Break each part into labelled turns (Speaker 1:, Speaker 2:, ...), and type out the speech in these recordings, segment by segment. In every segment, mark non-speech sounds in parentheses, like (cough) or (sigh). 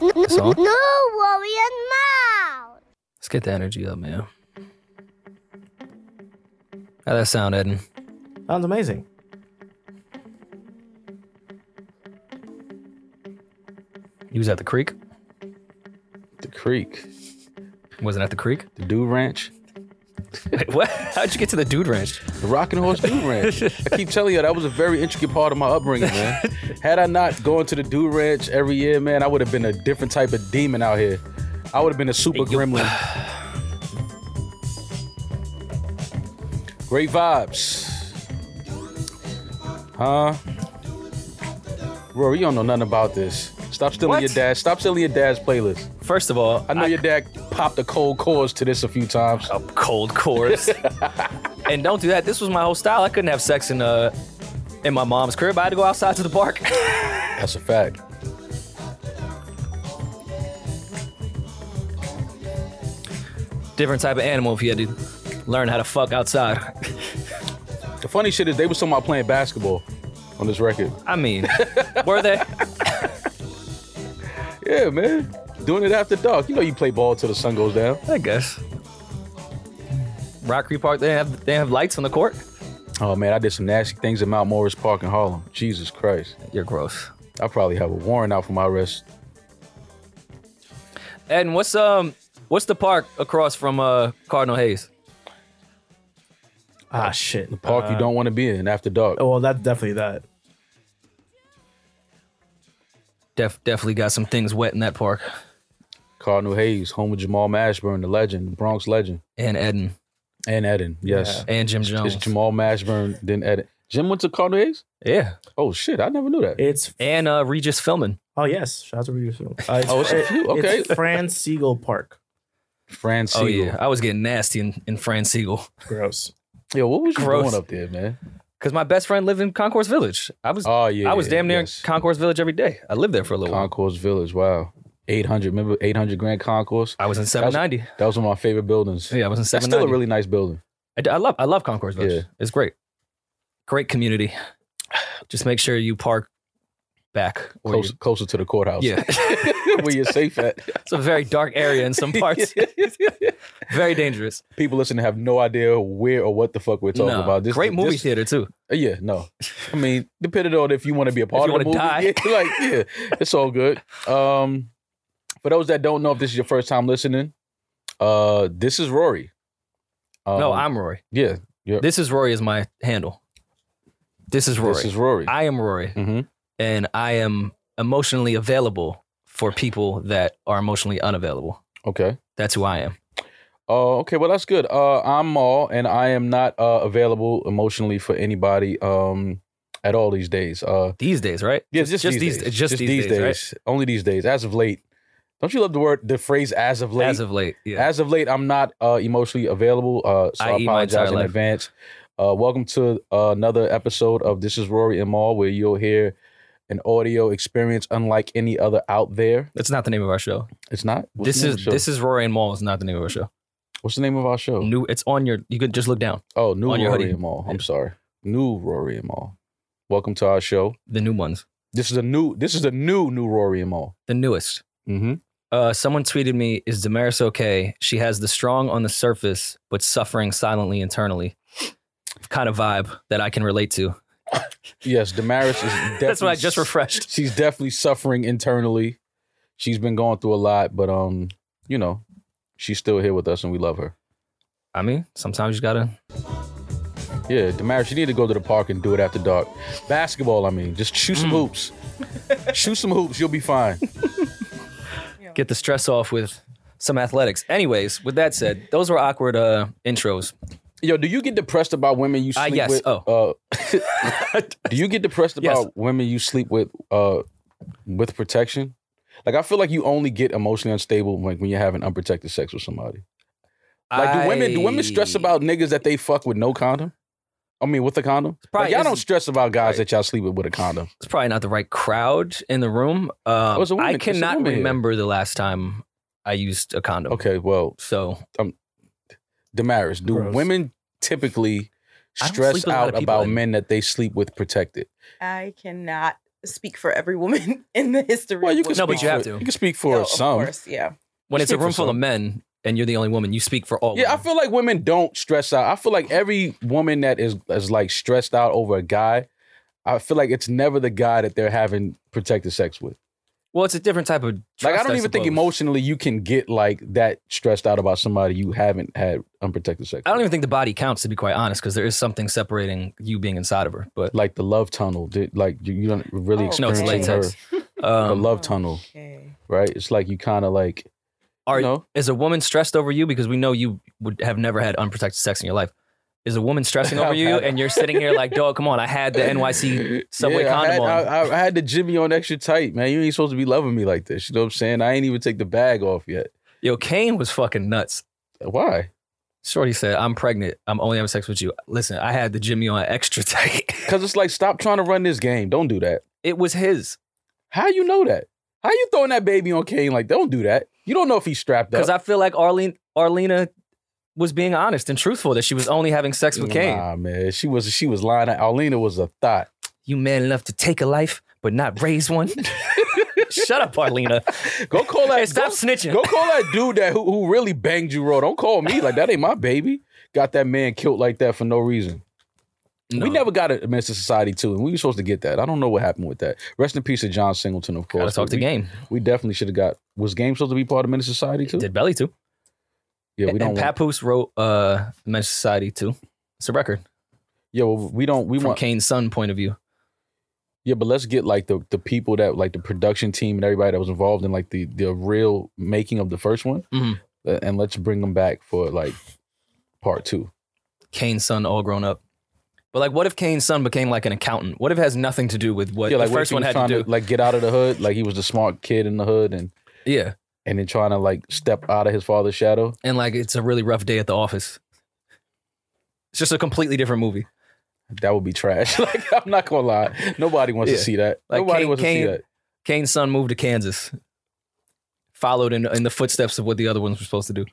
Speaker 1: all.
Speaker 2: No, warrior mouth.
Speaker 1: Let's get the energy up, man. How that sound, Eden?
Speaker 3: Sounds amazing.
Speaker 1: You was at the creek?
Speaker 4: The creek,
Speaker 1: Wasn't at the creek?
Speaker 4: the Dew Ranch,
Speaker 1: (laughs) Wait, what? How'd you get to the dude ranch?
Speaker 4: the Rockin' Horse Dew Ranch. I keep telling you that was a very intricate part of my upbringing, man. Had I not gone to the Dew Ranch every year, man, I would have been a different type of demon out here. I would have been a super gremlin. Great vibes. Huh? Rory, you don't know nothing about this. Stop stealing
Speaker 1: What?
Speaker 4: your dad. Stop stealing your dad's playlist.
Speaker 1: First of all,
Speaker 4: I know your dad popped a cold chords to this a few times.
Speaker 1: a cold (laughs) course. and don't do that. This was my whole style. I couldn't have sex in uh in my mom's crib. I had to go outside to the park. (laughs)
Speaker 4: That's a fact.
Speaker 1: Different type of animal if you had to learn how to fuck outside.
Speaker 4: The funny shit is they was talking about playing basketball on this record.
Speaker 1: I (laughs) mean, were they?
Speaker 4: Yeah, man. Doing it after dark. You know you play ball till the sun goes down.
Speaker 1: I guess. Rock Creek Park, they have they have lights on the court.
Speaker 4: Oh man, I did some nasty things in Mount Morris Park in Harlem. Jesus Christ.
Speaker 1: You're gross.
Speaker 4: I probably have a warrant out for my arrest.
Speaker 1: And what's um what's the park across from uh Cardinal Hayes?
Speaker 3: Ah, shit. The
Speaker 4: Park you don't want to be in after dark.
Speaker 3: Oh, well, that's definitely that.
Speaker 1: Def- definitely got some things wet in that park.
Speaker 4: Cardinal Hayes, home of Jamal Mashburn, the legend, the Bronx legend.
Speaker 1: And Eden
Speaker 4: And Eden, yes.
Speaker 1: and Jim Jones.
Speaker 4: It's Jamal Mashburn, then Eden. Jim went to Cardinal Hayes?
Speaker 1: yeah.
Speaker 4: Oh shit, I never knew that.
Speaker 3: It's
Speaker 1: And uh Regis Philbin.
Speaker 3: oh yes, shout out to Reeves. Uh, it's,
Speaker 4: Oh, it's a few, okay.
Speaker 3: It's Fran Siegel Park.
Speaker 4: Fran Siegel.
Speaker 1: Oh yeah. I was getting nasty in, in Fran Siegel.
Speaker 3: Gross.
Speaker 4: Yo, what was you
Speaker 1: Gross.
Speaker 4: doing up there, man?
Speaker 1: Because my best friend lived in Concourse Village. I was
Speaker 4: Oh yeah.
Speaker 1: I was damn near
Speaker 4: yes.
Speaker 1: in Concourse Village every day. I lived there for a little while.
Speaker 4: Concourse Village. Wow, eight hundred. Remember eight hundred grand concourse.
Speaker 1: I was in 790.
Speaker 4: That was one of my favorite buildings.
Speaker 1: yeah, I was in
Speaker 4: That's still a
Speaker 1: 790.
Speaker 4: really nice building.
Speaker 1: I, d- I love I love Concourse Village.
Speaker 4: Yeah.
Speaker 1: It's great. Great community. Just make sure you park back. or
Speaker 4: Close, closer to the courthouse.
Speaker 1: you- yeah. (laughs)
Speaker 4: (laughs) where you're safe at.
Speaker 1: it's a very dark area
Speaker 4: (laughs)
Speaker 1: in some parts. very dangerous.
Speaker 4: People listening have no idea where or what the fuck we're talking
Speaker 1: No.
Speaker 4: about. This
Speaker 1: great movie
Speaker 4: this-
Speaker 1: theater too.
Speaker 4: Uh, Yeah, no. I mean, depending on if you want to be a part
Speaker 1: you
Speaker 4: of the movie,
Speaker 1: wanna
Speaker 4: yeah, (laughs) like yeah, it's all good. Um, for those that don't know, if this is your first time listening, uh, this is Rory. Um,
Speaker 1: no, I'm Rory.
Speaker 4: yeah.
Speaker 1: This is Rory is my handle. This is Rory.
Speaker 4: This is Rory.
Speaker 1: I am Rory.
Speaker 4: mm-hmm.
Speaker 1: and I am emotionally available for people that are emotionally unavailable.
Speaker 4: Okay.
Speaker 1: That's who I am.
Speaker 4: Oh, okay. Well, that's good. Uh, I'm Maul, and I am not uh, available emotionally for anybody um, at all these days. Uh,
Speaker 1: These days, right?
Speaker 4: yeah, just,
Speaker 1: just
Speaker 4: these,
Speaker 1: these-
Speaker 4: days.
Speaker 1: just these days, right?
Speaker 4: Only these days. As of late, don't you love the word, the phrase "as of late"?
Speaker 1: As of late. Yeah.
Speaker 4: As of late, I'm not uh, emotionally available. Uh, so I,
Speaker 1: I eat my entire
Speaker 4: apologize in
Speaker 1: life.
Speaker 4: advance. Uh, welcome to uh, another episode of This Is Rory and Maul, where you'll hear an audio experience unlike any other out there.
Speaker 1: That's not the name of our show.
Speaker 4: It's not. What's
Speaker 1: this
Speaker 4: the name
Speaker 1: is
Speaker 4: of the show? Oh.
Speaker 1: this is Rory and Maul is not the name of our show.
Speaker 4: What's the name of our show?
Speaker 1: New it's on your you can just look down.
Speaker 4: Oh, new
Speaker 1: on your
Speaker 4: Rory
Speaker 1: hoodie.
Speaker 4: and Mall. I'm
Speaker 1: Yeah.
Speaker 4: sorry. New Rory and Mall. Welcome to our show.
Speaker 1: The new ones.
Speaker 4: This is a new this is a new new Rory and Mall.
Speaker 1: The newest.
Speaker 4: Mm-hmm.
Speaker 1: Uh, someone tweeted me, is Damaris okay? She has the strong on the surface, but suffering silently internally. kind of vibe that I can relate to.
Speaker 4: Yes, Damaris is definitely
Speaker 1: (laughs) That's what I just refreshed.
Speaker 4: She's definitely suffering internally. She's been going through a lot, but um, you know, she's still here with us and we love her.
Speaker 1: I mean, sometimes you gotta
Speaker 4: Yeah, Damaris, you need to go to the park and do it after dark. Basketball, I mean. Just shoot
Speaker 1: Mm. (laughs)
Speaker 4: some hoops. shoot some hoops, you'll be fine.
Speaker 1: get the stress off with some athletics. Anyways, with that said, those were awkward uh, intros.
Speaker 4: Yo, do you get depressed about women you
Speaker 1: Uh,
Speaker 4: sleep
Speaker 1: yes.
Speaker 4: with?
Speaker 1: Oh.
Speaker 4: Uh,
Speaker 1: (laughs)
Speaker 4: do you get depressed
Speaker 1: Yes.
Speaker 4: about women you sleep with uh, with protection? Like I feel like you only get emotionally unstable like when you're having unprotected sex with somebody. Like do women do women stress
Speaker 1: I-
Speaker 4: about niggas that they fuck with no condom? I mean, with a condom?
Speaker 1: probably
Speaker 4: like, y'all don't
Speaker 1: isn't-
Speaker 4: stress about guys
Speaker 1: right.
Speaker 4: that y'all sleep with with a condom.
Speaker 1: It's probably not the right crowd in the room. Um,
Speaker 4: it's Oh, a woman-
Speaker 1: I
Speaker 4: it's a
Speaker 1: cannot
Speaker 4: woman here.
Speaker 1: remember the last time I used a condom.
Speaker 4: Okay, well,
Speaker 1: So
Speaker 4: Damaris, do
Speaker 3: Gross.
Speaker 4: women typically
Speaker 1: I don't
Speaker 4: stress
Speaker 1: sleep with a lot
Speaker 4: out
Speaker 1: of people
Speaker 4: about
Speaker 1: in-
Speaker 4: men that they sleep with protected?
Speaker 5: I cannot speak for every woman (laughs) in the history.
Speaker 4: Well, you
Speaker 5: of
Speaker 4: can
Speaker 1: No,
Speaker 5: women.
Speaker 1: but
Speaker 4: speak
Speaker 1: you have
Speaker 4: for-
Speaker 1: to.
Speaker 4: You can speak
Speaker 5: No,
Speaker 4: for
Speaker 5: of
Speaker 4: some.
Speaker 5: course, yeah.
Speaker 1: When it's a
Speaker 4: Speak for
Speaker 1: room full of
Speaker 4: some.
Speaker 1: men and you're the only woman, you speak for all.
Speaker 4: Yeah, I
Speaker 1: women.
Speaker 4: feel like women don't stress out. I feel like every woman that is is like stressed out over a guy, I feel like it's never the guy that they're having protected sex with.
Speaker 1: well, it's a different type of.
Speaker 4: Like I
Speaker 1: trust,
Speaker 4: don't even think
Speaker 1: suppose.
Speaker 4: emotionally you can get like that stressed out about somebody you haven't had unprotected sex.
Speaker 1: I don't
Speaker 4: with.
Speaker 1: even think the body counts to be quite honest, because there is something separating you being inside of her. But
Speaker 4: like the love tunnel. Did, like you, you don't really
Speaker 5: Oh,
Speaker 1: no,
Speaker 4: experience
Speaker 1: it's
Speaker 5: Experience
Speaker 4: her. (laughs)
Speaker 1: latex.
Speaker 4: the
Speaker 1: Um,
Speaker 4: love tunnel, (laughs)
Speaker 5: Okay.
Speaker 4: right? It's like you kind of like
Speaker 1: are
Speaker 4: you know.
Speaker 1: is a woman stressed over you because we know you would have never had unprotected sex in your life? Is a woman stressing over
Speaker 4: I've
Speaker 1: you
Speaker 4: had-
Speaker 1: and you're sitting here like, dog, come on, I had the
Speaker 4: (laughs)
Speaker 1: NYC subway
Speaker 4: Yeah, I had,
Speaker 1: condom on.
Speaker 4: I, I- I had the Jimmy on extra tight, man. You ain't supposed to be loving me like this. You know what I'm saying? I ain't even take the bag off yet.
Speaker 1: Yo, Kane was fucking nuts.
Speaker 4: Why?
Speaker 1: Shorty said, I'm pregnant. I'm only having sex with you. Listen, I had the Jimmy on extra tight. (laughs)
Speaker 4: Because it's like stop trying to run this game. Don't do that.
Speaker 1: it was his.
Speaker 4: How you know that? How you throwing that baby on Kane? Like don't do that. You don't know if he's strapped up.
Speaker 1: Because I feel like Arlene Arlena was being honest and truthful that she was only having sex with Kane.
Speaker 4: Nah, man. She was she was lying. Arlena was a thought.
Speaker 1: You man enough to take a life, but not raise
Speaker 4: (laughs)
Speaker 1: one. Shut up, Arlena. (laughs)
Speaker 4: Go call that.
Speaker 1: Hey, stop
Speaker 4: go-
Speaker 1: snitching.
Speaker 4: Go call that dude that who, who really banged you raw. Don't call me like that ain't my baby. Got that man killed like that for no reason.
Speaker 1: No.
Speaker 4: We never got a Menace to Society too, and we were supposed to get that. I don't know what happened with that. Rest in peace to John Singleton, of
Speaker 1: gotta
Speaker 4: course.
Speaker 1: talk to
Speaker 4: we,
Speaker 1: game.
Speaker 4: We definitely should have got. Was Game supposed to be part of Menace to Society too?
Speaker 1: Did Belly too.
Speaker 4: Yeah, we don't.
Speaker 1: and
Speaker 4: Want,
Speaker 1: Papoose wrote uh Men's Society too. It's a record
Speaker 4: yeah, well, we don't. We
Speaker 1: from
Speaker 4: want.
Speaker 1: Kane's son point of view.
Speaker 4: Yeah, but let's get like the the people that like the production team and everybody that was involved in like the the real making of the first one,
Speaker 1: Mhm.
Speaker 4: Uh, and let's bring them back for like part two.
Speaker 1: Kane's son all grown up. But like what if Kane's son became like an accountant? What if it has nothing to do with what
Speaker 4: yeah, like
Speaker 1: the
Speaker 4: what if
Speaker 1: first
Speaker 4: he
Speaker 1: one
Speaker 4: was
Speaker 1: had to
Speaker 4: trying
Speaker 1: do?
Speaker 4: like get out of the hood, like he was the smart kid in the hood, and
Speaker 1: yeah.
Speaker 4: and then trying to like step out of his father's shadow.
Speaker 1: And like it's a really rough day at the office. It's just a completely different movie.
Speaker 4: That would be trash. (laughs) like I'm not gonna lie, nobody wants
Speaker 1: Yeah.
Speaker 4: to see that.
Speaker 1: Like,
Speaker 4: nobody
Speaker 1: Kane-
Speaker 4: wants
Speaker 1: Kane-
Speaker 4: to see that.
Speaker 1: Kane's son moved to Kansas. Followed in, in the footsteps of what the other ones were supposed to do.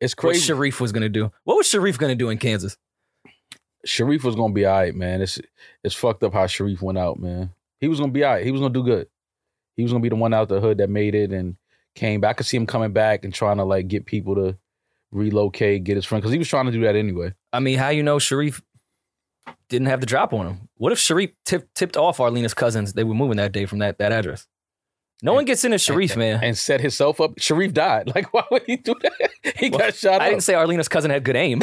Speaker 4: It's
Speaker 1: What
Speaker 4: crazy.
Speaker 1: Sharif was gonna do. What was Sharif gonna do in Kansas?
Speaker 4: Sharif was gonna be all right, man. It's it's fucked up how Sharif went out, man. He was gonna be all right. He was gonna do good. He was gonna be the one out the hood that made it and came back. I could see him coming back and trying to like get people to relocate, get his friend because he was trying to do that anyway.
Speaker 1: I mean, how you know Sharif didn't have the drop on him? What if Sharif tip, tipped off Arlena's cousins? They were moving that day from that, that address. No one gets into
Speaker 4: (laughs)
Speaker 1: Sharif, man.
Speaker 4: And set himself up. Sharif died. (laughs) Like why would he do that? (laughs) He
Speaker 1: Well,
Speaker 4: got shot.
Speaker 1: I
Speaker 4: up.
Speaker 1: didn't say Arlena's cousin had good
Speaker 4: (laughs)
Speaker 1: aim.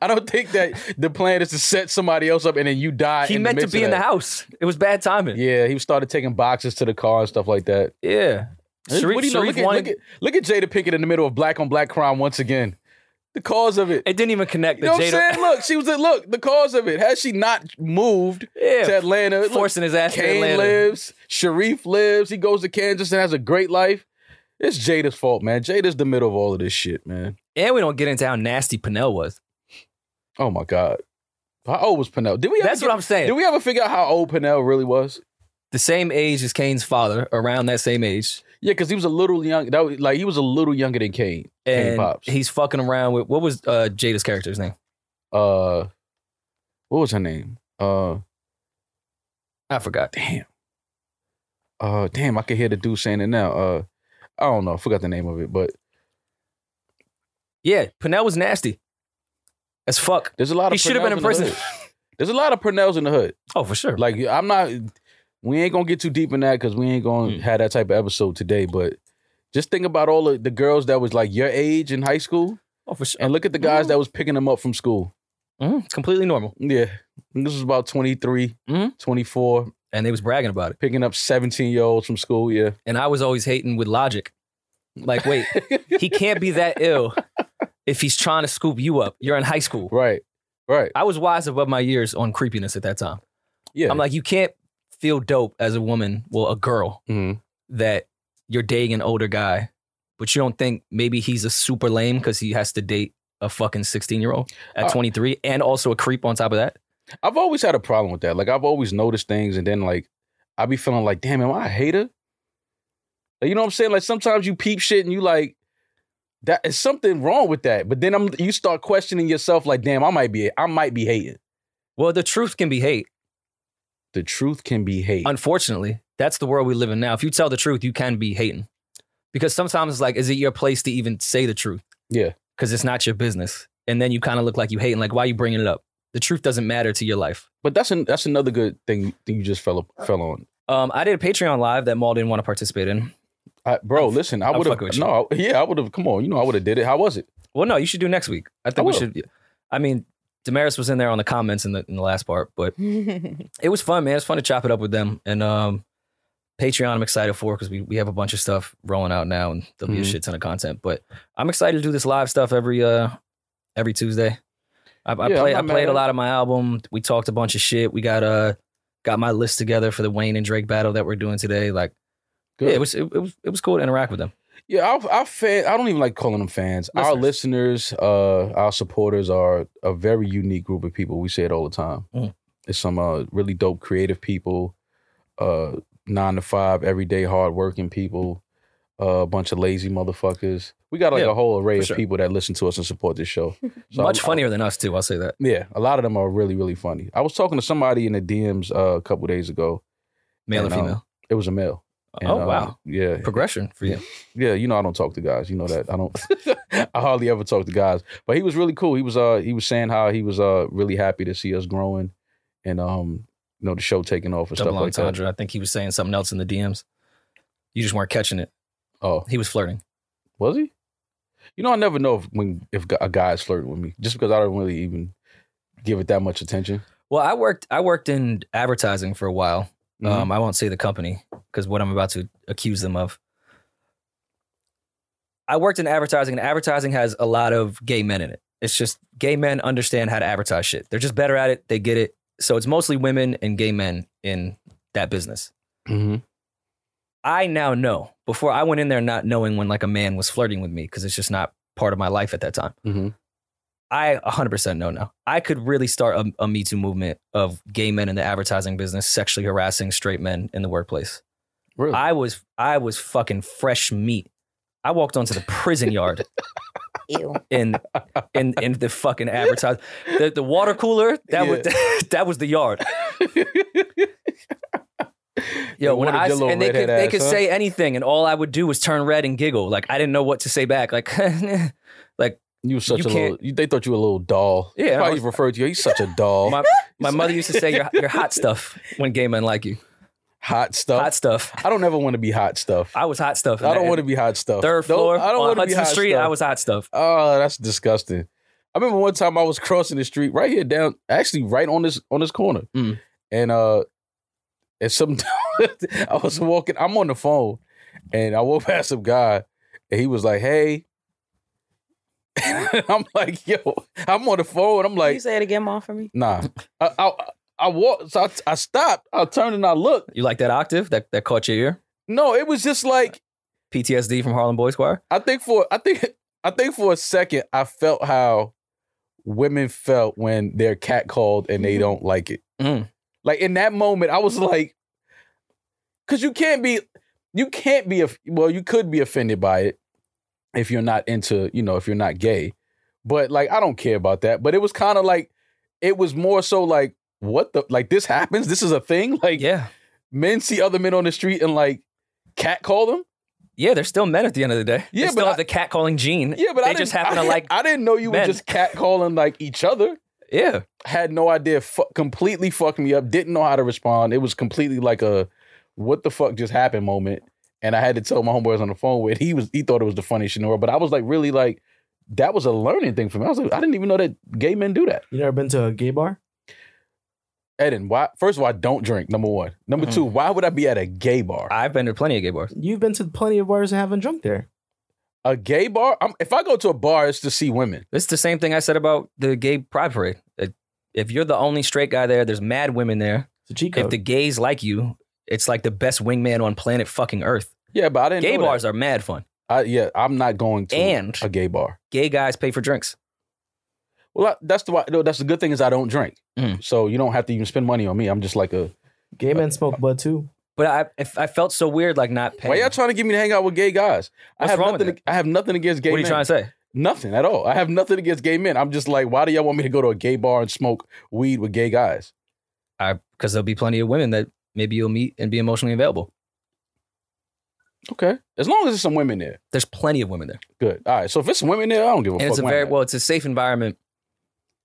Speaker 4: I don't think that the plan is to set somebody else up and then you die.
Speaker 1: He
Speaker 4: in
Speaker 1: meant
Speaker 4: the
Speaker 1: to
Speaker 4: midst
Speaker 1: be
Speaker 4: of
Speaker 1: in the
Speaker 4: that.
Speaker 1: house. It was bad timing. Yeah.
Speaker 4: Yeah, he started taking boxes to the car and stuff like that.
Speaker 1: Sharif,
Speaker 4: what do you know?
Speaker 1: Sharif
Speaker 4: Look at,
Speaker 1: wanted.
Speaker 4: look, at, look at Jada Pinkett in the middle of black on black crime once again. The cause of it.
Speaker 1: it didn't even connect.
Speaker 4: you know
Speaker 1: the
Speaker 4: what I'm saying? Look, she was look, the cause of it. Had she not moved
Speaker 1: Jada,
Speaker 4: to Atlanta,
Speaker 1: yeah,
Speaker 4: look,
Speaker 1: forcing his ass to
Speaker 4: Kane
Speaker 1: Atlanta.
Speaker 4: lives, Sharif lives, he goes to Kansas and has a great life. It's Jada's fault, man. Jada's the middle of all of this shit, man.
Speaker 1: And we don't get into how nasty Pinnell was.
Speaker 4: Oh my God. How old was Pinnell? Did we ever
Speaker 1: That's
Speaker 4: get-
Speaker 1: what I'm saying.
Speaker 4: Did we ever figure out how old Pinnell really was?
Speaker 1: the same age as Kane's father, around that same age.
Speaker 4: Yeah, because he was a little young. That was, like he was a little younger than Kane. Kane
Speaker 1: And
Speaker 4: Pops.
Speaker 1: he's fucking around with what was uh, Jada's character's name?
Speaker 4: Uh, what was her name? Uh,
Speaker 1: I forgot.
Speaker 4: damn. Uh, damn. I could hear the dude saying it now. Uh, I don't know. I forgot the name of it, but
Speaker 1: Yeah, Pinnell was nasty as fuck.
Speaker 4: there's a lot of.
Speaker 1: He should have been in
Speaker 4: Purnells the
Speaker 1: prison.
Speaker 4: hood. (laughs) There's a lot of Purnells in the hood.
Speaker 1: Oh, for sure.
Speaker 4: Like I'm not. We ain't gonna get too deep in that because we ain't gonna
Speaker 1: Mm.
Speaker 4: have that type of episode today. But just think about all of the girls that was like your age in high school,
Speaker 1: oh, for sure.
Speaker 4: and look at the guys
Speaker 5: Mhm.
Speaker 1: Mm-hmm.
Speaker 4: that was picking them up from school.
Speaker 1: Mhm, It's completely normal.
Speaker 4: Yeah. This was about 23,
Speaker 1: Mhm.
Speaker 4: 24,
Speaker 1: And they was bragging about it.
Speaker 4: picking up 17 year olds from school. Yeah.
Speaker 1: And I was always hating with logic. Like, (laughs) wait, he can't be that ill if he's trying to scoop you up. You're in high school.
Speaker 4: Right. Right.
Speaker 1: I was wise above my years on creepiness at that time.
Speaker 4: Yeah.
Speaker 1: I'm like, you can't feel dope as a woman, well, a girl,
Speaker 4: Mhm.
Speaker 1: that you're dating an older guy, but you don't think maybe he's a super lame because he has to date a fucking 16 year old at
Speaker 4: Uh,
Speaker 1: 23 and also a creep on top of that.
Speaker 4: I've always had a problem with that. Like, I've always noticed things, and then, like, I be feeling like, damn, am I a hater? Like, you know what I'm saying? Like, sometimes you peep shit and you, like, that is something wrong with that. But then I'm, you start questioning yourself, like, damn, I might be, I might be hating.
Speaker 1: Well, the truth can be hate.
Speaker 4: the truth can be hate.
Speaker 1: Unfortunately, that's the world we live in now. If you tell the truth, you can be hating. Because sometimes it's like, is it your place to even say the truth?
Speaker 4: Yeah.
Speaker 1: Because it's not your business. And then you kind of look like you hating. Like, why you bringing it up? The truth doesn't matter to your life.
Speaker 4: but that's an, that's another good thing that you just fell fell on.
Speaker 1: Um, I did a Patreon live that Maul didn't want to participate in.
Speaker 4: I, bro, listen, I
Speaker 1: I'm
Speaker 4: would have
Speaker 1: fucking with you.
Speaker 4: no, yeah, I would have. Come on, you know, I would have did it. How was it?
Speaker 1: Well, no, you should do next week. I think
Speaker 4: I
Speaker 1: we
Speaker 4: will.
Speaker 1: should. I mean, Damaris was in there on the comments in the in the last part, but it was fun, man. It's fun to chop it up with them. And um, Patreon, I'm excited for because we, we have a bunch of stuff rolling out now, and there'll be a
Speaker 4: Mhm.
Speaker 1: shit ton of content. But I'm excited to do this live stuff every uh every Tuesday. I, I
Speaker 4: Yeah,
Speaker 1: play I
Speaker 4: I'm not
Speaker 1: played
Speaker 4: mad.
Speaker 1: a lot of my album. We talked a bunch of shit. We got uh got my list together for the Wayne and Drake battle that we're doing today. Like,
Speaker 4: Good.
Speaker 1: yeah, it was it, it was it was cool to interact with them.
Speaker 4: Yeah, our, our fan, I don't even like calling them fans. Our listeners, uh, our supporters are a very unique group of people. We say it all the time.
Speaker 1: Mm.
Speaker 4: It's some uh, really dope, creative people, uh, nine to five, everyday, hardworking people, uh, a bunch of lazy motherfuckers. We got like
Speaker 1: Yeah,
Speaker 4: a whole array
Speaker 1: for
Speaker 4: of
Speaker 1: sure.
Speaker 4: people that listen to us and support this show.
Speaker 1: (laughs)
Speaker 4: So
Speaker 1: Much
Speaker 4: I'm- uh,
Speaker 1: funnier than us too. I'll say that.
Speaker 4: yeah, a lot of them are really, really funny. I was talking to somebody in the DMs uh, a couple days ago.
Speaker 1: Male or
Speaker 4: And, um,
Speaker 1: female.
Speaker 4: It was a male. And,
Speaker 1: oh
Speaker 4: uh,
Speaker 1: wow,
Speaker 4: yeah,
Speaker 1: progression for you.
Speaker 4: yeah, you know I don't talk to guys. You know that I
Speaker 1: (laughs)
Speaker 4: don't. (laughs) I hardly ever talk to guys. But he was really cool. He was uh he was saying how he was uh really happy to see us growing, and um you know the show taking off and
Speaker 1: Double
Speaker 4: stuff like
Speaker 1: entendre. I think he was saying something else in the DMs. You just weren't catching it.
Speaker 4: that. Oh,
Speaker 1: He was flirting.
Speaker 4: was he? You know I never know if when if a guy's flirting with me just because I don't really even give it that much attention.
Speaker 1: Well, I worked I worked in advertising for a while. Um, I won't say the company because what I'm about to accuse them of. I worked in advertising, and advertising has a lot of gay men in it. It's just gay men understand how to advertise shit. They're just better at it. They get it. So it's mostly women and gay men in that business. Mm-hmm.
Speaker 4: Mhm.
Speaker 1: I now know. Before I went in there not knowing when like a man was flirting with me because it's just not part of my life at that time.
Speaker 4: Mhm.
Speaker 1: I 100% know now. I could really start a, a Me Too movement of gay men in the advertising business sexually harassing straight men in the workplace.
Speaker 4: Really?
Speaker 1: I was I was fucking fresh meat. I walked onto the prison yard
Speaker 5: Ew.
Speaker 1: in in in the fucking advertising the, the water cooler that was (laughs) that was the
Speaker 4: (laughs)
Speaker 1: yard. Yo,
Speaker 4: You
Speaker 1: when
Speaker 4: wanted
Speaker 1: I
Speaker 4: your little
Speaker 1: and they could
Speaker 4: redhead
Speaker 1: they
Speaker 4: ass,
Speaker 1: could
Speaker 4: huh?
Speaker 1: say anything, and all I would do was turn red and giggle. Like I didn't know what to say back. Like (laughs)
Speaker 4: you were such
Speaker 1: you
Speaker 4: a little.
Speaker 1: can't-
Speaker 4: You, they thought you were a little doll.
Speaker 1: Yeah, I
Speaker 4: probably
Speaker 1: was-
Speaker 4: referred to you. He's such a doll.
Speaker 1: my my mother used to say, "You're you're hot stuff." When gay men like you,
Speaker 4: hot stuff.
Speaker 1: hot stuff.
Speaker 4: I don't ever want to be hot stuff.
Speaker 1: I was hot stuff. (laughs)
Speaker 4: I don't want to be hot stuff.
Speaker 1: Third
Speaker 4: Don't-
Speaker 1: floor
Speaker 4: I don't
Speaker 1: on
Speaker 4: want to be
Speaker 1: Hudson
Speaker 4: hot
Speaker 1: Street.
Speaker 4: stuff.
Speaker 1: I was hot stuff.
Speaker 4: Oh, that's disgusting. I remember one time I was crossing the street right here down, actually right on this on this corner,
Speaker 1: Mm.
Speaker 4: and uh, and some (laughs) I was walking. I'm on the phone, and I walked past some guy, and he was like, "Hey." (laughs) I'm like, yo, I'm on the phone. I'm
Speaker 5: Can
Speaker 4: like,
Speaker 5: you say it again, mom,
Speaker 4: (laughs)
Speaker 5: for me?
Speaker 4: nah. I, I, I walked, so I, I stopped. I turned and I looked.
Speaker 1: You like that octave that that caught your ear?
Speaker 4: No, it was just like
Speaker 1: PTSD from Harlem Boys Choir.
Speaker 4: I think for I think (laughs) I think for a second I felt how women felt when they're catcalled and they don't like it.
Speaker 1: Mm-hmm. Mm. Mm-hmm.
Speaker 4: Like in that moment, I was like, because you can't be, you can't be a well, you could be offended by it if you're not into, you know, if you're not gay. But like, I don't care about that. But it was kind of like, it was more so like, what the like this happens? This is a thing. Like
Speaker 1: Yeah,
Speaker 4: men see other men on the street and like catcall them.
Speaker 1: yeah. They're still men at the end of the day.
Speaker 4: Yeah,
Speaker 1: they still
Speaker 4: but
Speaker 1: have
Speaker 4: I-
Speaker 1: the cat calling gene.
Speaker 4: Yeah, but
Speaker 1: they
Speaker 4: I
Speaker 1: just
Speaker 4: didn't-
Speaker 1: happen
Speaker 4: (laughs) I
Speaker 1: to
Speaker 4: didn't-
Speaker 1: like.
Speaker 4: I didn't know you
Speaker 1: men.
Speaker 4: were just catcalling like each other.
Speaker 1: yeah,
Speaker 4: Had no idea. Fu- completely fucked me up. Didn't know how to respond. It was completely like a what the fuck just happened moment. And I had to tell my homeboys on the phone with he was he thought it was the funniest shit in the world. But I was like really like that was a learning thing for me. I was like I didn't even know that gay men do that.
Speaker 3: You never been to a gay bar?
Speaker 4: Eden, why? First of all, I don't drink. Number one. Number
Speaker 1: Mhm.
Speaker 4: two, why would I be at a gay bar?
Speaker 1: I've been to plenty of gay bars.
Speaker 3: You've been to plenty of bars and haven't drunk there.
Speaker 4: A gay bar? I'm, if I go to a bar, it's to see women.
Speaker 1: It's the same thing I said about the gay pride parade. It- If you're the only straight guy there, there's mad women there.
Speaker 3: It's a cheat
Speaker 1: If
Speaker 3: code.
Speaker 1: the gays like you, it's like the best wingman on planet fucking earth.
Speaker 4: Yeah, but I didn't.
Speaker 1: Gay
Speaker 4: know that.
Speaker 1: bars are mad fun,
Speaker 4: I, yeah, I'm not going to
Speaker 1: and
Speaker 4: a gay bar.
Speaker 1: gay guys pay for drinks.
Speaker 4: Well, I, that's the why. No, that's the good thing is I don't drink,
Speaker 1: Mm.
Speaker 4: so you don't have to even spend money on me. I'm just like a.
Speaker 3: gay men smoke blood too.
Speaker 1: But I, if, I felt so weird, like not paying.
Speaker 4: Why y'all trying to get me to hang out with gay guys? I
Speaker 1: What's
Speaker 4: have
Speaker 1: wrong with
Speaker 4: nothing. I have nothing against gay
Speaker 1: what are you
Speaker 4: men.
Speaker 1: trying to say?
Speaker 4: Nothing at all. I have nothing against gay men. I'm just like, why do y'all want me to go to a gay bar and smoke weed with gay guys?
Speaker 1: I because there'll be plenty of women that maybe you'll meet and be emotionally available.
Speaker 4: Okay. As long as there's some women there.
Speaker 1: There's plenty of women there,
Speaker 4: Good. All right. So if it's some women there, I don't give a
Speaker 1: and
Speaker 4: fuck.
Speaker 1: it's a
Speaker 4: why
Speaker 1: very
Speaker 4: not.
Speaker 1: well, it's a safe environment.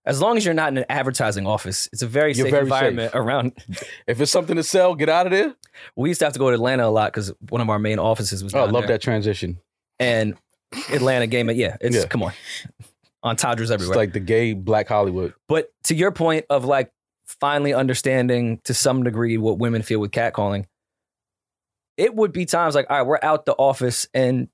Speaker 1: As long as you're not in an advertising office, it's a very
Speaker 4: You're
Speaker 1: safe
Speaker 4: very
Speaker 1: environment around.
Speaker 4: If it's something to sell, get out of there.
Speaker 1: We used to have to go to Atlanta a lot because one of our main offices was.
Speaker 4: Oh, I
Speaker 1: down
Speaker 4: love
Speaker 1: there.
Speaker 4: that transition.
Speaker 1: And Atlanta game, yeah, it's
Speaker 4: Yeah.
Speaker 1: come on, on Todgers
Speaker 4: It's
Speaker 1: everywhere.
Speaker 4: like the gay black Hollywood.
Speaker 1: But to your point of like finally understanding to some degree what women feel with catcalling, it would be times like, all right, we're out the office and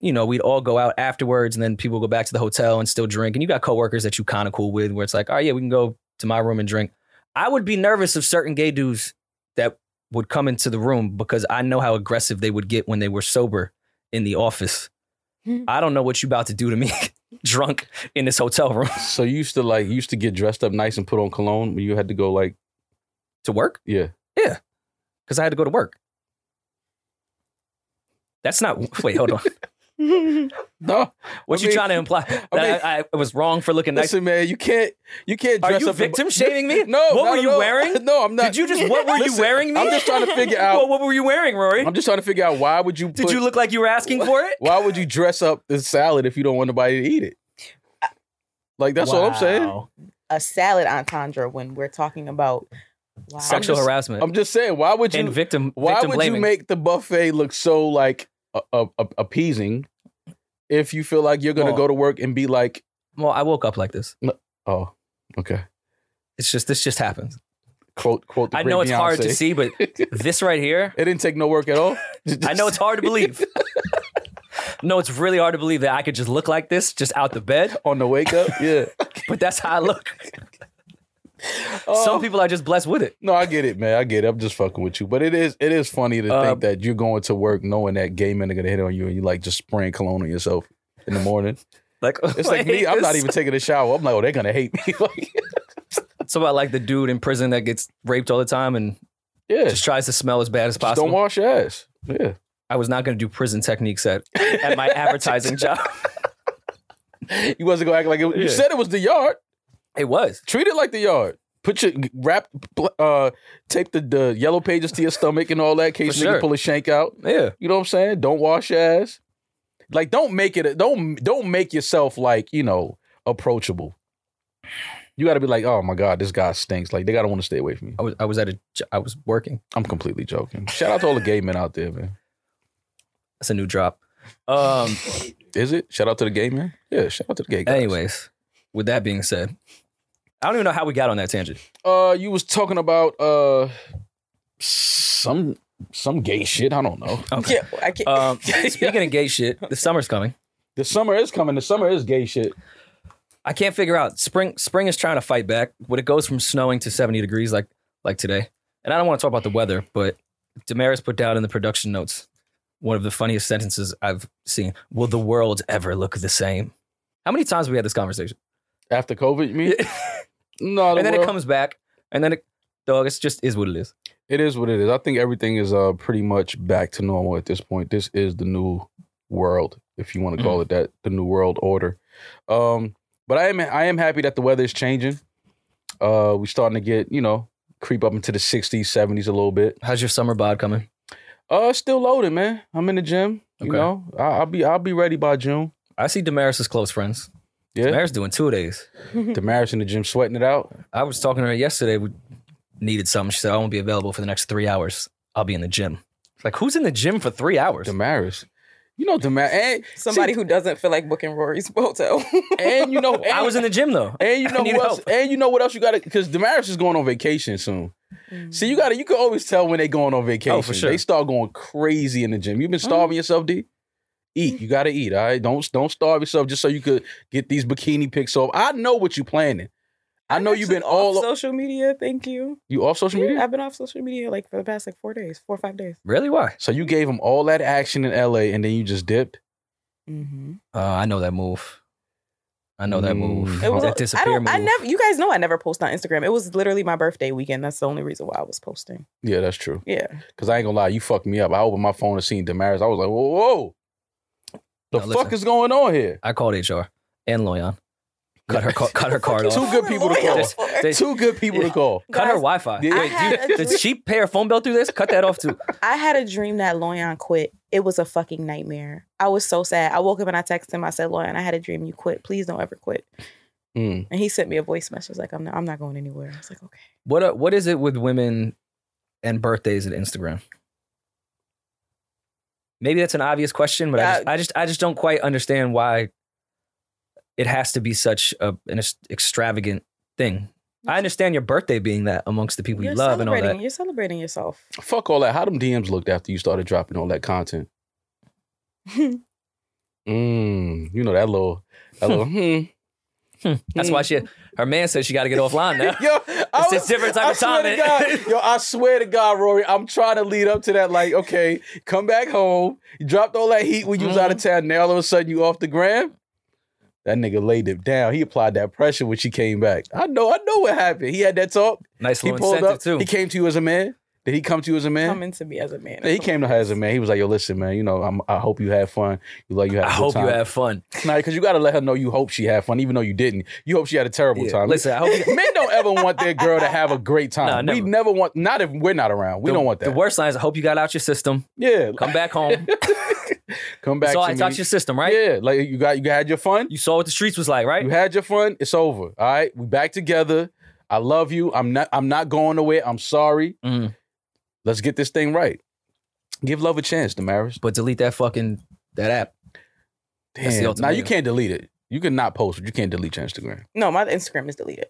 Speaker 1: you know, we'd all go out afterwards and then people go back to the hotel and still drink. And you got coworkers that you kind of cool with where it's like, all right, yeah, we can go to my room and drink. I would be nervous of certain gay dudes that would come into the room because I know how aggressive they would get when they were sober in the office. I don't know what you about to do to me (laughs) drunk in this hotel room
Speaker 4: So you used to like you used to get dressed up nice and put on cologne when you had to go like
Speaker 1: to work.
Speaker 4: yeah.
Speaker 1: because I had to go to work. That's not. Wait, hold
Speaker 4: (laughs)
Speaker 1: on.
Speaker 4: No.
Speaker 1: What
Speaker 4: I
Speaker 1: you
Speaker 4: mean-
Speaker 1: trying to imply? That I,
Speaker 4: mean-
Speaker 1: I, was wrong for looking nice.
Speaker 4: Listen, man, you can't you can't
Speaker 1: Are
Speaker 4: dress
Speaker 1: you
Speaker 4: up in-
Speaker 1: victim shaming me?
Speaker 4: (laughs) No.
Speaker 1: What
Speaker 4: not
Speaker 1: were
Speaker 4: at
Speaker 1: you
Speaker 4: all.
Speaker 1: wearing?
Speaker 4: (laughs) No, I'm not.
Speaker 1: Did you just? What were you
Speaker 4: Listen,
Speaker 1: wearing? Me?
Speaker 4: I'm just trying to figure out-
Speaker 1: Well, (laughs) what were you wearing, Rory?
Speaker 4: I'm just trying to figure out why would you
Speaker 1: Did
Speaker 4: put-
Speaker 1: you look like you were asking for it?
Speaker 4: (laughs) why would you dress up this salad if you don't want nobody to eat it? Like that's all I'm saying.
Speaker 3: Wow.
Speaker 5: a salad entendre when we're talking about wow.
Speaker 1: Sexual
Speaker 4: just-
Speaker 1: harassment
Speaker 4: I'm just saying, why would
Speaker 1: and
Speaker 4: you
Speaker 1: victim.
Speaker 4: why
Speaker 1: victim
Speaker 4: would
Speaker 1: blaming.
Speaker 4: you make the buffet look so like a- a- a- appeasing if you feel like you're gonna
Speaker 1: Well-
Speaker 4: go to work and be like,
Speaker 1: Well, I woke up like this.
Speaker 4: oh, okay.
Speaker 1: It's just this just happens.
Speaker 4: Quote quote. The
Speaker 1: I
Speaker 4: great
Speaker 1: know it's hard to
Speaker 4: Beyonce. (laughs)
Speaker 1: see, but this right here,
Speaker 4: It didn't take no work at all.
Speaker 1: (laughs) I know it's hard to believe. (laughs) no, it's really hard to believe that I could just look like this just out the bed,
Speaker 4: (laughs) on the wake up. Yeah.
Speaker 1: but that's how I look. (laughs)
Speaker 4: Oh,
Speaker 1: Some people are just blessed with it.
Speaker 4: No, I get it, man. I get it. I'm just fucking with you. But it is it is funny to
Speaker 1: Uh,
Speaker 4: think that you're going to work knowing that gay men are gonna hit on you and you like just spraying cologne on yourself in the morning.
Speaker 1: Like (laughs)
Speaker 4: It's like me. I'm not
Speaker 1: this-
Speaker 4: even taking a shower. I'm like, oh, they're gonna hate me. (laughs) like,
Speaker 1: It's about like the dude in prison that gets raped all the time and
Speaker 4: yeah.
Speaker 1: just tries to smell as bad as
Speaker 4: Just
Speaker 1: possible.
Speaker 4: don't wash your ass. Yeah.
Speaker 1: I was not going to do prison techniques at, at
Speaker 4: (laughs)
Speaker 1: my advertising job.
Speaker 4: You wasn't gonna act like it. You
Speaker 1: Yeah.
Speaker 4: said it was the yard.
Speaker 1: It was.
Speaker 4: Treat it like the yard. Put your wrap, pl- uh, tape the, the yellow pages to your stomach and all that. in Case
Speaker 1: For
Speaker 4: you
Speaker 1: sure.
Speaker 4: can pull a shank out.
Speaker 1: Yeah.
Speaker 4: You know what I'm saying? Don't wash your ass. Like, don't make it. Don't don't make yourself like you know approachable. You got to be like, oh my god, this guy stinks. Like, they gotta want to stay away from me.
Speaker 1: I was, I was at a, j- I was working.
Speaker 4: I'm completely joking. Shout out to all the gay men out there, man.
Speaker 1: That's a new drop.
Speaker 4: (laughs)
Speaker 1: Um,
Speaker 4: Is it? Shout out to the gay men. Yeah, shout out to the gay. Guys.
Speaker 1: anyways, with that being said, I don't even know how we got on that tangent.
Speaker 4: uh, you was talking about uh some some gay shit. I don't know.
Speaker 5: (laughs)
Speaker 1: Okay.
Speaker 5: yeah, I
Speaker 4: Uh,
Speaker 5: can't.
Speaker 4: (laughs)
Speaker 1: Um, speaking of gay shit, the summer's coming.
Speaker 4: The summer is coming. The summer is gay shit.
Speaker 1: I can't figure out spring. Spring is trying to fight back. When it goes from snowing to seventy degrees, like like today, and I don't want to talk about the weather, but Damaris put down in the production notes one of the funniest sentences I've seen. Will the world ever look the same? How many times have we had this conversation?
Speaker 4: After COVID, you mean? no, the
Speaker 1: and then it
Speaker 4: world-
Speaker 1: comes back, and then it, dog, it's just is what it is.
Speaker 4: It is what it is. I think everything is uh pretty much back to normal at this point. This is the new world, if you want to call
Speaker 1: Mm.
Speaker 4: it that, the new world order. Um, but I am I am happy that the weather is changing. Uh, we're starting to get you know creep up into the 60s, 70s a little bit.
Speaker 1: How's your summer bod coming?
Speaker 4: Uh, it's still loaded, man. I'm in the gym. You
Speaker 1: Okay.
Speaker 4: know, I, I'll be I'll be ready by June.
Speaker 1: I see Damaris's close friends.
Speaker 4: Yeah,
Speaker 1: Damaris doing two days.
Speaker 4: Damaris in the gym sweating it out.
Speaker 1: I was talking to her yesterday. We needed something. She said I won't be available for the next three hours. I'll be in the gym. It's Like who's in the gym for three hours?
Speaker 4: Damaris, you know Damaris, and
Speaker 5: Somebody
Speaker 4: see-
Speaker 5: who doesn't feel like booking Rory's (laughs) motel.
Speaker 4: and you know and,
Speaker 1: (laughs) I was in the gym though.
Speaker 4: and you
Speaker 1: I
Speaker 4: know
Speaker 1: need
Speaker 4: who else,
Speaker 1: help.
Speaker 4: and you know what else you got to because Damaris is going on vacation soon. See, you got to you can always tell when they going on vacation.
Speaker 1: Oh, for sure. Mm-hmm.
Speaker 4: They start going crazy in the gym. You've been starving yourself, D. Eat. You got to eat. All right. Don't don't starve yourself just so you could get these bikini pics off. I know what you planning. I know you've been all
Speaker 5: off social media. Thank you.
Speaker 4: you off social media.
Speaker 5: I've been off social media like for the past like four days, four or five days.
Speaker 1: Really? Why?
Speaker 4: So you gave him all that action in LA and then you just dipped.
Speaker 5: Mm-hmm.
Speaker 1: Uh, I know that move. I know that move.
Speaker 4: Mm. It was
Speaker 1: that
Speaker 5: I
Speaker 1: disappear
Speaker 5: don't.
Speaker 1: move.
Speaker 5: I never. You guys know I never post on Instagram. It was literally my birthday weekend. That's the only reason why I was posting.
Speaker 4: Yeah, that's true.
Speaker 5: Yeah.
Speaker 4: Cause I ain't gonna lie, you fucked me up. I opened my phone and seen Damaris. I was like, whoa, whoa. The
Speaker 1: Now,
Speaker 4: fuck
Speaker 1: listen.
Speaker 4: is going on here?
Speaker 1: I called HR and Loyan cut her ca- (laughs) cut her card off.
Speaker 4: Two
Speaker 5: (laughs)
Speaker 4: good people to call.
Speaker 1: Just- they-
Speaker 4: Two good
Speaker 1: (laughs)
Speaker 4: people to call.
Speaker 1: Cut her
Speaker 5: Guys,
Speaker 1: Wi-Fi.
Speaker 4: Yeah.
Speaker 5: I
Speaker 4: Wait,
Speaker 5: had, a
Speaker 1: Did
Speaker 5: dream,
Speaker 1: she pay her phone bill through this? Cut that off too.
Speaker 5: I had a dream that Loyan quit. It was a fucking nightmare. I was so sad. I woke up and I texted him. I said, Loyan, I had a dream you quit. Please don't ever quit.
Speaker 4: Mm.
Speaker 5: And he sent me a voice message like, I'm not, I'm not going anywhere. I was like, okay.
Speaker 1: What are, what is it with women and birthdays and Instagram? Maybe that's an obvious question, but I, just,
Speaker 4: Uh,
Speaker 1: I just I just don't quite understand why it has to be such a, an ex- extravagant thing. I understand your birthday being that amongst the people you
Speaker 5: You're
Speaker 1: love and all
Speaker 5: celebrating-
Speaker 1: that.
Speaker 5: You're
Speaker 1: (laughs)
Speaker 5: celebrating yourself.
Speaker 4: Fuck all that. How them DMs looked after you started dropping all that content? Mm. You know that little,
Speaker 1: (laughs)
Speaker 4: that little. hmm.
Speaker 1: Hmm. That's why
Speaker 4: Mm.
Speaker 1: she her man said she got to get offline
Speaker 4: (laughs)
Speaker 1: now.
Speaker 4: Yo, I
Speaker 1: It's a different type
Speaker 4: I
Speaker 1: of
Speaker 4: swear
Speaker 1: comment.
Speaker 4: to God, yo, I swear to God, Rory, I'm trying to lead up to that. Like, okay, come back home. You dropped all that heat when you was out of
Speaker 1: Mm-hmm.
Speaker 4: town. Now all of a sudden you off the gram. That nigga laid it down. He applied that pressure when she came back. I know, I know what happened. He had that talk.
Speaker 1: Nice
Speaker 4: He
Speaker 1: little
Speaker 4: pulled
Speaker 1: incentive
Speaker 4: up.
Speaker 1: too.
Speaker 4: He came to you as a man. Did he come to you as a man?
Speaker 5: Coming to me as a man.
Speaker 4: Yeah, he came to her as a man. He was like, "Yo, listen, man. You know, I'm, I hope you had fun. You like you had. a
Speaker 1: I
Speaker 4: good
Speaker 1: hope
Speaker 4: time.
Speaker 1: you have fun.
Speaker 4: because you got to let her know you hope she had fun, even though you didn't. You hope she had a terrible
Speaker 1: Yeah.
Speaker 4: time.
Speaker 1: Listen, I hope you,
Speaker 4: Men don't ever want their girl to have a great
Speaker 1: (laughs)
Speaker 4: time.
Speaker 1: Nah,
Speaker 4: we
Speaker 1: never.
Speaker 4: never want, not if we're not around. (laughs) We
Speaker 1: the-
Speaker 4: don't want that.
Speaker 1: The worst line is I hope you got out your system.
Speaker 4: yeah,
Speaker 1: Come
Speaker 4: (laughs)
Speaker 1: back home.
Speaker 4: come back.
Speaker 1: That's all
Speaker 4: to
Speaker 1: I taught
Speaker 4: me.
Speaker 1: your system, right?
Speaker 4: Yeah, like you got, you had your fun.
Speaker 1: You saw what the streets was like, right?
Speaker 4: You had your fun. It's over. All right, we back together. I love you. I'm not. I'm not going away. I'm sorry.
Speaker 1: Mm.
Speaker 4: Let's get this thing right. Give love a chance, Damaris.
Speaker 1: But delete that fucking that app. That's the
Speaker 4: Damn. Now you
Speaker 1: ultimatum.
Speaker 4: can't delete it. You can not post it. You can't delete your Instagram.
Speaker 5: No, my Instagram is deleted.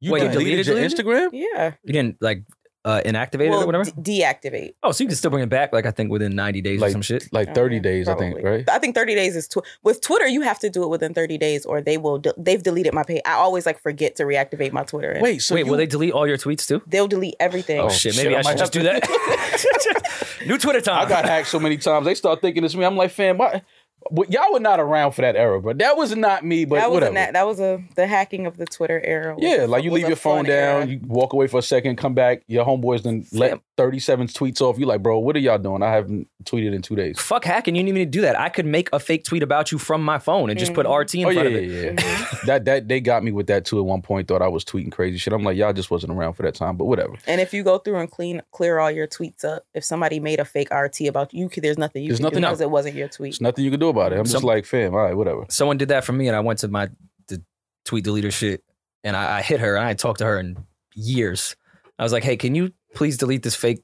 Speaker 4: You
Speaker 1: Wait, deleted,
Speaker 4: deleted, your
Speaker 1: deleted?
Speaker 4: Instagram?
Speaker 5: Yeah.
Speaker 1: You didn't like uh inactivate it or whatever.
Speaker 5: de- deactivate.
Speaker 1: oh, so you can still bring it back, like I think within ninety days
Speaker 4: Like-
Speaker 1: or some shit.
Speaker 4: Like 30
Speaker 5: Yeah,
Speaker 4: days, I think,
Speaker 5: Uh, probably.
Speaker 4: right?
Speaker 5: I think 30 days is tw- with Twitter. You have to do it within 30 days, or they will. De- they've deleted my page. I always like forget to reactivate my Twitter. and
Speaker 4: Wait, so
Speaker 1: Wait,
Speaker 4: you,
Speaker 1: will they delete all your tweets too?
Speaker 5: they'll delete everything.
Speaker 1: Oh,
Speaker 4: Oh,
Speaker 1: shit,
Speaker 4: shit,
Speaker 1: maybe
Speaker 4: I
Speaker 1: I
Speaker 4: might
Speaker 1: should just do
Speaker 4: have
Speaker 1: that. (laughs)
Speaker 4: (laughs)
Speaker 1: New Twitter time.
Speaker 4: I got hacked so many times. They start thinking it's me. I'm like, fam, I, but y'all were not around for that era, bro. That was not me, but
Speaker 5: that was
Speaker 4: whatever.
Speaker 5: a, that was a the hacking of the Twitter era. was-
Speaker 4: yeah, like you
Speaker 5: was
Speaker 4: leave
Speaker 5: a
Speaker 4: your phone
Speaker 5: fun era. (laughs)
Speaker 4: down, you walk away for a second, come back. Your homeboys then let
Speaker 1: Fam.
Speaker 4: 37 tweets off. You like, bro, what are y'all doing? I haven't tweeted in two days.
Speaker 1: Fuck hacking. You need me to do that. I could make a fake tweet about you from my phone and just put
Speaker 5: Mhm.
Speaker 1: RT in
Speaker 4: Oh yeah,
Speaker 1: front of
Speaker 4: yeah,
Speaker 1: it.
Speaker 4: yeah.
Speaker 5: Mhm.
Speaker 4: that that they got me with that too. At one point, thought I was tweeting crazy shit. I'm like, y'all just wasn't around for that time, but whatever.
Speaker 5: And if you go through and clean clear all your tweets up, if somebody made a fake RT about you, there's nothing you
Speaker 4: There's
Speaker 5: can do
Speaker 4: nothing-
Speaker 5: because it wasn't your tweet.
Speaker 4: There's nothing you can do about it. I'm just
Speaker 1: Some-
Speaker 4: like, fam, all right, whatever.
Speaker 1: Someone did that for me, and I went to my the tweet deleter shit, and I, I hit her, and I ain't talked to her in years. I was like, hey, can you please delete this fake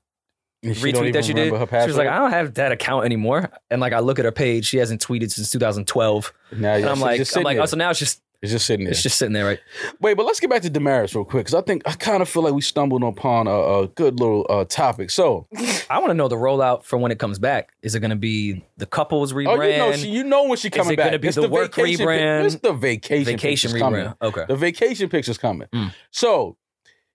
Speaker 4: And she don't
Speaker 1: retweet
Speaker 4: even
Speaker 1: that she did.
Speaker 4: remember
Speaker 1: She
Speaker 4: her
Speaker 1: was like,
Speaker 4: password.
Speaker 1: I don't have that account anymore. And like, I look at her page. She hasn't tweeted since 2012.
Speaker 4: Nah,
Speaker 1: And
Speaker 4: it's
Speaker 1: I'm
Speaker 4: just
Speaker 1: like, I'm
Speaker 4: sitting
Speaker 1: like,
Speaker 4: there.
Speaker 1: oh, so now it's just
Speaker 4: it's just sitting there.
Speaker 1: it's just sitting there, right?
Speaker 4: Wait, but let's get back to Damaris real quick because I think I kind of feel like we stumbled upon a, a good little uh, topic. So,
Speaker 1: I want to know the rollout for when it comes back. Is it going to be the couples rebrand,
Speaker 4: oh, you know, she, you know when she coming
Speaker 1: it
Speaker 4: back.
Speaker 1: gonna be the work
Speaker 4: vacation pic-
Speaker 1: rebrand?
Speaker 4: It's the vacation.
Speaker 1: vacation
Speaker 4: picture's coming.
Speaker 1: rebrand? Okay.
Speaker 4: The vacation picture's coming.
Speaker 1: Mm.
Speaker 4: So,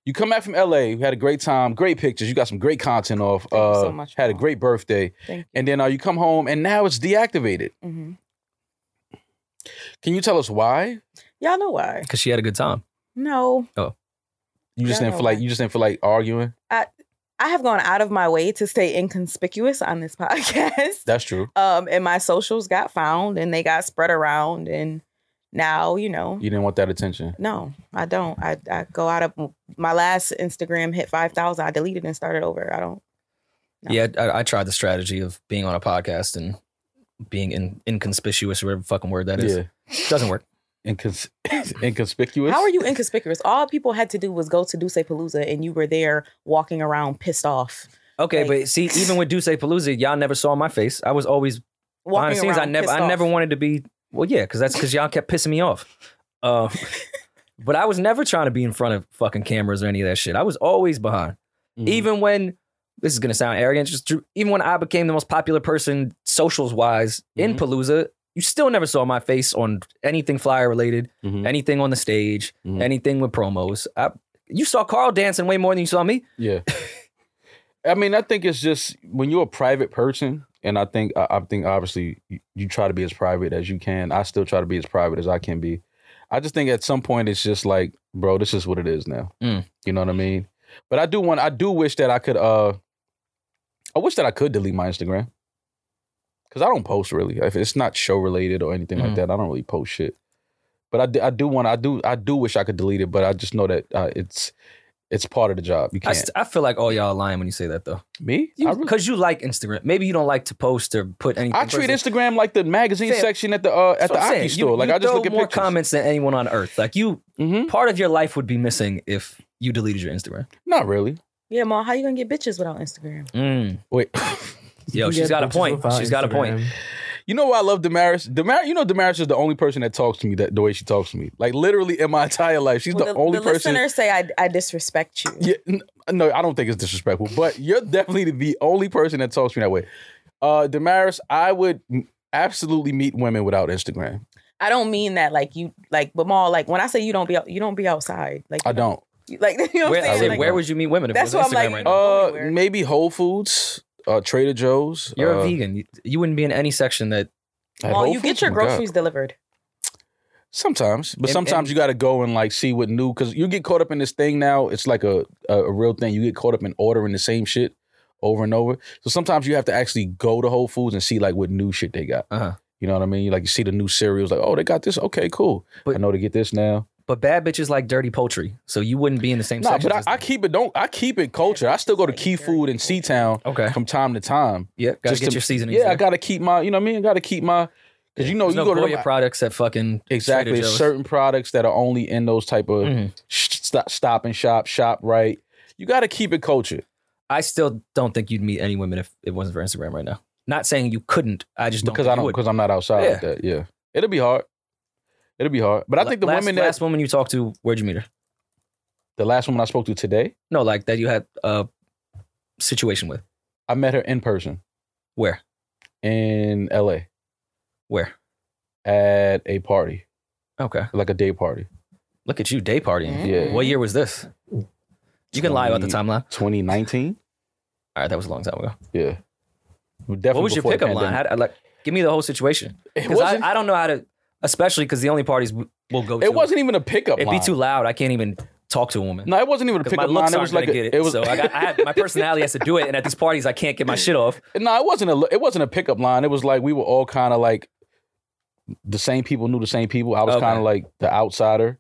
Speaker 4: you come back from LA. You had a great time, great pictures. You got some great content off.
Speaker 5: Thank you so
Speaker 4: uh,
Speaker 5: much,
Speaker 4: Had a
Speaker 5: Paul.
Speaker 4: great birthday,
Speaker 5: Thank
Speaker 4: and then uh, you come home, and now it's deactivated.
Speaker 5: hmm
Speaker 4: Can you tell us why?
Speaker 5: Y'all know why?
Speaker 1: Because she had a good time.
Speaker 5: No,
Speaker 4: You just
Speaker 5: Yeah, I
Speaker 4: didn't
Speaker 5: know
Speaker 4: feel like
Speaker 5: why.
Speaker 4: you just didn't feel like arguing.
Speaker 5: I have gone out of my way to stay inconspicuous on this (laughs) podcast.
Speaker 4: That's true.
Speaker 5: Um, and my socials got found and they got spread around, and now you know.
Speaker 4: You didn't want that attention.
Speaker 5: No, I don't. I, I go out of my last Instagram hit five thousand. I deleted and started over. I don't. No.
Speaker 1: Yeah, I, I tried the strategy of being on a podcast and being in, inconspicuous or whatever fucking word that is.
Speaker 4: Yeah,
Speaker 1: Doesn't work.
Speaker 4: Incons- (laughs) inconspicuous.
Speaker 5: How are you inconspicuous? All people had to do was go to Duce Palooza, and you were there walking around pissed off.
Speaker 1: Okay,
Speaker 5: Like-
Speaker 1: but see, even with Duce Palooza, y'all never saw my face. I was always
Speaker 5: Walking
Speaker 1: behind the scenes, I
Speaker 5: around
Speaker 1: never,
Speaker 5: pissed
Speaker 1: I never
Speaker 5: off.
Speaker 1: wanted to be. Well, yeah, because that's because y'all kept pissing me off. Uh, but I was never trying to be in front of fucking cameras or any of that shit. I was always behind,
Speaker 4: Mhm.
Speaker 1: even when this is gonna sound arrogant. Just dr- even when I became the most popular person socials wise in
Speaker 4: Mhm.
Speaker 1: Palooza, you still never saw my face on anything flyer related,
Speaker 4: Mhm.
Speaker 1: anything on the stage,
Speaker 4: Mhm.
Speaker 1: anything with promos. I, you saw Carl dancing way more than you saw me.
Speaker 4: Yeah. I mean, I think it's just when you're a private person, and I think I, I think obviously you, you try to be as private as you can. I still try to be as private as I can be. I just think at some point it's just like, bro, this is what it is now.
Speaker 1: Mm.
Speaker 4: You know what I mean? But I do want, I do wish that I could. uh I wish that I could delete my Instagram because I don't post really. If it's not show related or anything
Speaker 1: Mhm.
Speaker 4: like that, I don't really post shit. But I, do- I do want I do I do wish I could delete it, but I just know that uh, it's it's part of the job. You
Speaker 1: I,
Speaker 4: can't
Speaker 1: st- I feel like all y'all are lying when you say that though,
Speaker 4: me. I, really-
Speaker 1: because you like Instagram. Maybe you don't like to post or put anything.
Speaker 4: I treat
Speaker 1: personal.
Speaker 4: Instagram like the magazine
Speaker 1: Fair.
Speaker 4: section at the uh, at
Speaker 1: That's
Speaker 4: the
Speaker 1: what I'm
Speaker 4: Aki
Speaker 1: saying.
Speaker 4: store.
Speaker 1: You-
Speaker 4: like
Speaker 1: you
Speaker 4: I just
Speaker 1: throw
Speaker 4: look at
Speaker 1: more
Speaker 4: pictures.
Speaker 1: comments than anyone on earth. Like you,
Speaker 4: hmm
Speaker 1: part of your life would be missing if you deleted your Instagram.
Speaker 4: Not really.
Speaker 5: Yeah, Ma, how you gonna get bitches without Instagram?
Speaker 4: Wait, (laughs)
Speaker 1: Yo,
Speaker 3: You
Speaker 1: she's
Speaker 3: get
Speaker 1: got a
Speaker 3: bitches
Speaker 1: point.
Speaker 3: without
Speaker 1: She's got a point.
Speaker 3: Instagram.
Speaker 4: you know why I love Damaris? Damar, you know Damaris is the only person that talks to me that the way she talks to me. Like literally in my (laughs) entire life, she's
Speaker 5: Well,
Speaker 4: the, only person.
Speaker 5: listeners say I, I disrespect you.
Speaker 4: Yeah, n- no, I don't think it's disrespectful, but you're definitely the only person that talks to me that way. Uh Damaris, I would m- absolutely meet women without Instagram.
Speaker 5: I don't mean that like you like, but Ma, like when I say you don't be out, you don't be outside. Like
Speaker 4: I don't.
Speaker 5: you- like (laughs) you know what
Speaker 1: Where,
Speaker 5: I'm
Speaker 1: I
Speaker 5: saying?
Speaker 1: said,
Speaker 5: Like,
Speaker 1: where would you meet women if
Speaker 5: That's
Speaker 1: it was
Speaker 5: what I'm
Speaker 1: Instagram right
Speaker 5: like,
Speaker 1: now?
Speaker 4: Uh
Speaker 5: Anywhere.
Speaker 4: maybe Whole Foods, uh Trader Joe's.
Speaker 1: You're a
Speaker 4: uh,
Speaker 1: vegan. You, you wouldn't be in any section that.
Speaker 4: at
Speaker 5: Ma,
Speaker 4: Whole
Speaker 5: you
Speaker 4: Foods?
Speaker 5: get your
Speaker 4: Oh my God.
Speaker 5: groceries delivered.
Speaker 4: Sometimes, but
Speaker 1: And-
Speaker 4: sometimes
Speaker 1: and-
Speaker 4: you got to go and like see what new because you get caught up in this thing now. It's like a, a a real thing. You get caught up in ordering the same shit over and over. So sometimes you have to actually go to Whole Foods and see like what new shit they got.
Speaker 1: Uh-huh.
Speaker 4: You know what I mean? Like you see the new cereals, like oh they got this. Okay, cool.
Speaker 1: But-
Speaker 4: I know to get this now.
Speaker 1: But bad bitches like dirty poultry, so you wouldn't be in the same
Speaker 4: Nah,
Speaker 1: section.
Speaker 4: but
Speaker 1: as
Speaker 4: I, I
Speaker 1: them.
Speaker 4: keep it. Don't I keep it culture? I still go to
Speaker 5: Like
Speaker 4: Key
Speaker 5: very
Speaker 4: Food in Sea Town
Speaker 1: okay.
Speaker 4: from time to time.
Speaker 1: Yeah, gotta
Speaker 4: Just
Speaker 1: get
Speaker 4: to-
Speaker 1: your seasoning.
Speaker 4: Yeah, I got to keep my. You know what I mean? I got to keep my. Because you know
Speaker 1: There's
Speaker 4: you
Speaker 1: no
Speaker 4: go to
Speaker 1: Goya
Speaker 4: them-
Speaker 1: products at fucking
Speaker 4: exactly
Speaker 1: Trader
Speaker 4: it's
Speaker 1: Joe's.
Speaker 4: certain products that are only in those type of.
Speaker 1: Mhm.
Speaker 4: sh- stop, stop and shop, shop right. You got to keep it cultured.
Speaker 1: I still don't think you'd meet any women if it wasn't for Instagram right now. Not saying you couldn't. I just don't
Speaker 4: because
Speaker 1: think
Speaker 4: I
Speaker 1: you
Speaker 4: don't
Speaker 1: would.
Speaker 4: because I'm not outside like
Speaker 1: Yeah.
Speaker 4: that. Yeah, it'll be hard. It'll be hard. But I think the
Speaker 1: last,
Speaker 4: women that
Speaker 1: last woman you talked to, where'd you meet her?
Speaker 4: the last woman I spoke to today,
Speaker 1: No, like that you had a situation with.
Speaker 4: I met her in person
Speaker 1: Where?
Speaker 4: in L.A.
Speaker 1: Where?
Speaker 4: at a party,
Speaker 1: Okay.
Speaker 4: like a day party.
Speaker 1: Look at you, day partying.
Speaker 4: Yeah.
Speaker 5: Mm-hmm.
Speaker 1: What year was this? You can lie about the timeline.
Speaker 4: 2019.
Speaker 1: All right, that was a long time ago.
Speaker 4: Yeah. Definitely
Speaker 1: what was your
Speaker 4: before the
Speaker 1: pickup line?
Speaker 4: pandemic.
Speaker 1: How, like, give me the whole situation
Speaker 4: It
Speaker 1: because
Speaker 4: wasn't.
Speaker 1: I, I don't know how to, especially because the only parties we- we'll go. to,
Speaker 4: it wasn't even a pickup
Speaker 1: It'd
Speaker 4: line.
Speaker 1: be too loud. I can't even talk to a woman.
Speaker 4: No, it wasn't even a
Speaker 1: 'Cause
Speaker 4: pickup
Speaker 1: my looks
Speaker 4: line. It
Speaker 1: aren't
Speaker 4: was like
Speaker 1: gonna
Speaker 4: a-
Speaker 1: get it, so I got I had, my personality has to do it, and at these parties I can't get my shit off.
Speaker 4: No, it wasn't a it wasn't a pickup line. It was like we were all kind of like the same people knew the same people. I was
Speaker 1: Okay.
Speaker 4: kind of like the outsider,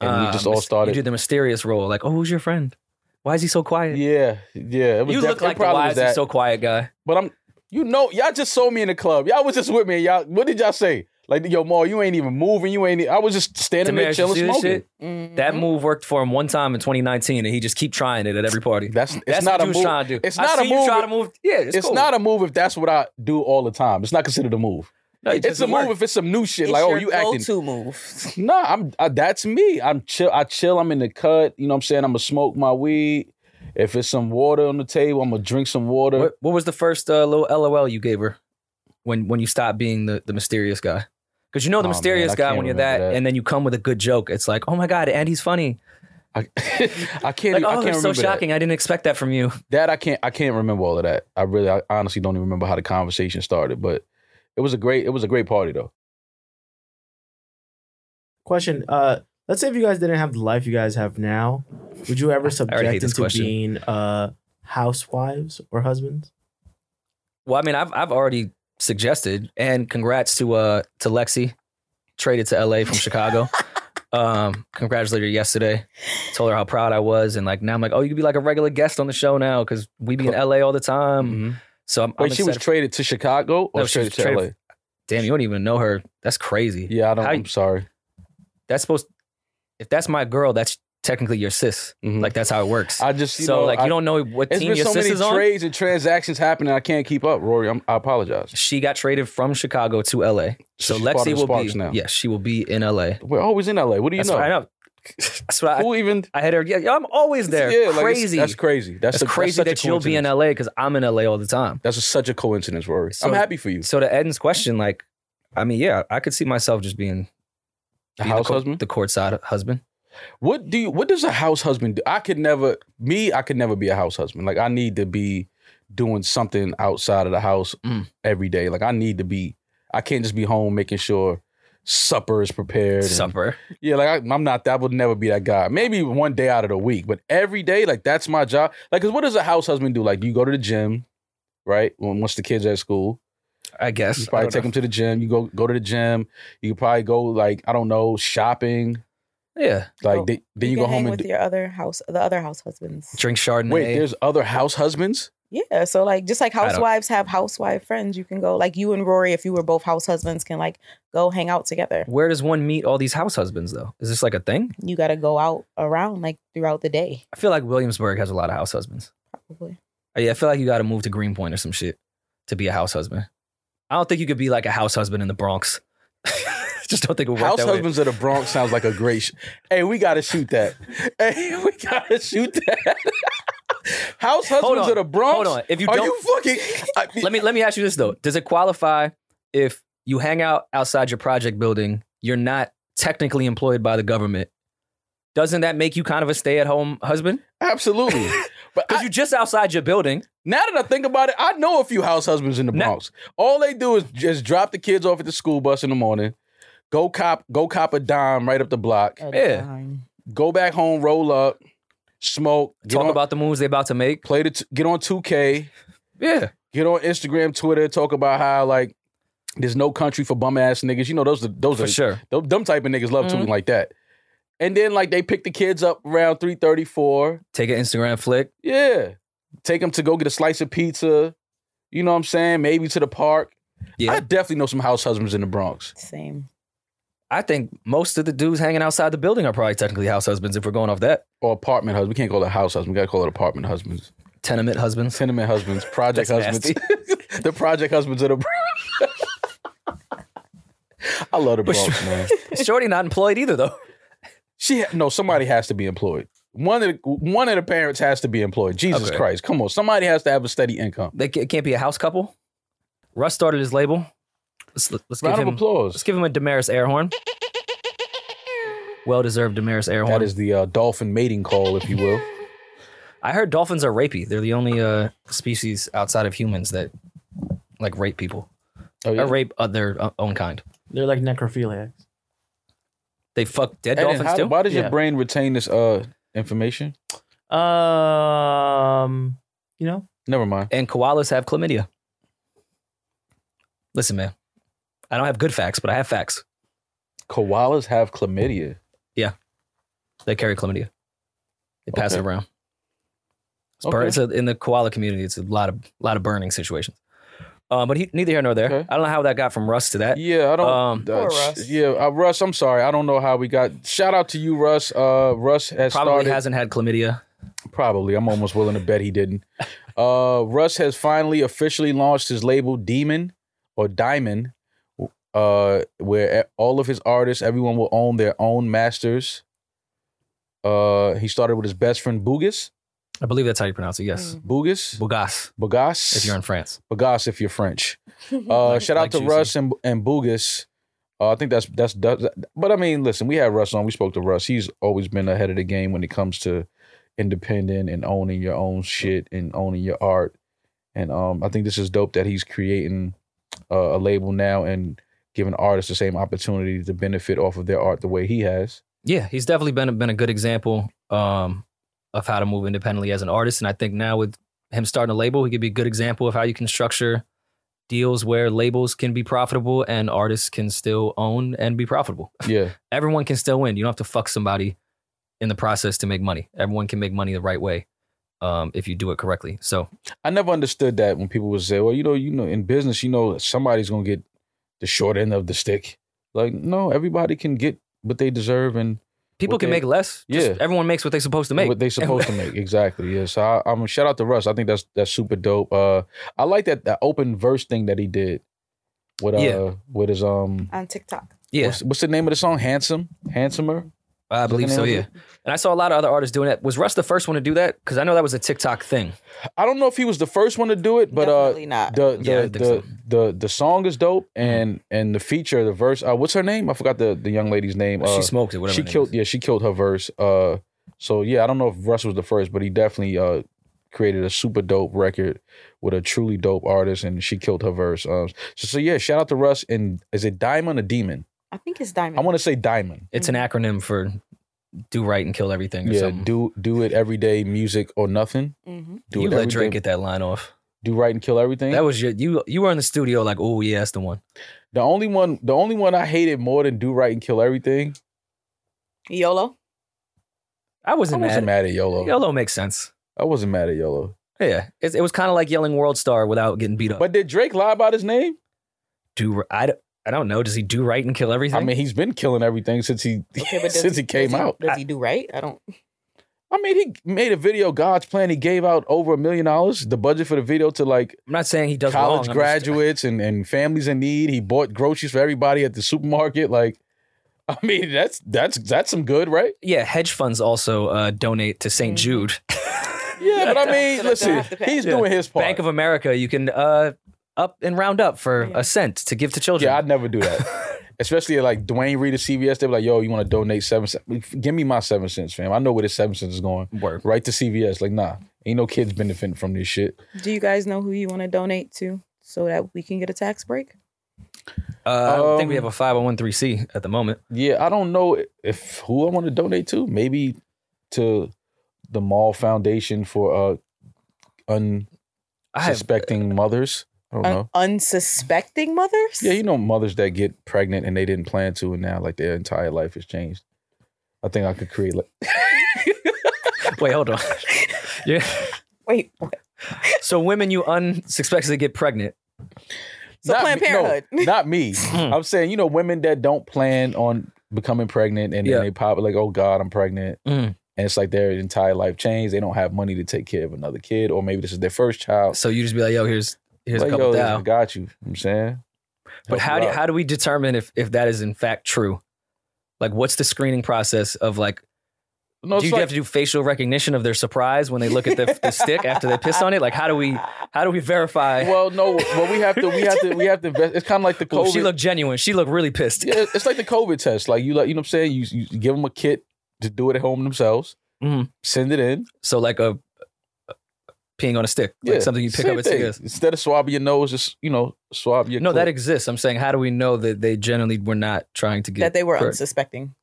Speaker 4: and we
Speaker 1: Ah,
Speaker 4: just all
Speaker 1: mys- You
Speaker 4: started.
Speaker 1: did the mysterious role, like, oh, who's your friend? Why is he so quiet?
Speaker 4: Yeah, yeah. It was
Speaker 1: you
Speaker 4: def-
Speaker 1: look
Speaker 4: it
Speaker 1: like the
Speaker 4: probably
Speaker 1: why
Speaker 4: was
Speaker 1: is he
Speaker 4: that.
Speaker 1: so quiet guy.
Speaker 4: but I'm, you know, y'all just saw me in the club. Y'all was just with me. and Y'all, what did y'all say? Like, yo, Ma, you ain't even moving. You ain't. e- I was just standing there
Speaker 1: Damaris, you
Speaker 4: chilling,
Speaker 1: see this
Speaker 4: smoking. Mm-hmm.
Speaker 1: shit?
Speaker 5: Mm-hmm.
Speaker 1: That move worked for him one time in 2019, and he just keep trying it at every party.
Speaker 4: That's it's
Speaker 1: That's
Speaker 4: not
Speaker 1: what
Speaker 4: a
Speaker 1: you
Speaker 4: move.
Speaker 1: was trying to do.
Speaker 4: It's
Speaker 1: I
Speaker 4: not a
Speaker 1: see you
Speaker 4: move.
Speaker 1: trying to move. Yeah, it's,
Speaker 4: It's, not a move if that's what I do all the time. It's not considered a move. It's a move if it's some new shit.
Speaker 5: It's
Speaker 4: like, oh,
Speaker 5: your
Speaker 4: you acting.
Speaker 5: go-to move.
Speaker 4: No, I'm I, that's me. I'm chill. I chill. I'm in the cut. You know what I'm saying? I'm gonna smoke my weed. If it's some water on the table, I'm gonna drink some water.
Speaker 1: What, what was the first uh, little LOL you gave her when when you stopped being the, the mysterious guy? Because you know the
Speaker 4: Oh, man,
Speaker 1: mysterious
Speaker 4: I
Speaker 1: guy
Speaker 4: can't
Speaker 1: when you're that,
Speaker 4: remember that.
Speaker 1: and then you come with a good joke. It's like, oh my god, Andy's funny.
Speaker 4: I, (laughs) I can't. e,
Speaker 1: Like,
Speaker 4: I
Speaker 1: oh,
Speaker 4: can't
Speaker 1: it's so
Speaker 4: remember that.
Speaker 1: shocking. I didn't expect that from you.
Speaker 4: that I can't I can't remember all of that. I really I honestly don't even remember how the conversation started, but it was a great it was a great party though.
Speaker 3: Question. Uh, let's say if you guys didn't have the life you guys have now, would you ever
Speaker 1: hate
Speaker 3: subject
Speaker 1: this
Speaker 3: into
Speaker 1: question.
Speaker 3: being uh housewives or husbands?
Speaker 1: Well, I mean, I've I've already suggested, and congrats to uh to Lexi, traded to LA from
Speaker 4: (laughs)
Speaker 1: Chicago. um, congratulated her yesterday. Told her how proud I was, and like now I'm like, oh, you could be like a regular guest on the show now because we be in LA all the time. So Um, I'm,
Speaker 4: Mm-hmm. Wait,
Speaker 1: I'm
Speaker 4: she was
Speaker 1: excited.
Speaker 4: traded to Chicago or
Speaker 1: No, she
Speaker 4: traded
Speaker 1: was
Speaker 4: to
Speaker 1: traded-
Speaker 4: LA?
Speaker 1: Damn, you don't even know her. That's crazy.
Speaker 4: Yeah, I don't.
Speaker 1: How-
Speaker 4: I'm sorry.
Speaker 1: That's supposed. If that's my girl, that's technically your sis.
Speaker 4: Mhm.
Speaker 1: Like that's how it works.
Speaker 4: I just you
Speaker 1: so
Speaker 4: know,
Speaker 1: like
Speaker 4: I-
Speaker 1: you don't know what
Speaker 4: It's
Speaker 1: team
Speaker 4: been
Speaker 1: your
Speaker 4: so
Speaker 1: sis
Speaker 4: many
Speaker 1: is on.
Speaker 4: trades and transactions happening. I can't keep up, Rory. I'm, I apologize.
Speaker 1: She got traded from Chicago to LA. So
Speaker 4: She's part of the
Speaker 1: Lexi will
Speaker 4: Sparks
Speaker 1: be.
Speaker 4: now.
Speaker 1: Yeah, she will be in LA.
Speaker 4: We're always in LA. What do you
Speaker 1: That's
Speaker 4: know?
Speaker 1: what I know. That's what I,
Speaker 4: (laughs) Who even?
Speaker 1: I had her. Yeah, yo, I'm always there.
Speaker 4: Yeah, like, it's-
Speaker 1: crazy.
Speaker 4: that's crazy. That's,
Speaker 1: It's
Speaker 4: a,
Speaker 1: crazy
Speaker 4: that's such
Speaker 1: that
Speaker 4: a
Speaker 1: you'll be in
Speaker 4: coincidence.
Speaker 1: LA because I'm in LA all the time.
Speaker 4: That's just such a coincidence, Rory.
Speaker 1: So-
Speaker 4: I'm happy for you.
Speaker 1: So to Eden's question, like, I mean, yeah, I could see myself just being,
Speaker 4: A
Speaker 1: being
Speaker 4: house
Speaker 1: the, court-
Speaker 4: husband.
Speaker 1: the courtside husband.
Speaker 4: What do you? What does a house husband do? I could never. Me, I could never be a house husband. Like I need to be doing something outside of the house
Speaker 1: Mm.
Speaker 4: every day. Like I need to be. I can't just be home making sure supper is prepared. and-
Speaker 1: Supper.
Speaker 4: yeah, like I, I'm not. That would never be that guy. Maybe one day out of the week, but every day, like that's my job. Like, cause what does a house husband do? Like, you go to the gym, right? When once the kids are at school,
Speaker 1: I guess.
Speaker 4: You
Speaker 1: I
Speaker 4: probably
Speaker 1: don't
Speaker 4: take
Speaker 1: know.
Speaker 4: them to the gym. You go go to the gym. You could probably go like I don't know shopping.
Speaker 1: Yeah.
Speaker 4: Like
Speaker 5: Go-
Speaker 4: they, then you,
Speaker 5: can
Speaker 4: go home
Speaker 5: hang
Speaker 4: and
Speaker 5: with
Speaker 4: do-
Speaker 5: your other house, the other house husbands.
Speaker 1: Drink Chardonnay.
Speaker 4: wait. There's other house husbands.
Speaker 5: Yeah, so like just like
Speaker 1: I don't-
Speaker 5: housewives have housewife friends, you can go like you and Rory, if you were both house husbands, can like go hang out together.
Speaker 1: Where does one meet all these house husbands though? Is this like a thing?
Speaker 5: You got to go out around like throughout the day,
Speaker 1: I feel like Williamsburg has a lot of house husbands.
Speaker 5: probably.
Speaker 1: Uh, Yeah, I feel like you got to move to Greenpoint or some shit to be a house husband. I don't think you could be like a house husband in the Bronx. (laughs) Just don't think it would work
Speaker 4: House
Speaker 1: that way.
Speaker 4: husbands of the Bronx sounds like a great. Sh- hey, we gotta shoot that. (laughs) Hey, we gotta shoot that. (laughs) house
Speaker 1: Hold
Speaker 4: husbands
Speaker 1: on.
Speaker 4: of the Bronx.
Speaker 1: Hold on. If you
Speaker 4: Oh, Are
Speaker 1: don't,
Speaker 4: you fucking? I
Speaker 1: (laughs)
Speaker 4: mean,
Speaker 1: let me let me ask you this though: Does it qualify if you hang out outside your project building? You're not technically employed by the government. Doesn't that make you kind of a stay-at-home husband? (laughs)
Speaker 4: Absolutely. But I-
Speaker 1: Because you're just outside your building.
Speaker 4: Now that I think about it, I know a few house husbands in the
Speaker 1: Now-
Speaker 4: Bronx. All they do is just drop the kids off at the school bus in the morning, go cop, go cop a dime right up the block,
Speaker 5: At
Speaker 1: Yeah.
Speaker 5: time.
Speaker 4: go back home, roll up, smoke, get
Speaker 1: Talk
Speaker 4: on,
Speaker 1: about the moves they're about to make.
Speaker 4: play the t- get on 2K,
Speaker 1: Yeah,
Speaker 4: get on Instagram, Twitter, talk about how like there's no country for bum ass niggas. You know those are- those
Speaker 1: for
Speaker 4: are
Speaker 1: sure.
Speaker 4: them, them type of niggas love
Speaker 1: Mhm.
Speaker 4: tweeting like that. And then like they pick the kids up around 334.
Speaker 1: Take an Instagram flick.
Speaker 4: Yeah. Take them to go get a slice of pizza. You know what I'm saying? Maybe to the park.
Speaker 1: Yeah,
Speaker 4: I definitely know some house husbands in the Bronx.
Speaker 5: Same.
Speaker 1: I think most of the dudes hanging outside the building are probably technically house husbands if we're going off that.
Speaker 4: Or apartment husbands. We can't call it house husbands. We gotta call it apartment husbands.
Speaker 1: Tenement
Speaker 4: (laughs)
Speaker 1: husbands.
Speaker 4: Tenement husbands. Project
Speaker 1: That's
Speaker 4: husbands. (laughs) the project husbands of the Bronx. (laughs) I love the
Speaker 1: But
Speaker 4: Bronx, man.
Speaker 1: Shorty not employed either though.
Speaker 4: She ha- no, somebody has to be employed. One of the one of the parents has to be employed. Jesus
Speaker 1: Okay.
Speaker 4: Christ. Come on. Somebody has to have a steady income.
Speaker 1: They ca- can't be a house couple. Russ started his label. Let's let's give
Speaker 4: Round
Speaker 1: him
Speaker 4: of applause.
Speaker 1: let's give him a Damaris air horn. Well deserved Damaris air horn.
Speaker 4: That is the uh, dolphin mating call, if you
Speaker 1: (laughs)
Speaker 4: will.
Speaker 1: I heard dolphins are rapey. They're the only uh, species outside of humans that like rape people
Speaker 4: Oh, yeah.
Speaker 1: or rape of their uh, own kind.
Speaker 3: They're like necrophiliacs.
Speaker 1: They fuck dead
Speaker 4: Eden,
Speaker 1: dolphins
Speaker 4: how-
Speaker 1: too.
Speaker 4: Why does
Speaker 3: Yeah.
Speaker 4: your brain retain this uh information?
Speaker 3: Um, you know,
Speaker 4: Never mind.
Speaker 1: and koalas have chlamydia. Listen, man, I don't have good facts, but I have facts.
Speaker 4: Koalas have chlamydia.
Speaker 1: They carry chlamydia. They pass it
Speaker 4: Okay.
Speaker 1: around. It's, burn,
Speaker 4: Okay.
Speaker 1: it's a, in the koala community. It's a lot of lot of burning situations. Um, but he, neither here nor there.
Speaker 4: Okay.
Speaker 1: I don't know how that got from Russ to that.
Speaker 4: Yeah, I don't.
Speaker 1: Um,
Speaker 4: uh,
Speaker 5: Poor
Speaker 4: sh-
Speaker 5: Russ.
Speaker 4: Yeah, uh, Russ. I'm sorry. I don't know how we got. Shout out to you, Russ. Uh, Russ has
Speaker 1: Probably
Speaker 4: started.
Speaker 1: hasn't had chlamydia.
Speaker 4: probably. I'm almost willing to bet he didn't. Uh, Russ has finally officially launched his label, Demon or Diamond, uh, where all of his artists, everyone will own their own masters. Uh, he started with his best friend Bugis.
Speaker 1: I believe that's how you pronounce it. Yes,
Speaker 5: Mm.
Speaker 4: Bugis.
Speaker 1: Bogas.
Speaker 4: Bugas.
Speaker 1: If you're in France,
Speaker 4: Bugas, if you're French.
Speaker 5: Mm. (laughs)
Speaker 4: Uh, shout out
Speaker 1: like
Speaker 4: to
Speaker 1: juicy.
Speaker 4: Russ and and Bugis. Uh, I think that's that's does. But I mean, listen, we had Russ on. We spoke to Russ. He's always been ahead of the game when it comes to independent and owning your own shit and owning your art. And um, I think this is dope that he's creating uh, a label now and giving artists the same opportunity to benefit off of their art the way he has.
Speaker 1: yeah, he's definitely been a, been a good example um, of how to move independently as an artist. And I think now with him starting a label, he could be a good example of how you can structure deals where labels can be profitable and artists can still own and be profitable.
Speaker 4: Yeah,
Speaker 1: everyone can still win. You don't have to fuck somebody in the process to make money. Everyone can make money the right way um, if you do it correctly. So
Speaker 4: (laughs) I never understood that when people would say, "Well, you know, you know, in business, you know, somebody's gonna get the short end of the stick." Like, no, everybody can get what they deserve and
Speaker 1: people
Speaker 4: What
Speaker 1: can
Speaker 4: they-
Speaker 1: make less. Just
Speaker 4: Yeah.
Speaker 1: everyone makes what they're supposed to make.
Speaker 4: what they
Speaker 1: (laughs)
Speaker 4: supposed to make. Exactly. Yeah. So I, I'm gonna shout out to Russ. I think that's that's super dope. Uh, I like that that open verse thing that he did with uh
Speaker 1: Yeah.
Speaker 4: with his um.
Speaker 5: on TikTok.
Speaker 1: yeah,
Speaker 4: What's, what's the name of the song? Handsome, handsomer.
Speaker 1: I
Speaker 4: Is that the
Speaker 1: believe so.
Speaker 4: name
Speaker 1: Yeah,
Speaker 4: of
Speaker 1: and I saw a lot of other artists doing that. Was Russ the first one to do that? Because I know that was a TikTok thing.
Speaker 4: it? I don't know if he was the first one to do it, but uh,
Speaker 5: Definitely not.
Speaker 4: the the
Speaker 1: Yeah, I think
Speaker 4: the,
Speaker 1: so. Mm-hmm.
Speaker 4: the the song is dope, and and the feature, the verse. Uh, what's her name? I forgot the the young lady's name. Uh,
Speaker 1: she smoked it. Whatever.
Speaker 4: she
Speaker 1: her name
Speaker 4: killed.
Speaker 1: is.
Speaker 4: Yeah, she killed her verse. Uh, so yeah, I don't know if Russ was the first, but he definitely uh created a super dope record with a truly dope artist, and she killed her verse. Um, so, so yeah, shout out to Russ. And is it Diamond or Demon?
Speaker 5: I think it's diamond.
Speaker 4: I want to say Diamond.
Speaker 1: It's an acronym for do right and kill everything. Or
Speaker 4: Yeah,
Speaker 1: something.
Speaker 4: do do it every day, music or nothing.
Speaker 5: hmm
Speaker 4: Do
Speaker 1: you
Speaker 4: it
Speaker 1: let
Speaker 4: every
Speaker 1: Drake
Speaker 4: day.
Speaker 1: get that line off.
Speaker 4: do right and kill everything.
Speaker 1: That was your you you were in the studio like, oh yeah, that's the one.
Speaker 4: the only one, the only one I hated more than do right and kill everything. (laughs)
Speaker 5: YOLO.
Speaker 1: I
Speaker 4: I
Speaker 1: wasn't mad.
Speaker 4: wasn't mad at
Speaker 1: YOLO.
Speaker 4: Yolo.
Speaker 1: makes sense.
Speaker 4: I wasn't mad at Yolo.
Speaker 1: Yeah, it, it was kind of like yelling "World Star" without getting beat up.
Speaker 4: But did Drake lie about his name?
Speaker 1: do r- I, d- I don't know. Does he do right and kill everything?
Speaker 4: I mean, he's been killing everything since he
Speaker 5: Okay, but does
Speaker 4: since he came
Speaker 5: does
Speaker 4: out.
Speaker 5: Does he do right? I don't.
Speaker 4: I mean, he made a video, God's Plan. He gave out over a million dollars, the budget for the video to like
Speaker 1: I'm not saying he does wrong. I'm
Speaker 4: college
Speaker 1: just-
Speaker 4: graduates and, and families in need. He bought groceries for everybody at the supermarket. Like, I mean, that's that's that's some good, right?
Speaker 1: yeah, hedge funds also uh, donate to
Speaker 5: Mhm.
Speaker 1: St. Jude.
Speaker 4: Yeah, but I mean,
Speaker 5: So they still
Speaker 4: listen,
Speaker 5: have to pay.
Speaker 4: he's
Speaker 1: Yeah.
Speaker 4: doing his part.
Speaker 1: Bank of America, you can uh, up and round up for
Speaker 5: Yeah.
Speaker 1: a cent to give to children.
Speaker 4: yeah, I'd never do that.
Speaker 1: (laughs)
Speaker 4: Especially at, like Dwayne Reed at CVS, they're like, "Yo, you want to donate seven cents? Give me my seven cents, fam. I know where this seven cents is going.
Speaker 1: Word.
Speaker 4: Right to CVS. Like, nah, ain't no kids benefiting from this shit.
Speaker 5: Do you guys know who you want to donate to so that we can get a tax break?
Speaker 1: Uh, I don't think we
Speaker 4: Um,
Speaker 1: have a 5013C at the moment.
Speaker 4: Yeah, I don't know if who I want to donate to. Maybe to the Mall Foundation for uh
Speaker 1: I have,
Speaker 4: unsuspecting mothers. I don't know.
Speaker 5: Un- unsuspecting mothers?
Speaker 4: Yeah, you know mothers that get pregnant and they didn't plan to, and now like their entire life has changed. I think I could create like
Speaker 1: wait, hold on. (laughs) yeah.
Speaker 5: Wait. what?
Speaker 1: So women you unsuspectedly get pregnant.
Speaker 5: So Planned
Speaker 4: me- no,
Speaker 5: Parenthood.
Speaker 4: not me.
Speaker 1: Hmm.
Speaker 4: I'm saying you know women that don't plan on becoming pregnant and
Speaker 1: Yeah.
Speaker 4: then they pop like, oh God, I'm pregnant,
Speaker 1: Mm.
Speaker 4: and it's like their entire life changed. They don't have money to take care of another kid, or maybe this is their first child.
Speaker 1: So you just be like, yo, here's here's
Speaker 4: Like,
Speaker 1: a couple
Speaker 4: yo, I
Speaker 1: thou.
Speaker 4: got you. you know what I'm saying.
Speaker 1: But
Speaker 4: Help
Speaker 1: how
Speaker 4: you
Speaker 1: do
Speaker 4: out.
Speaker 1: how do we determine if if that is in fact true? Like, what's the screening process of like?
Speaker 4: No,
Speaker 1: do
Speaker 4: it's
Speaker 1: you (laughs)
Speaker 4: like-
Speaker 1: have to do facial recognition of their surprise when they look at
Speaker 4: (laughs)
Speaker 1: the, the stick after they piss on it? Like, how do we how do we verify?
Speaker 4: well, no, but we have to, we have to, we have to. Invest. It's kind of
Speaker 1: (laughs)
Speaker 4: like the
Speaker 1: Well,
Speaker 4: COVID.
Speaker 1: Oh, she looked genuine. She looked really pissed.
Speaker 4: yeah, it's like the COVID test. Like you, like you know, what I'm saying you, you give them a kit to do it at home themselves.
Speaker 1: Mhm.
Speaker 4: Send it in.
Speaker 1: So like a, peeing on a stick, like
Speaker 4: Yeah,
Speaker 1: something you pick
Speaker 4: same
Speaker 1: up at
Speaker 4: thing.
Speaker 1: cigarettes.
Speaker 4: Instead of swabbing your nose, just you know, swab your.
Speaker 1: No,
Speaker 4: clit.
Speaker 1: that exists. I'm saying, how do we know that they generally were not trying to get
Speaker 5: that they were
Speaker 1: correct?
Speaker 5: unsuspecting.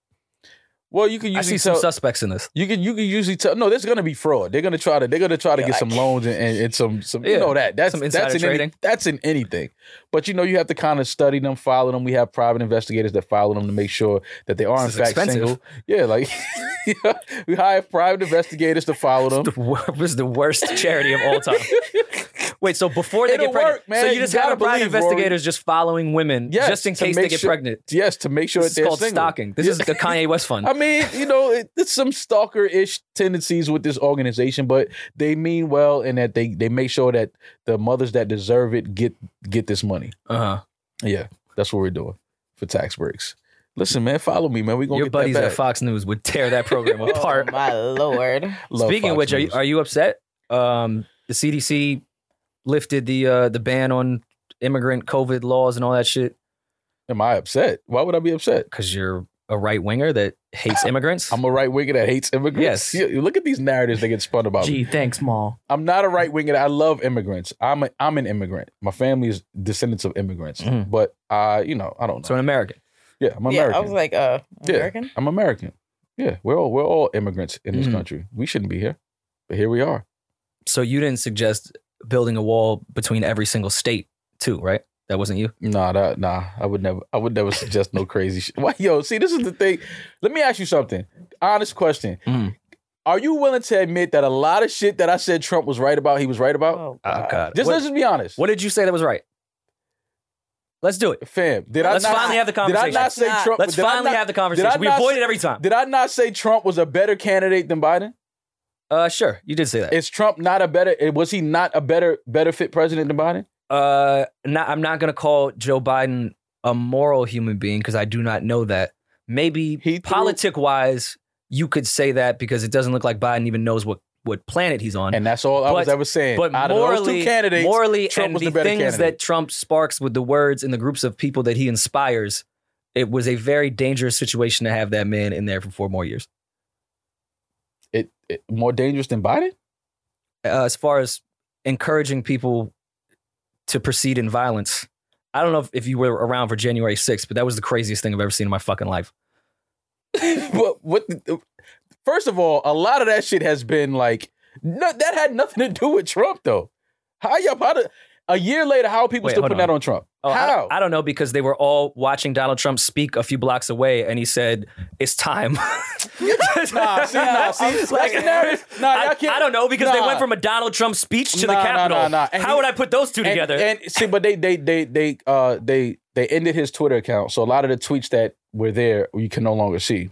Speaker 4: well, you can
Speaker 1: I see
Speaker 4: usually
Speaker 1: some
Speaker 4: tell.
Speaker 1: suspects in this. (laughs)
Speaker 4: you can you can usually tell. No, there's gonna be fraud. They're gonna try to they're gonna try to
Speaker 5: Yeah,
Speaker 4: get
Speaker 5: like-
Speaker 4: some loans and, and, and some some
Speaker 1: Yeah,
Speaker 4: you know that that's
Speaker 1: some insider
Speaker 4: that's in any-
Speaker 1: trading.
Speaker 4: that's in anything. But you know you have to kind of study them, follow them. We have private investigators that follow them to make sure that they are
Speaker 1: This is
Speaker 4: in fact
Speaker 1: expensive.
Speaker 4: single. Yeah, like (laughs) we hire private investigators to
Speaker 1: (laughs)
Speaker 4: follow them.
Speaker 1: The wor- this is the worst
Speaker 4: (laughs)
Speaker 1: charity of all time. Wait, so before they
Speaker 4: It'll
Speaker 1: get pregnant,
Speaker 4: work, man.
Speaker 1: so you
Speaker 4: You
Speaker 1: just
Speaker 4: gotta
Speaker 1: have a private
Speaker 4: believe, Rory.
Speaker 1: investigators just following women,
Speaker 4: Yes,
Speaker 1: just in
Speaker 4: to
Speaker 1: case they
Speaker 4: make
Speaker 1: get
Speaker 4: sure-
Speaker 1: pregnant.
Speaker 4: Yes, to make sure
Speaker 1: This
Speaker 4: that
Speaker 1: is
Speaker 4: they're
Speaker 1: called
Speaker 4: single.
Speaker 1: stalking. This is
Speaker 4: (laughs)
Speaker 1: the Kanye West fund.
Speaker 4: I mean, you know, it, it's some stalker-ish tendencies with this organization, but they mean well, and that they they make sure that the mothers that deserve it get get this money.
Speaker 1: Uh-huh.
Speaker 4: Yeah, that's what we're doing for tax breaks. Listen, man, follow me, man. We gonna
Speaker 1: Your
Speaker 4: get
Speaker 1: buddies
Speaker 4: that
Speaker 1: at
Speaker 4: back.
Speaker 1: Fox News would tear that
Speaker 4: (laughs)
Speaker 1: program apart.
Speaker 5: Oh, my lord.
Speaker 4: Love
Speaker 1: Speaking
Speaker 4: Fox
Speaker 1: of which, are you,
Speaker 4: News.
Speaker 1: are you upset? Um, the CDC lifted the uh, the ban on immigrant COVID laws and all that shit
Speaker 4: am I upset? Why would I be upset?
Speaker 1: because you're a right winger that
Speaker 4: (laughs)
Speaker 1: hates immigrants.
Speaker 4: I'm a right winger that hates
Speaker 1: Yes.
Speaker 4: immigrants. Yeah, look at these narratives that get spun about
Speaker 3: Gee,
Speaker 4: me.
Speaker 3: thanks, Ma.
Speaker 4: I'm not a right winger. I love immigrants. I'm a, I'm an immigrant. My family is descendants of immigrants,
Speaker 1: Mhm.
Speaker 4: but I, you know, I don't know.
Speaker 1: so an American.
Speaker 4: yeah, I'm
Speaker 5: yeah,
Speaker 4: American.
Speaker 5: I was like, uh,
Speaker 4: Yeah.
Speaker 5: American?
Speaker 4: I'm American. Yeah, we're all we're all immigrants in this
Speaker 1: Mhm.
Speaker 4: country. We shouldn't be here, but here we are.
Speaker 1: So you didn't suggest building a wall between every single state, too, right? That wasn't you.
Speaker 4: Nah, that, nah. I would never. I would never suggest no crazy shit. (laughs) Why, yo, see, this is the thing. Let me ask you something. Honest question.
Speaker 1: Mm.
Speaker 4: Are you willing to admit that a lot of shit that I said Trump was right about, he was right about?
Speaker 5: Oh,
Speaker 1: Oh, God.
Speaker 4: Just
Speaker 1: What-
Speaker 4: let's just be honest.
Speaker 1: What did you say that was right? Let's do it.
Speaker 4: fam? Did
Speaker 1: Let's
Speaker 4: I not?
Speaker 1: finally have the
Speaker 4: did I
Speaker 1: conversation.
Speaker 4: not say
Speaker 5: Let's
Speaker 4: Trump?
Speaker 1: Let's
Speaker 4: did I
Speaker 1: finally
Speaker 4: not-
Speaker 1: have the conversation. We
Speaker 4: not
Speaker 1: avoid
Speaker 4: say-
Speaker 1: it every time.
Speaker 4: Did I not say Trump was a better candidate than Biden?
Speaker 1: Uh, sure, you did say that.
Speaker 4: Is Trump not a better? Was he not a better, better fit president than Biden?
Speaker 1: Uh, not, I'm not going to call Joe Biden a moral human being because I do not know that. Maybe
Speaker 4: He threw-
Speaker 1: politic wise, you could say that because it doesn't look like Biden even knows what, what planet he's on.
Speaker 4: And that's all I was
Speaker 1: But-
Speaker 4: ever saying.
Speaker 1: but
Speaker 4: Out of those
Speaker 1: morally,
Speaker 4: two candidates,
Speaker 1: morally,
Speaker 4: Trump
Speaker 1: and
Speaker 4: was
Speaker 1: the,
Speaker 4: the better
Speaker 1: things
Speaker 4: candidate.
Speaker 1: that Trump sparks with the words and the groups of people that he inspires, it was a very dangerous situation to have that man in there for four more years.
Speaker 4: it, it more dangerous than Biden. (laughs)
Speaker 1: uh, as far as encouraging people to proceed in violence. I don't know if, if you were around for January 6th, but that was the craziest thing I've ever seen in my fucking life.
Speaker 4: but what? The, first of all, a lot of that shit has been like no, that had nothing to do with Trump though. How y'all? How the, a year later, how are people
Speaker 1: Wait,
Speaker 4: still
Speaker 1: hold
Speaker 4: putting
Speaker 1: on.
Speaker 4: that on Trump?
Speaker 1: Oh, I-
Speaker 4: how?
Speaker 1: I, don't know because they were all watching Donald Trump speak a few blocks away, and he said, "It's time."
Speaker 4: (laughs)
Speaker 1: (laughs)
Speaker 4: nah, see, nah, see, that's
Speaker 1: Like-
Speaker 4: the narrative. Nah,
Speaker 1: (laughs) I,
Speaker 4: y'all can't.
Speaker 1: I don't know because they
Speaker 4: nah.
Speaker 1: went from a Donald Trump speech to the
Speaker 4: Nah, nah,
Speaker 1: Capitol.
Speaker 4: nah, nah. And
Speaker 1: How
Speaker 4: he-
Speaker 1: would I put those two
Speaker 4: And-
Speaker 1: together?
Speaker 4: And, see, but they they they they uh they they ended his Twitter account, so a lot of the tweets that were there you can no longer see.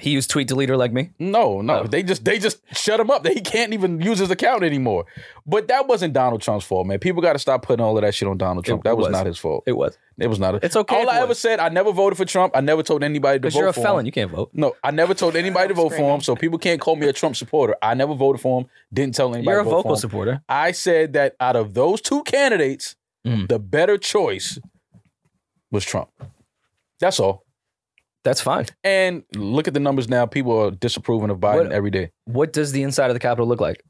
Speaker 1: he used tweet deleter like me.
Speaker 4: No, no,
Speaker 1: Oh.
Speaker 4: they just they just shut him up. He can't even use his account anymore. But that wasn't Donald Trump's fault, man. People got to stop putting all of that shit on Donald Trump.
Speaker 1: it
Speaker 4: that was,
Speaker 1: was.
Speaker 4: not his fault.
Speaker 1: It was.
Speaker 4: It was not.
Speaker 1: It's okay.
Speaker 4: all
Speaker 1: if it
Speaker 4: I ever
Speaker 1: was.
Speaker 4: said, I never voted for Trump. I never told anybody to vote
Speaker 1: because you're a
Speaker 4: for
Speaker 1: felon,
Speaker 4: him.
Speaker 1: you can't vote.
Speaker 4: No,
Speaker 1: (laughs)
Speaker 4: I never told anybody to vote for him,
Speaker 5: Screaming.
Speaker 4: so people can't call me a Trump supporter. I never voted for him. Didn't tell anybody.
Speaker 1: You're
Speaker 4: to
Speaker 1: a
Speaker 4: vote for
Speaker 1: vocal
Speaker 4: him.
Speaker 1: supporter.
Speaker 4: I said that out of those two candidates,
Speaker 1: Mm.
Speaker 4: the better choice was Trump. That's all.
Speaker 1: That's fine.
Speaker 4: And look at the numbers now. People are disapproving of Biden
Speaker 1: What-
Speaker 4: every day.
Speaker 1: What does the inside of the Capitol look like?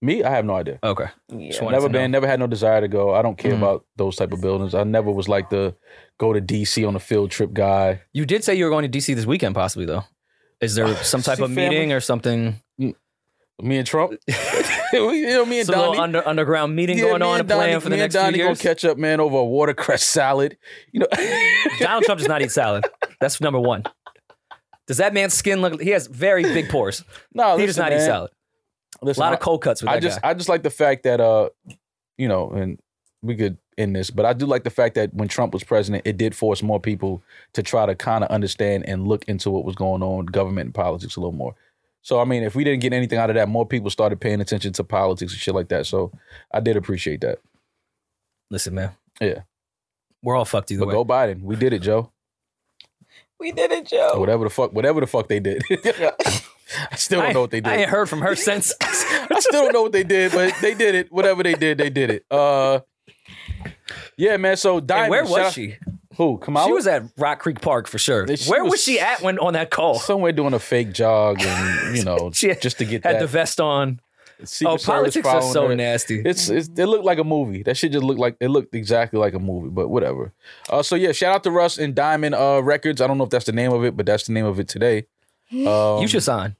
Speaker 4: Me, I have no idea.
Speaker 1: Okay.
Speaker 5: Yeah.
Speaker 1: Just wanted
Speaker 4: Never
Speaker 1: to know.
Speaker 4: been, never had no desire to go. I don't care
Speaker 1: Mm.
Speaker 4: about those type of buildings. I never was like the go to DC on a field trip guy.
Speaker 1: You did say you were going to DC this weekend, possibly though. Is
Speaker 4: (sighs)
Speaker 1: there some type
Speaker 4: See,
Speaker 1: of meeting
Speaker 4: family.
Speaker 1: or something?
Speaker 4: Me and Trump, (laughs) we, you know, me and
Speaker 1: Some little
Speaker 4: Donnie,
Speaker 1: under, underground meeting
Speaker 4: Yeah,
Speaker 1: uh, going
Speaker 4: me
Speaker 1: on
Speaker 4: and
Speaker 1: and plan
Speaker 4: Donnie-
Speaker 1: for the
Speaker 4: me
Speaker 1: next
Speaker 4: and Donnie
Speaker 1: few years.
Speaker 4: gonna catch up, man, over a watercress salad. You know, (laughs)
Speaker 1: Donald Trump does not eat salad. That's number one. Does that man's skin look? He has very big
Speaker 4: (clears throat)
Speaker 1: pores.
Speaker 4: no,
Speaker 1: he
Speaker 4: Oh, listen,
Speaker 1: does not
Speaker 4: man.
Speaker 1: eat salad. A
Speaker 4: Listen,
Speaker 1: lot
Speaker 4: I-
Speaker 1: of cold cuts with
Speaker 4: I
Speaker 1: that
Speaker 4: just
Speaker 1: guy.
Speaker 4: I just like the fact that uh you know and we could end this, but I do like the fact that when Trump was president, it did force more people to try to kind of understand and look into what was going on with government and politics a little more. So I mean, if we didn't get anything out of that, more people started paying attention to politics and shit like that. So I did appreciate that.
Speaker 1: Listen, man.
Speaker 4: Yeah.
Speaker 1: we're all fucked either
Speaker 4: But
Speaker 1: way.
Speaker 4: go Biden, we did it, Joe.
Speaker 5: We did it, Joe.
Speaker 1: Oh.
Speaker 4: Whatever the fuck, whatever the fuck they did. (laughs) I still don't know what they
Speaker 1: I ain't
Speaker 4: did.
Speaker 1: heard from her
Speaker 4: (laughs)
Speaker 1: since.
Speaker 4: I still don't know what they did, but they did it. Whatever they did, they did it. Uh, yeah, man. So Diamond,
Speaker 1: and (laughs) where
Speaker 4: shout
Speaker 1: was
Speaker 4: out-
Speaker 1: she?
Speaker 4: Who? Kamala?
Speaker 1: She was at Rock Creek Park for sure.
Speaker 4: Yeah, she
Speaker 1: where was,
Speaker 4: was-
Speaker 1: she at when on that call?
Speaker 4: somewhere doing a fake jog,
Speaker 1: (laughs)
Speaker 4: and you know,
Speaker 1: She had-
Speaker 4: just to get
Speaker 1: Had the
Speaker 4: that.
Speaker 1: vest on.
Speaker 4: Secret
Speaker 1: oh,
Speaker 4: Service
Speaker 1: politics are
Speaker 4: following
Speaker 1: so
Speaker 4: her.
Speaker 1: nasty.
Speaker 4: It's, it's it looked like a movie. That shit just looked like it looked exactly like a movie, but whatever. Uh, so yeah, shout out to Russ and Diamond uh, Records. I don't know if that's the name of it, but that's the name of it today. Um,
Speaker 1: you should sign.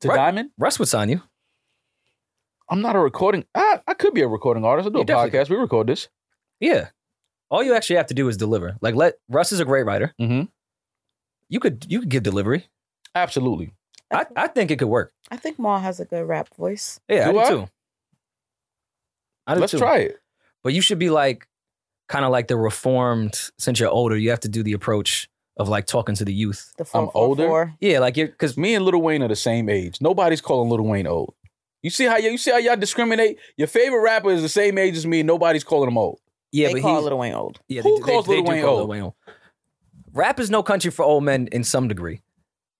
Speaker 4: to
Speaker 1: Right.
Speaker 4: Diamond.
Speaker 1: Russ would sign you.
Speaker 4: I'm not a recording. I, I could be a recording artist. I do
Speaker 1: You
Speaker 4: a
Speaker 1: definitely
Speaker 4: podcast. We record this.
Speaker 1: Yeah. All you actually have to do is deliver. Like let Russ is a great writer.
Speaker 4: Mm-hmm.
Speaker 1: You could you could give delivery.
Speaker 4: Absolutely.
Speaker 1: I, I think it could work.
Speaker 5: I think Ma has a good rap voice.
Speaker 1: Yeah,
Speaker 4: Do
Speaker 1: I
Speaker 4: I?
Speaker 1: do too. I do
Speaker 4: Let's
Speaker 1: too.
Speaker 4: try it.
Speaker 1: But you should be like kind of like the reformed since you're older, you have to do the approach of like talking to the youth.
Speaker 5: The
Speaker 4: I'm
Speaker 5: 444.
Speaker 1: Yeah, like you're cuz
Speaker 4: Me and Little Wayne are the same age. Nobody's calling Little Wayne old. You see how y- you see how y'all discriminate. Your favorite rapper is the same age as me. and Nobody's calling him old.
Speaker 1: yeah,
Speaker 5: they
Speaker 1: but
Speaker 5: call
Speaker 1: he's,
Speaker 5: Little Wayne old.
Speaker 1: Yeah,
Speaker 4: Who
Speaker 1: do-
Speaker 4: calls Lil
Speaker 1: do
Speaker 4: Wayne
Speaker 1: call
Speaker 4: old?
Speaker 1: Lil old? Rap is no country for old men in some degree.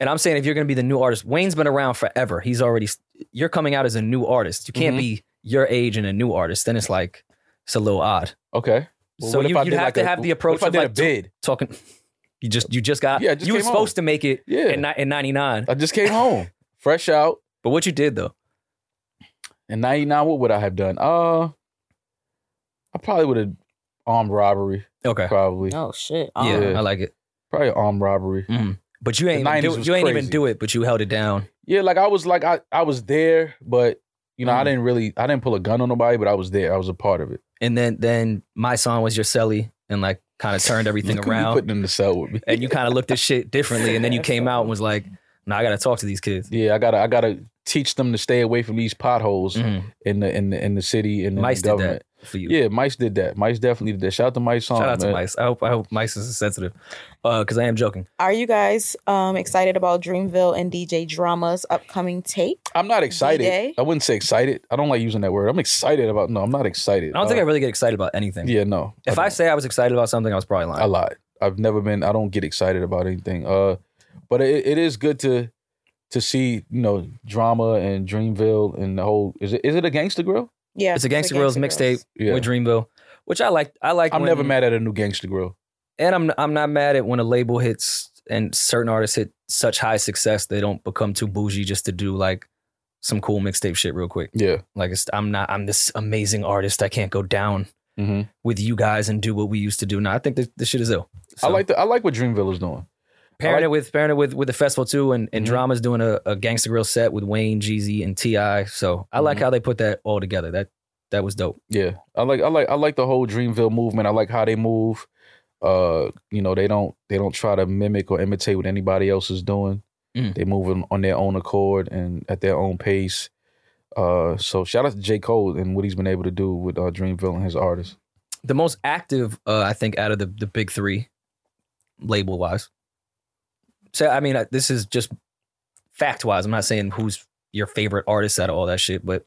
Speaker 1: And I'm saying if you're going to be the new artist, Wayne's been around forever. He's already you're coming out as a new artist. You can't
Speaker 4: Mhm.
Speaker 1: be your age and a new artist. Then it's like it's a little odd.
Speaker 4: Okay. Well,
Speaker 1: So
Speaker 4: what if
Speaker 1: you-
Speaker 4: I
Speaker 1: you'd
Speaker 4: did
Speaker 1: have to
Speaker 4: a-
Speaker 1: have the
Speaker 4: what
Speaker 1: approach
Speaker 4: If I
Speaker 1: of
Speaker 4: did
Speaker 1: like
Speaker 4: a
Speaker 1: to-
Speaker 4: bid,
Speaker 1: Talking, you just you just got
Speaker 4: Yeah, I just
Speaker 1: you were
Speaker 4: came on.
Speaker 1: supposed to make it
Speaker 4: yeah,
Speaker 1: in, ni- in '99,
Speaker 4: I just came home, fresh out.
Speaker 1: but what you did though,
Speaker 4: In '99, what would I have done? Uh, I probably would have armed robbery.
Speaker 1: okay,
Speaker 4: Probably,
Speaker 5: Oh shit.
Speaker 1: yeah,
Speaker 5: Um,
Speaker 4: Yeah.
Speaker 1: I like it.
Speaker 4: probably armed robbery.
Speaker 1: Mm. But you ain't even
Speaker 4: 90s
Speaker 1: do,
Speaker 4: was
Speaker 1: you ain't even
Speaker 4: crazy.
Speaker 1: do it, but you held it down.
Speaker 4: Yeah, like I was like I I was there, but you know I
Speaker 1: Mhm.
Speaker 4: didn't really I didn't pull a gun on nobody, but I was there. I was a part of it.
Speaker 1: And then then my song was your celly, and like kind of turned everything
Speaker 4: Look who (laughs) you
Speaker 1: around.
Speaker 4: putting in the cell with me.
Speaker 1: and you kind of looked at shit differently. And then
Speaker 4: (laughs)
Speaker 1: you came out and was like, "No, I got to talk to these kids."
Speaker 4: Yeah, I gotta I gotta teach them to stay away from these potholes
Speaker 1: Mhm.
Speaker 4: in the in the in the city and in
Speaker 1: Mice
Speaker 4: the
Speaker 1: did
Speaker 4: government.
Speaker 1: that for you.
Speaker 4: Yeah, Mice did that. Mice definitely did that. Shout out to Mice song.
Speaker 1: Shout out to
Speaker 4: man.
Speaker 1: Mice. I hope I hope Mice is sensitive, because I am joking.
Speaker 5: Are you guys um excited about Dreamville and DJ Drama's upcoming tape?
Speaker 4: I'm not excited.
Speaker 5: D-Day?
Speaker 4: I wouldn't say excited. I don't like using that word. I'm excited about no, I'm not
Speaker 1: I
Speaker 4: excited.
Speaker 1: don't think I really get excited about anything.
Speaker 4: Uh, Yeah, no.
Speaker 1: if I,
Speaker 4: don't.
Speaker 1: say I was excited about something, I was probably lying.
Speaker 4: I lied. I've never been. I don't get excited about anything. Uh, but it, it is good to to see you know drama and Dreamville and the whole. Is it is it a gangster grill?
Speaker 5: Yeah.
Speaker 1: it's a Gangsta Girls mixtape
Speaker 4: Yeah,
Speaker 1: with Dreamville, which I like. I like.
Speaker 4: I'm
Speaker 1: when-
Speaker 4: never mad at a new gangster grill.
Speaker 1: and I'm I'm not mad at when a label hits and certain artists hit such high success they don't become too bougie just to do like some cool mixtape shit real quick.
Speaker 4: Yeah.
Speaker 1: Like it's, I'm not I'm this amazing artist. I can't go down
Speaker 4: hmm
Speaker 1: with you guys and do what we used to do. Now I think this, this shit is ill.
Speaker 4: I
Speaker 1: So,
Speaker 4: like the I like what Dreamville is doing.
Speaker 1: pairing
Speaker 4: I like-
Speaker 1: it with pairing it with with the festival too, and and
Speaker 4: Mhm.
Speaker 1: drama's doing a, a gangster grill set with Wayne, Jeezy, and Ti. So I like
Speaker 4: Mhm.
Speaker 1: how they put that all together. That that was dope.
Speaker 4: Yeah, I like I like I like the whole Dreamville movement. I like how they move. Uh, you know, they don't they don't try to mimic or imitate what anybody else is doing.
Speaker 1: Mm.
Speaker 4: They move on, on their own accord and at their own pace. Uh, so shout out to J Cole and what he's been able to do with uh, Dreamville and his artists.
Speaker 1: The most active, uh, I think, out of the the big three, label wise. So I mean, I, this is just fact wise. I'm not saying who's your favorite artist out of all that shit, but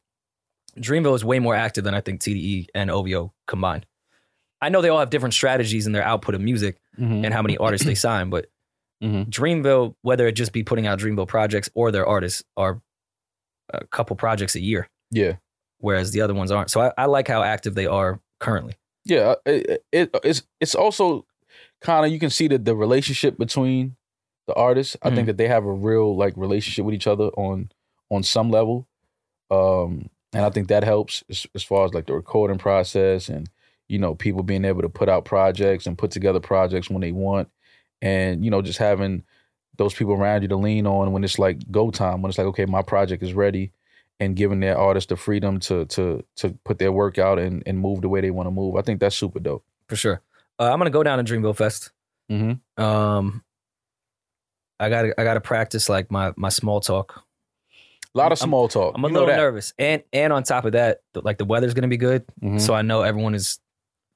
Speaker 1: Dreamville is way more active than I think TDE and OVO combined. I know they all have different strategies in their output of music and
Speaker 4: (clears throat)
Speaker 1: how many artists they sign, but
Speaker 4: Mhm.
Speaker 1: Dreamville, whether it just be putting out Dreamville projects or their artists, are a couple projects a year,
Speaker 4: Yeah,
Speaker 1: whereas the other ones aren't. So I, I like how active they are currently.
Speaker 4: yeah. uh, It, it, it's it's also kind of you can see that the relationship between the artists. I think that they have a real like relationship with each other on on some level, um, and I think that helps as, as far as like the recording process and you know people being able to put out projects and put together projects when they want, and you know just having those people around you to lean on when it's like go time when it's like okay my project is ready and giving their artists the freedom to to to put their work out and, and move the way they want to move i think that's super dope
Speaker 1: for sure. Uh, I'm gonna go down to Dreamville Fest.
Speaker 4: Mhm.
Speaker 1: Um, I gotta I gotta practice like my my small talk.
Speaker 4: a lot of
Speaker 1: I'm-
Speaker 4: small talk
Speaker 1: I'm a
Speaker 4: You know
Speaker 1: little
Speaker 4: that.
Speaker 1: nervous, and and on top of that, th- like the weather's gonna be good,
Speaker 4: Mhm.
Speaker 1: so I know everyone is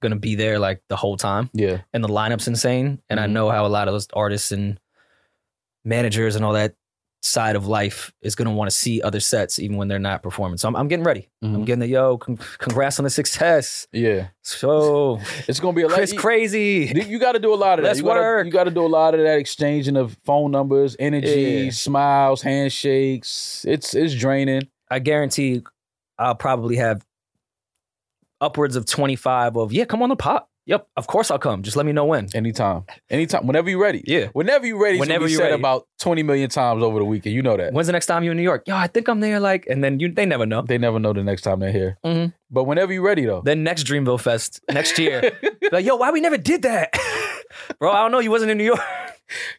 Speaker 1: gonna be there like the whole time,
Speaker 4: yeah
Speaker 1: and the lineup's insane, and I
Speaker 4: Mhm.
Speaker 1: know how a lot of those artists and managers and all that side of life is gonna want to see other sets even when they're not performing. So I'm, I'm getting ready. I'm
Speaker 4: Mhm.
Speaker 1: getting the yo. con- congrats on the success.
Speaker 4: yeah
Speaker 1: So
Speaker 4: it's gonna be a lot
Speaker 1: Chris Crazy.
Speaker 4: You- You got to do a lot of that.
Speaker 1: Let's
Speaker 4: you gotta,
Speaker 1: work.
Speaker 4: You got to do a lot of that exchanging of phone numbers, energy,
Speaker 1: Yeah.
Speaker 4: smiles, handshakes. It's it's draining.
Speaker 1: I guarantee I'll probably have upwards of 25 of, yeah, come on the pot. Yep, of course I'll come. Just let me know when.
Speaker 4: Anytime, anytime, whenever you're ready.
Speaker 1: Yeah.
Speaker 4: Whenever you're ready.
Speaker 1: Whenever
Speaker 4: Whenever you
Speaker 1: you're
Speaker 4: said
Speaker 1: ready.
Speaker 4: about twenty million times over the weekend. You know that.
Speaker 1: When's the next time you're in New York? Yo, I think I'm there. Like, and then you, they never know.
Speaker 4: they never know the next time they're here.
Speaker 1: Mhm.
Speaker 4: But whenever you're ready, though.
Speaker 1: (laughs) Then next Dreamville Fest next year, like, yo, why we never did that, (laughs) bro? I don't know. You wasn't in New York.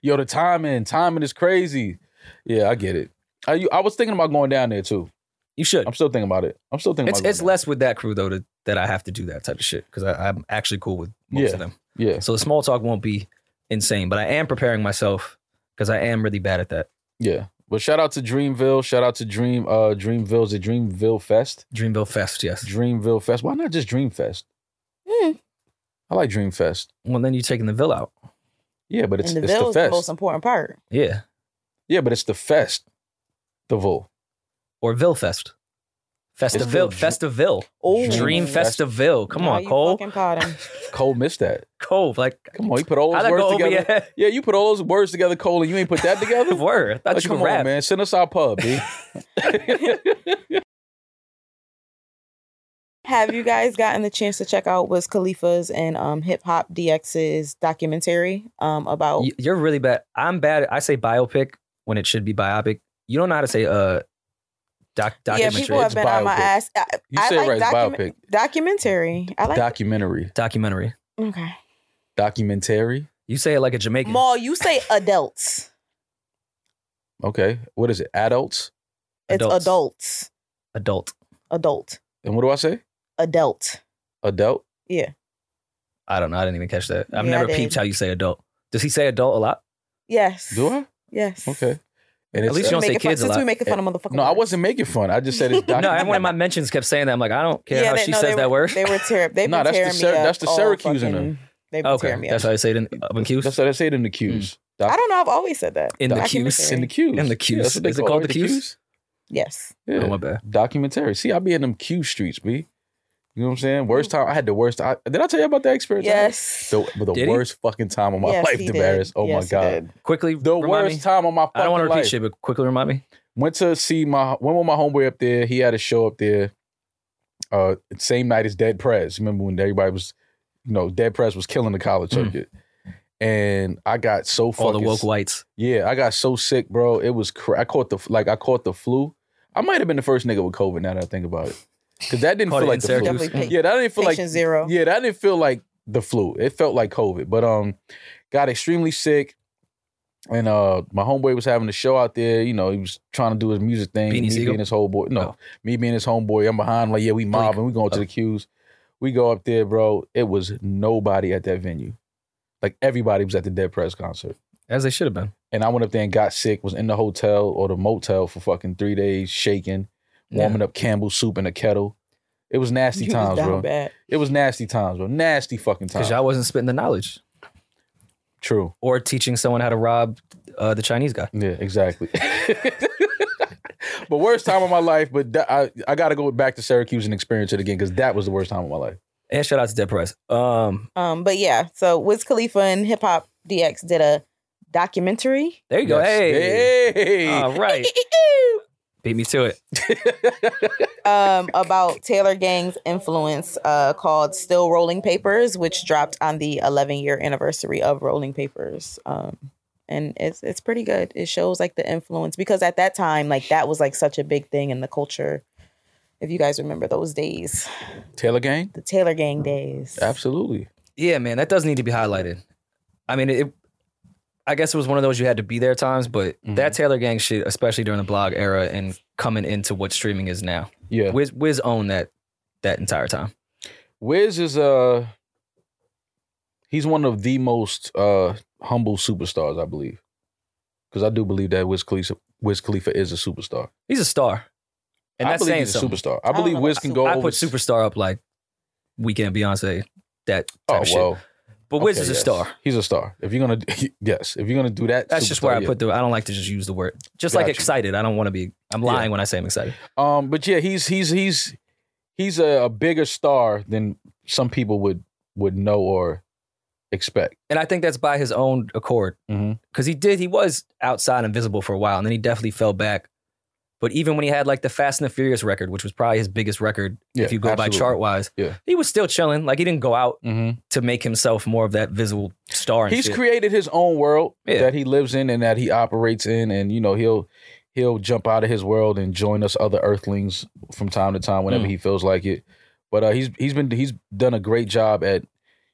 Speaker 4: Yo, the timing, timing is crazy. Yeah, I get it. I, you, I was thinking about going down there too.
Speaker 1: You should.
Speaker 4: I'm still thinking about it. I'm still thinking
Speaker 1: It's
Speaker 4: about
Speaker 1: it's
Speaker 4: going
Speaker 1: less with that crew though to, that I have to do that type of shit because I'm actually cool with most
Speaker 4: Yeah.
Speaker 1: of them.
Speaker 4: down. Yeah,
Speaker 1: So the small talk won't be insane, but I am preparing myself because I am really bad at that.
Speaker 4: yeah. But shout out to Dreamville. Shout out to Dream uh Dreamville. Is it Dreamville Fest?
Speaker 1: Dreamville Fest, yes.
Speaker 4: Dreamville Fest. Why not just Dream Fest?
Speaker 5: Hmm.
Speaker 4: Eh, I like Dream Fest.
Speaker 1: Well, then you're taking the Ville out.
Speaker 4: Yeah, but it's,
Speaker 5: and the
Speaker 4: it's the
Speaker 5: Ville's the, most
Speaker 4: fest.
Speaker 5: important part.
Speaker 1: Yeah,
Speaker 4: Yeah, but it's the fest. The Vol.
Speaker 1: or Villefest. Festiville.
Speaker 4: still Dr-
Speaker 1: Festiville.
Speaker 5: Oh,
Speaker 1: Dream
Speaker 4: Dream
Speaker 1: Festiville. Come on, Cole.
Speaker 4: (laughs) Cole missed that.
Speaker 1: Cole, like,
Speaker 4: Come on, you put all
Speaker 1: I
Speaker 4: those
Speaker 1: like go
Speaker 4: words
Speaker 1: over your
Speaker 4: together.
Speaker 1: head.
Speaker 4: Yeah, you put all those words together, Cole, and you ain't
Speaker 1: (laughs)
Speaker 4: put that together.
Speaker 1: Word. I thought
Speaker 4: Like,
Speaker 1: you
Speaker 4: come
Speaker 1: could
Speaker 4: on,
Speaker 1: rap.
Speaker 4: man. Send us our pub,
Speaker 1: (laughs)
Speaker 4: B. (laughs)
Speaker 5: Have you guys gotten the chance to check out Wiz Khalifa's and um, Hip Hop DX's documentary um, about?
Speaker 1: Y- You're really bad. I'm bad. at- I say biopic when it should be biopic. You don't know how to say uh, doc
Speaker 5: yeah,
Speaker 1: documentary.
Speaker 5: people have
Speaker 4: It's
Speaker 5: been on my
Speaker 4: biopic.
Speaker 5: ass. I,
Speaker 4: You
Speaker 5: I
Speaker 4: said
Speaker 5: like
Speaker 4: right, it's
Speaker 5: docu-
Speaker 4: biopic.
Speaker 5: documentary. I like.
Speaker 4: Documentary.
Speaker 1: documentary.
Speaker 5: okay,
Speaker 4: Documentary.
Speaker 1: You say it like a Jamaican.
Speaker 5: Maul, you say adults.
Speaker 4: Okay. What is it? Adults.
Speaker 5: It's
Speaker 1: Adults.
Speaker 5: adults.
Speaker 1: Adult.
Speaker 5: Adult.
Speaker 4: And what do I say?
Speaker 5: Adult.
Speaker 4: Adult.
Speaker 1: I don't know. I didn't even catch that. I've
Speaker 5: Yeah, I
Speaker 1: never
Speaker 5: did.
Speaker 1: peeped how you say adult. Does he say adult a lot?
Speaker 5: Yes.
Speaker 4: Do I?
Speaker 5: Yes.
Speaker 4: Okay. And uh, Eh,
Speaker 1: At least you don't say
Speaker 5: Making fun-
Speaker 1: kids a
Speaker 5: Since we
Speaker 1: lot.
Speaker 5: making fun of motherfucking
Speaker 4: No, I
Speaker 5: words.
Speaker 4: wasn't making fun. I just said it's
Speaker 5: No,
Speaker 1: (laughs) No,
Speaker 4: documentary.
Speaker 1: everyone in my mentions kept saying that. I'm like, I don't care
Speaker 5: Yeah,
Speaker 1: how
Speaker 5: they-
Speaker 1: she
Speaker 5: no,
Speaker 1: says
Speaker 5: they
Speaker 1: that
Speaker 5: were-
Speaker 1: word.
Speaker 5: They were
Speaker 4: (laughs)
Speaker 5: terrible. They've
Speaker 4: Nah,
Speaker 5: been
Speaker 4: that's the
Speaker 5: tearing me
Speaker 4: Syr-
Speaker 5: up
Speaker 4: that's the
Speaker 5: all
Speaker 4: Syracuse in
Speaker 5: fucking- They've been
Speaker 1: Okay,
Speaker 5: tearing me
Speaker 1: that's
Speaker 5: up.
Speaker 1: how they say it in up in Q's.
Speaker 4: That's what I said in
Speaker 1: Hmm.
Speaker 4: the cues. Doc-
Speaker 5: I don't know. I've always said that.
Speaker 1: In the
Speaker 5: Documentary.
Speaker 1: cues.
Speaker 4: in the cues.
Speaker 1: In the
Speaker 4: Yeah, that's
Speaker 1: cues.
Speaker 4: what they
Speaker 1: Is it
Speaker 4: call
Speaker 1: called the
Speaker 4: right?
Speaker 1: cues?
Speaker 5: Yes.
Speaker 4: Yeah.
Speaker 1: Oh my bad.
Speaker 4: Documentary. See, I be in them Q streets, B. You know what I'm saying? Worst time. I had the worst. I, did I tell you about that experience? I had?
Speaker 5: Yes.
Speaker 4: The, but the
Speaker 1: Did he?
Speaker 4: worst fucking time of my
Speaker 5: Yes,
Speaker 4: life,
Speaker 5: he did.
Speaker 4: Damaris. Oh
Speaker 5: Yes,
Speaker 4: my
Speaker 5: he
Speaker 4: god.
Speaker 5: did.
Speaker 1: Quickly,
Speaker 4: The
Speaker 1: remind
Speaker 4: worst
Speaker 1: me.
Speaker 4: time of my.
Speaker 1: I don't want to repeat
Speaker 4: fucking life.
Speaker 1: shit, but quickly remind me.
Speaker 4: Went to see my. Went with my homeboy up there. He had a show up there. Uh, same night as Dead Prez. Remember when everybody was, you know, Dead Prez was killing the college
Speaker 1: Mm.
Speaker 4: circuit, and I got so fucking
Speaker 1: All the woke whites.
Speaker 4: Yeah, I got so sick, bro. It was cra- I caught the like I caught the flu. I might have been the first nigga with COVID now that I think about it. Cuz that didn't
Speaker 1: Caught it
Speaker 4: feel like
Speaker 1: in
Speaker 4: the flu.
Speaker 1: Syracuse.
Speaker 5: Definitely pink.
Speaker 4: Yeah, that didn't feel like
Speaker 5: Patient zero.
Speaker 4: Yeah, that didn't feel like the flu. It felt like COVID. But um got extremely sick. And uh, my homeboy was having a show out there. You know, he was trying to do his music thing.
Speaker 1: Beanie
Speaker 4: me
Speaker 1: Siegel?
Speaker 4: being his whole boy. No,
Speaker 1: Oh.
Speaker 4: me being his homeboy. I'm behind. Like, yeah, we mobbing. We going to
Speaker 1: Oh.
Speaker 4: the queues. We go up there, bro. It was nobody at that venue. Like everybody was at the Dead Press concert.
Speaker 1: as they should have been.
Speaker 4: And I went up there and got sick. Was in the hotel or the motel for fucking three days, shaking, warming up Campbell soup in a kettle. It was nasty
Speaker 5: You was
Speaker 4: times,
Speaker 5: down
Speaker 4: bro.
Speaker 5: bad.
Speaker 4: It was nasty times, bro. Nasty fucking
Speaker 1: because
Speaker 4: times.
Speaker 1: y'all wasn't spitting the knowledge
Speaker 4: True.
Speaker 1: or teaching someone how to rob uh, the Chinese guy.
Speaker 4: Yeah, exactly. (laughs) but worst time of my life. But that, I I got to go back to Syracuse and experience it again because that was the worst time of my life.
Speaker 1: And shout out to Dead Press. Um,
Speaker 5: Um, but yeah, so Wiz Khalifa and Hip Hop DX did a documentary.
Speaker 1: there you go.
Speaker 4: Yes.
Speaker 1: Hey, Uh,
Speaker 4: hey.
Speaker 1: all (laughs) right,
Speaker 5: (laughs)
Speaker 1: beat me to it.
Speaker 5: um, about Taylor Gang's influence uh, called Still Rolling Papers, which dropped on the 11 year anniversary of Rolling Papers. Um, and it's it's pretty good. It shows like the influence because at that time, like that was like such a big thing in the culture. If you guys remember those days,
Speaker 4: Taylor gang.
Speaker 5: the Taylor Gang days. (laughs)
Speaker 4: Absolutely.
Speaker 1: Yeah, man, that does need to be highlighted. I mean, it. I guess it was one of those you had to be there times, but that Taylor Gang shit, especially during the blog era and coming into what streaming is now,
Speaker 4: Yeah.
Speaker 1: Wiz, Wiz owned that that entire time.
Speaker 4: Wiz is uh he's one of the most uh humble superstars, I believe. Cause I do believe that Wiz Khalifa Wiz Khalifa is a superstar.
Speaker 1: He's a star, and
Speaker 4: I
Speaker 1: that's
Speaker 4: believe
Speaker 1: saying
Speaker 4: he's a
Speaker 1: something.
Speaker 4: superstar. I
Speaker 5: don't
Speaker 4: believe
Speaker 5: know
Speaker 4: Wiz
Speaker 5: about
Speaker 4: can
Speaker 5: super-
Speaker 4: go
Speaker 1: I
Speaker 4: over
Speaker 1: put superstar up like Weekend Beyonce, that type
Speaker 4: Oh
Speaker 1: of shit.
Speaker 4: well.
Speaker 1: But Wiz
Speaker 4: okay,
Speaker 1: is a
Speaker 4: yes.
Speaker 1: star.
Speaker 4: He's a star. If you're gonna (laughs) yes, if you're gonna do that,
Speaker 1: That's just where
Speaker 4: superstar,
Speaker 1: I
Speaker 4: yeah.
Speaker 1: put the. I don't like to just use the word. Just like
Speaker 4: Gotcha.
Speaker 1: excited, I don't want to be. I'm
Speaker 4: Yeah.
Speaker 1: lying when I say I'm excited.
Speaker 4: Um, but yeah, he's he's he's he's a, a bigger star than some people would would know or expect.
Speaker 1: And I think that's by his own accord
Speaker 4: Mhm.
Speaker 1: because he did. He was outside and visible for a while, and then he definitely fell back. But even when he had like the Fast and the Furious record, which was probably his biggest record
Speaker 4: Yeah,
Speaker 1: if you go by
Speaker 4: absolutely.
Speaker 1: chart wise,
Speaker 4: Yeah.
Speaker 1: he was still chilling. Like he didn't go out
Speaker 4: Mhm.
Speaker 1: to make himself more of that visible star. And
Speaker 4: He's
Speaker 1: shit.
Speaker 4: created his own world
Speaker 1: Yeah.
Speaker 4: that he lives in and that he operates in, and you know he'll he'll jump out of his world and join us other Earthlings from time to time whenever
Speaker 1: Mm.
Speaker 4: he feels like it. But uh, he's he's been he's done a great job at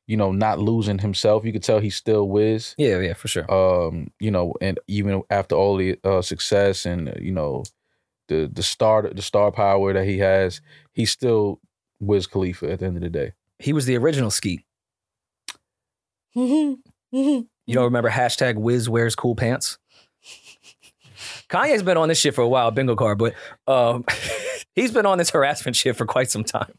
Speaker 4: you know not losing himself. You could tell he's still Wiz.
Speaker 1: yeah, yeah, for sure.
Speaker 4: um you know and even after all the uh, success and uh, you know the the star the star power that he has he's still Wiz Khalifa at the end of the day
Speaker 1: He was the original Skeet. You don't remember hashtag Wiz wears cool pants? Kanye's been on this shit for a while, bingo card, but um, (laughs) he's been on this harassment shit for quite some time.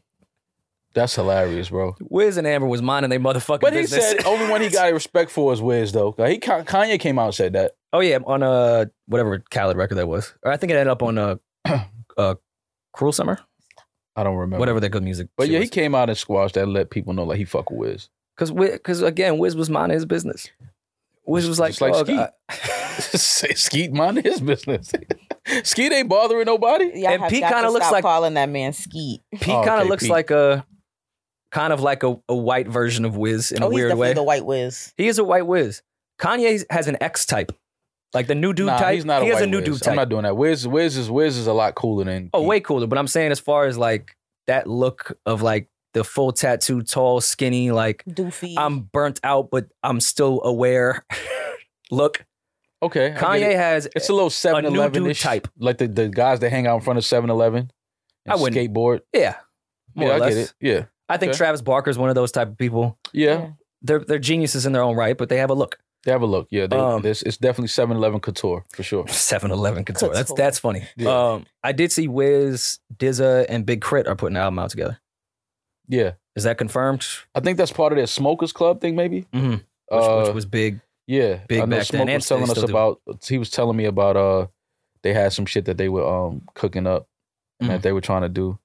Speaker 4: that's hilarious bro
Speaker 1: Wiz and Amber was minding their motherfucking
Speaker 4: but he
Speaker 1: business.
Speaker 4: said only
Speaker 1: (laughs)
Speaker 4: one he got respect for is Wiz though like he Ka- Kanye came out and said that
Speaker 1: oh yeah, on uh whatever Khaled record that was, or I think it ended up on
Speaker 4: (clears throat)
Speaker 1: uh, uh Cruel Summer,
Speaker 4: I don't remember
Speaker 1: whatever that good music.
Speaker 4: but yeah he came out and squashed that and let people know like he fuck
Speaker 1: (laughs)
Speaker 4: with Wiz
Speaker 1: because because again, Wiz was minding his business. Wiz was like,
Speaker 4: Just like
Speaker 1: "Dog,
Speaker 4: Skeet."
Speaker 1: I-
Speaker 4: (laughs) Skeet mind his business (laughs) Skeet ain't bothering nobody
Speaker 5: Y'all
Speaker 1: And
Speaker 5: have
Speaker 1: Pete
Speaker 5: got to
Speaker 1: kinda looks
Speaker 5: stop
Speaker 1: like-
Speaker 5: calling that man Skeet.
Speaker 1: Pete
Speaker 4: Oh,
Speaker 1: kind of
Speaker 4: okay,
Speaker 1: looks
Speaker 4: Pete.
Speaker 1: like a kind of like a, a white version of Wiz in
Speaker 5: oh,
Speaker 1: a
Speaker 5: he's
Speaker 1: weird
Speaker 5: definitely
Speaker 1: way.
Speaker 5: the white Wiz.
Speaker 1: He is a white whiz. Kanye has an X type, like the new dude
Speaker 4: nah,
Speaker 1: type.
Speaker 4: he's not
Speaker 1: he
Speaker 4: a
Speaker 1: has
Speaker 4: white
Speaker 1: a new
Speaker 4: Wiz.
Speaker 1: dude
Speaker 4: I'm
Speaker 1: type.
Speaker 4: not doing that Wiz Wiz is Wiz is a lot cooler than
Speaker 1: oh,
Speaker 4: Pete.
Speaker 1: way cooler. But I'm saying as far as like that look of like the full tattoo, tall, skinny, like
Speaker 5: Doofy. Um,
Speaker 1: I'm burnt out, but I'm still aware. (laughs) look,
Speaker 4: okay I get it.
Speaker 1: Kanye has.
Speaker 4: It's a little 7 Eleven
Speaker 1: dude type.
Speaker 4: Like the, the guys that hang out in front of 7 Eleven.
Speaker 1: I wouldn't.
Speaker 4: Skateboard.
Speaker 1: yeah, more
Speaker 4: yeah,
Speaker 1: or
Speaker 4: I
Speaker 1: less.
Speaker 4: get it. Yeah.
Speaker 1: I think
Speaker 4: Okay.
Speaker 1: Travis Barker's one of those type of people.
Speaker 4: Yeah.
Speaker 1: They're they're geniuses in their own right, but they have a look. (laughs)
Speaker 4: They have a look. Yeah. They,
Speaker 1: Um,
Speaker 4: this, it's definitely 7 Eleven couture for sure.
Speaker 1: 7-Eleven couture. That's
Speaker 5: Couture.
Speaker 1: that's funny.
Speaker 4: Yeah.
Speaker 1: Um, I did see Wiz, Dizza, and Big Crit are putting an album out together.
Speaker 4: Yeah.
Speaker 1: Is that confirmed?
Speaker 4: I think that's part of their smokers club thing, maybe.
Speaker 1: Mm-hmm. which,
Speaker 4: Uh,
Speaker 1: which was big.
Speaker 4: yeah.
Speaker 1: big
Speaker 4: I know
Speaker 1: back then,
Speaker 4: Smoke
Speaker 1: and
Speaker 4: was telling
Speaker 1: they
Speaker 4: us
Speaker 1: still do.
Speaker 4: about, he was telling me about, uh, they had some shit that they were um cooking up and
Speaker 1: Mhm.
Speaker 4: that they were trying to do.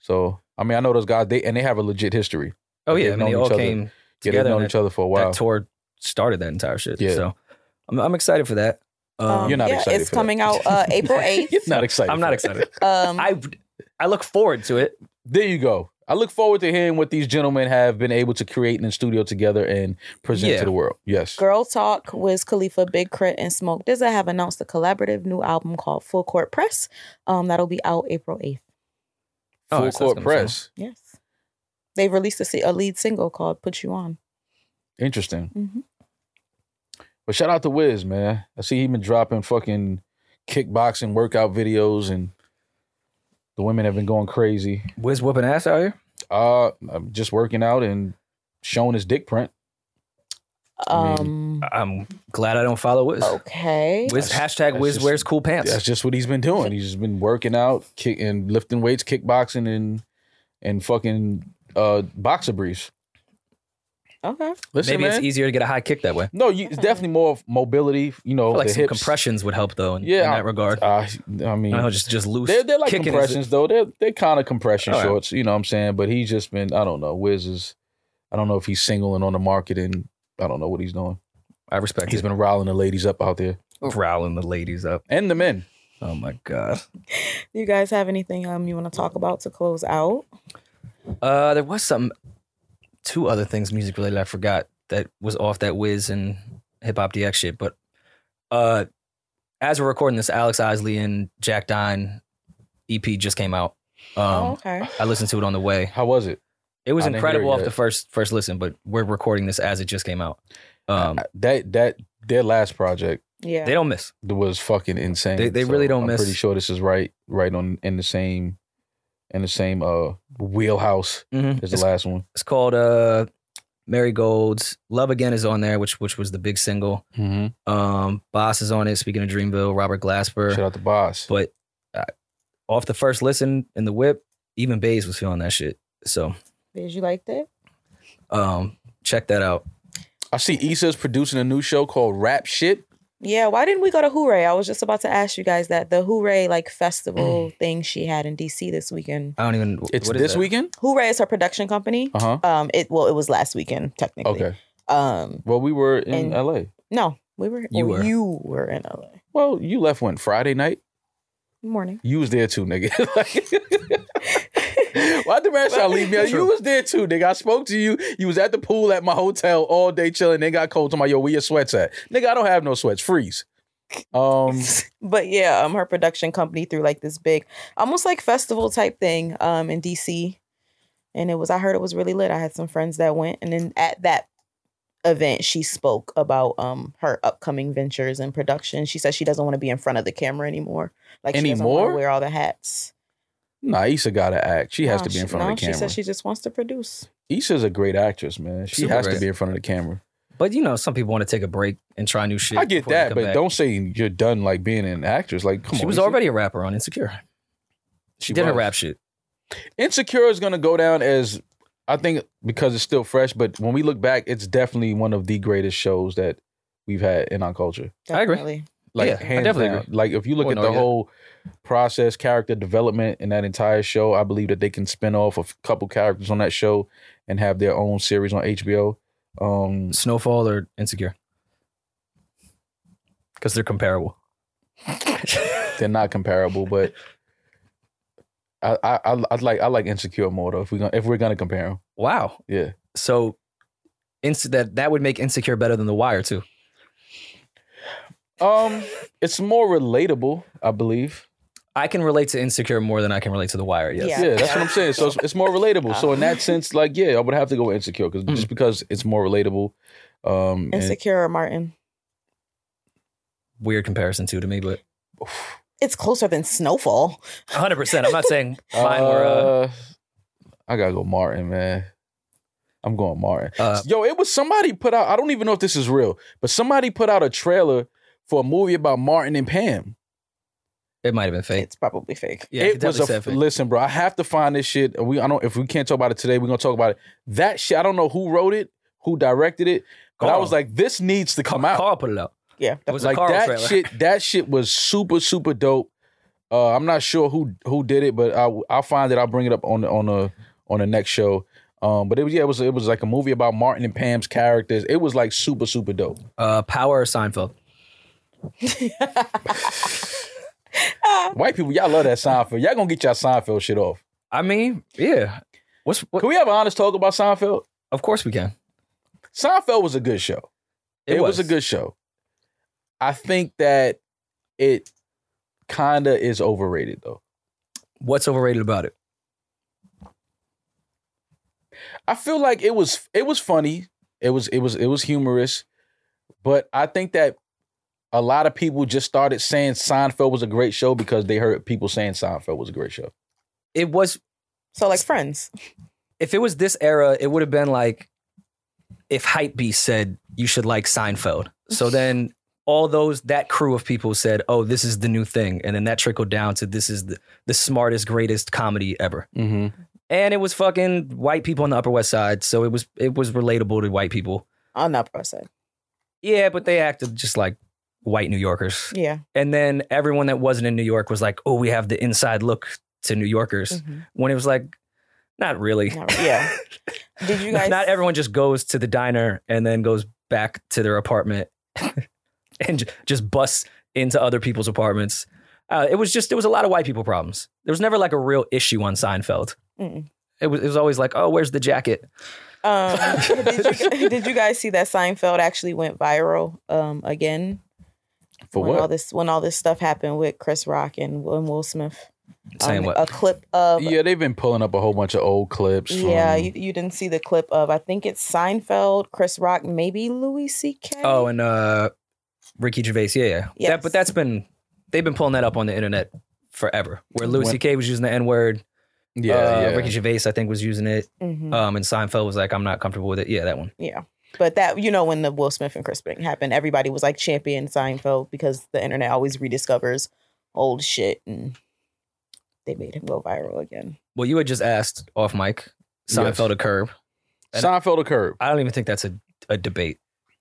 Speaker 4: So, I mean, I know those guys, they, and they have a legit history.
Speaker 1: Oh
Speaker 4: They've
Speaker 1: yeah, I mean,
Speaker 4: known
Speaker 1: they all
Speaker 4: each other.
Speaker 1: came
Speaker 4: Yeah. They've
Speaker 1: together.
Speaker 4: known
Speaker 1: and
Speaker 4: each
Speaker 1: that,
Speaker 4: other for a while.
Speaker 1: that tour started that entire shit.
Speaker 4: Yeah.
Speaker 1: So I'm, I'm excited for that. Um,
Speaker 5: Um,
Speaker 4: You're not
Speaker 5: yeah,
Speaker 4: excited
Speaker 5: It's
Speaker 4: for that.
Speaker 5: coming out
Speaker 4: (laughs)
Speaker 5: uh, April
Speaker 4: You're
Speaker 5: 8th.
Speaker 4: not excited.
Speaker 1: I'm
Speaker 4: for
Speaker 1: not
Speaker 4: it.
Speaker 1: excited. (laughs)
Speaker 5: Um,
Speaker 1: I I look forward to it.
Speaker 4: There you go. I look forward to hearing what these gentlemen have been able to create in the studio together and present
Speaker 1: Yeah.
Speaker 4: to the world. Yes.
Speaker 5: Girl Talk, Wiz Khalifa, Big Crit, and Smoke Dizza have announced a collaborative new album called Full Court Press. Um, that'll be out April 8th.
Speaker 1: Oh,
Speaker 4: Full
Speaker 1: that's- that's
Speaker 4: court
Speaker 1: gonna be
Speaker 4: press.
Speaker 5: Yes. They've released a, si- a lead single called Put You On.
Speaker 4: Interesting.
Speaker 5: Mhm.
Speaker 4: But shout out to Wiz, man. I see he been dropping fucking kickboxing workout videos, and the women have been going crazy.
Speaker 1: Wiz whooping ass out here.
Speaker 4: Uh, I'm just working out and showing his dick print. I
Speaker 5: Um.
Speaker 1: I'm glad I don't follow Wiz.
Speaker 5: Okay.
Speaker 1: Wiz
Speaker 4: Oh, That's-
Speaker 1: hashtag
Speaker 4: that's
Speaker 1: Wiz
Speaker 4: just-
Speaker 1: wears cool pants.
Speaker 4: That's just what he's been doing. He's just been working out, kick and lifting weights, kickboxing, and and fucking uh boxer briefs.
Speaker 5: Okay.
Speaker 4: Listen,
Speaker 1: Maybe
Speaker 4: man.
Speaker 1: it's easier to get a high kick that way.
Speaker 4: No, you, it's definitely more of mobility. You
Speaker 1: I
Speaker 4: know,
Speaker 1: feel like
Speaker 4: the
Speaker 1: some
Speaker 4: hips.
Speaker 1: compressions would help though in,
Speaker 4: Yeah,
Speaker 1: in
Speaker 4: I-
Speaker 1: that regard.
Speaker 4: Uh, I mean,
Speaker 1: you know, just just loose.
Speaker 4: They're, they're like
Speaker 1: kicking is- Oh,
Speaker 4: compressions though. They're they're kind of compression
Speaker 1: All right.
Speaker 4: shorts. You know what I'm saying? But he's just been I don't know. Wiz is I don't know if he's single and on the market and I don't know what he's doing.
Speaker 1: I respect.
Speaker 4: He's
Speaker 1: He's
Speaker 4: been riling the ladies up out there
Speaker 1: been growling the ladies up.
Speaker 4: and the men.
Speaker 1: Oh my god.
Speaker 5: Do you guys have anything um you want to talk about to close out?
Speaker 1: Uh, there was some two other things music related I forgot that was off that Wiz and Hip Hop DX shit. But uh, as we're recording this, Alex Isley and Jack Dine EP just came out. Um,
Speaker 5: oh, okay.
Speaker 1: I listened to it on the way.
Speaker 4: How was it?
Speaker 1: It was
Speaker 4: I didn't hear
Speaker 1: incredible
Speaker 4: it
Speaker 1: off
Speaker 4: yet.
Speaker 1: the first first listen, but we're recording this as it just came out. Um,
Speaker 4: I- that that their last project
Speaker 5: Yeah.
Speaker 1: they don't miss.
Speaker 4: was fucking insane.
Speaker 1: They- they really don't
Speaker 4: I'm
Speaker 1: miss-
Speaker 4: Pretty sure this is right right on in the same in the same uh wheelhouse
Speaker 1: Mhm.
Speaker 4: as
Speaker 1: It's,
Speaker 4: the last one.
Speaker 1: it's called uh, Marigolds. Love Again is on there, which which was the big single.
Speaker 4: Mm-hmm.
Speaker 1: Um, Boss is on it. Speaking of Dreamville, Robert Glasper.
Speaker 4: Shout out to Boss.
Speaker 1: But uh, off the first listen in the whip, even Baze was feeling that shit. So
Speaker 5: Did you like that?
Speaker 1: um, check that out.
Speaker 4: I see Issa's producing a new show called Rap Shit.
Speaker 5: Yeah, why didn't we go to Hooray? I was just about to ask you guys that the Hooray like festival
Speaker 4: Mm.
Speaker 5: thing she had in DC this weekend.
Speaker 1: I don't even.
Speaker 4: It's
Speaker 1: what is
Speaker 4: this
Speaker 1: that? Uh-huh.
Speaker 4: weekend.
Speaker 5: Hooray is her production company.
Speaker 4: Uh huh.
Speaker 5: Um it well it was last weekend technically.
Speaker 4: Okay.
Speaker 5: Um
Speaker 4: Well, we were in
Speaker 5: And-
Speaker 4: LA.
Speaker 5: no, we were
Speaker 1: You
Speaker 5: well,
Speaker 1: were.
Speaker 5: you were in LA.
Speaker 4: Well, you left when Friday night.
Speaker 5: Morning.
Speaker 4: You was there too, nigga. (laughs) Like- Why the man try to leave me? out? You
Speaker 1: True.
Speaker 4: was there too, nigga. I spoke to you. You was at the pool at my hotel all day chilling. They got cold. Talking about yo, where your sweats at? Nigga, I don't have no sweats. Freeze. Um,
Speaker 5: (laughs) but yeah, um, her production company through like this big, almost like festival type thing, um, in DC, and it was. I heard it was really lit. I had some friends that went, and then at that event, she spoke about um her upcoming ventures in production. She said she doesn't want to be in front of the camera anymore. Like she doesn't want
Speaker 4: Anymore?
Speaker 5: to wear all the hats.
Speaker 4: nah, Issa gotta act. She has
Speaker 5: No,
Speaker 4: to be in front
Speaker 5: no,
Speaker 4: of the
Speaker 5: She
Speaker 4: camera.
Speaker 5: said she just wants to produce.
Speaker 4: Issa's a great actress, man. She
Speaker 1: Super
Speaker 4: has to
Speaker 1: great.
Speaker 4: be in front of the camera.
Speaker 1: But you know, some people want to take a break and try new shit.
Speaker 4: I get
Speaker 1: before they
Speaker 4: that,
Speaker 1: come
Speaker 4: but
Speaker 1: back.
Speaker 4: don't say you're done like being an actress. Like, come on.
Speaker 1: She was
Speaker 4: Issa.
Speaker 1: already a rapper on Insecure. She did her
Speaker 4: was.
Speaker 1: rap shit.
Speaker 4: Insecure is gonna go down as I think because it's still fresh, but when we look back, it's definitely one of the greatest shows that we've had in our culture.
Speaker 1: I agree.
Speaker 5: Definitely.
Speaker 4: Like
Speaker 1: Yeah, I
Speaker 4: hands
Speaker 1: definitely
Speaker 4: down.
Speaker 1: agree.
Speaker 4: Like if you look
Speaker 1: Wouldn't
Speaker 4: at the
Speaker 1: argue that.
Speaker 4: whole process, character development in that entire show, I believe that they can spin off a couple characters on that show and have their own series on HBO. Um
Speaker 1: Snowfall or Insecure, because they're (laughs) comparable.
Speaker 4: they're not comparable, but I, I I I like I like Insecure more though. If we are gonna if we're gonna compare them,
Speaker 1: wow.
Speaker 4: yeah.
Speaker 1: So, ins- that that would make Insecure better than The Wire too.
Speaker 4: Um, it's more relatable, I believe.
Speaker 1: I can relate to Insecure more than I can relate to The Wire. Yes.
Speaker 5: Yeah. Uh-huh.
Speaker 4: Yeah, that's what I'm saying. So it's, it's more relatable. So in that sense, like, yeah, I would have to go with insecure because just because it's more relatable. Um, and-
Speaker 5: Mm-hmm. Insecure Martin.
Speaker 1: Weird comparison too to me, but
Speaker 5: It's closer than Snowfall.
Speaker 1: 100. percent I'm not saying mine were. Uh,
Speaker 4: uh, I gotta go Martin, man. I'm going Martin.
Speaker 1: uh,
Speaker 4: Yo, it was somebody put out. I don't even know if this is real, but somebody put out a trailer for a movie about Martin and Pam.
Speaker 1: It might have been fake.
Speaker 5: It's probably fake.
Speaker 1: Yeah,
Speaker 4: it was a
Speaker 1: definitely said fake.
Speaker 4: listen, bro. I have to find this shit. And we, I don't. If we can't talk about it today, we're gonna talk about it. That shit. I don't know who wrote it, who directed it, but I
Speaker 1: Carl.
Speaker 4: was like, this needs to
Speaker 1: Carl,
Speaker 4: come out.
Speaker 1: Carl put it out. (laughs)
Speaker 5: Yeah.
Speaker 1: It was
Speaker 4: like
Speaker 1: a Carl
Speaker 4: that
Speaker 1: trailer.
Speaker 4: shit. That shit was super super dope. Uh, I'm not sure who who did it, but I I'll find it. I'll bring it up on the on the on the next show. Um, but it was yeah, it was it was like a movie about Martin and Pam's characters. It was like super super dope.
Speaker 1: Uh, Power or Seinfeld?
Speaker 5: (laughs) Ah,
Speaker 4: White people, y'all love that Seinfeld. Y'all gonna get y'all Seinfeld shit off.
Speaker 1: I mean, yeah. What's what,
Speaker 4: Can we have an honest talk about Seinfeld?
Speaker 1: of course we can.
Speaker 4: Seinfeld was a good show. It, was. a good show. I think that it kinda is overrated though.
Speaker 1: What's overrated about it?
Speaker 4: I feel like it was it was funny. It was it was it was humorous, But I think that a lot of people just started saying Seinfeld was a great show because they heard people saying Seinfeld was a great show.
Speaker 1: It was
Speaker 5: So like Friends.
Speaker 1: if it was this era, it would have been like if Hypebeast said you should like Seinfeld. So then all those that crew of people said, "Oh, this is the new thing," and then that trickled down to this is the, the smartest, greatest comedy ever.
Speaker 4: Mm-hmm.
Speaker 1: And it was fucking white people on the Upper West Side, so it was it was relatable to white people.
Speaker 5: On the Upper Side.
Speaker 1: Yeah, but they acted just like white New Yorkers.
Speaker 5: Yeah.
Speaker 1: And then everyone that wasn't in New York was like, "Oh, we have the inside look to New Yorkers."
Speaker 5: Mhm.
Speaker 1: When it was like, not really.
Speaker 5: Not
Speaker 1: (laughs)
Speaker 5: really. Yeah. Did you guys
Speaker 1: not everyone just goes to the diner and then goes back to their apartment (laughs) and ju- just busts into other people's apartments. Uh, it was just there was a lot of white people problems. There was never like a real issue on Seinfeld.
Speaker 5: Mm.
Speaker 1: It was it was always like, oh, where's the jacket?
Speaker 5: Um,
Speaker 1: (laughs)
Speaker 5: did, you, did you guys see that Seinfeld actually went viral um, again
Speaker 4: For
Speaker 5: when all
Speaker 4: what?
Speaker 5: this when all this stuff happened with Chris Rock and Will, and Will Smith?
Speaker 1: Saying
Speaker 5: Um,
Speaker 1: what?
Speaker 5: A clip of yeah,
Speaker 4: yeah, they've been pulling up a whole bunch of old clips. From,
Speaker 5: you, you didn't see the clip of I think it's Seinfeld, Chris Rock, maybe Louis C.K.
Speaker 1: oh, and uh, Ricky Gervais. Yeah, yeah.
Speaker 5: Yes.
Speaker 1: That, but that's been they've been pulling that up on the internet forever. Where Louis
Speaker 4: When-
Speaker 1: C.K. was using the N word.
Speaker 4: yeah,
Speaker 1: uh,
Speaker 4: yeah.
Speaker 1: Ricky Gervais, I think, was using it.
Speaker 5: Mhm.
Speaker 1: Um, and Seinfeld was like, I'm not comfortable with it. Yeah, that one.
Speaker 5: yeah. But that you know when the Will Smith and Chris thing happened, everybody was like champion Seinfeld because the internet always rediscovers old shit, and they made him go viral again.
Speaker 1: Well, you had just asked off mic
Speaker 4: Yes.
Speaker 1: Seinfeld a curb.
Speaker 4: Seinfeld or Curb?
Speaker 1: I don't even think that's a, a debate.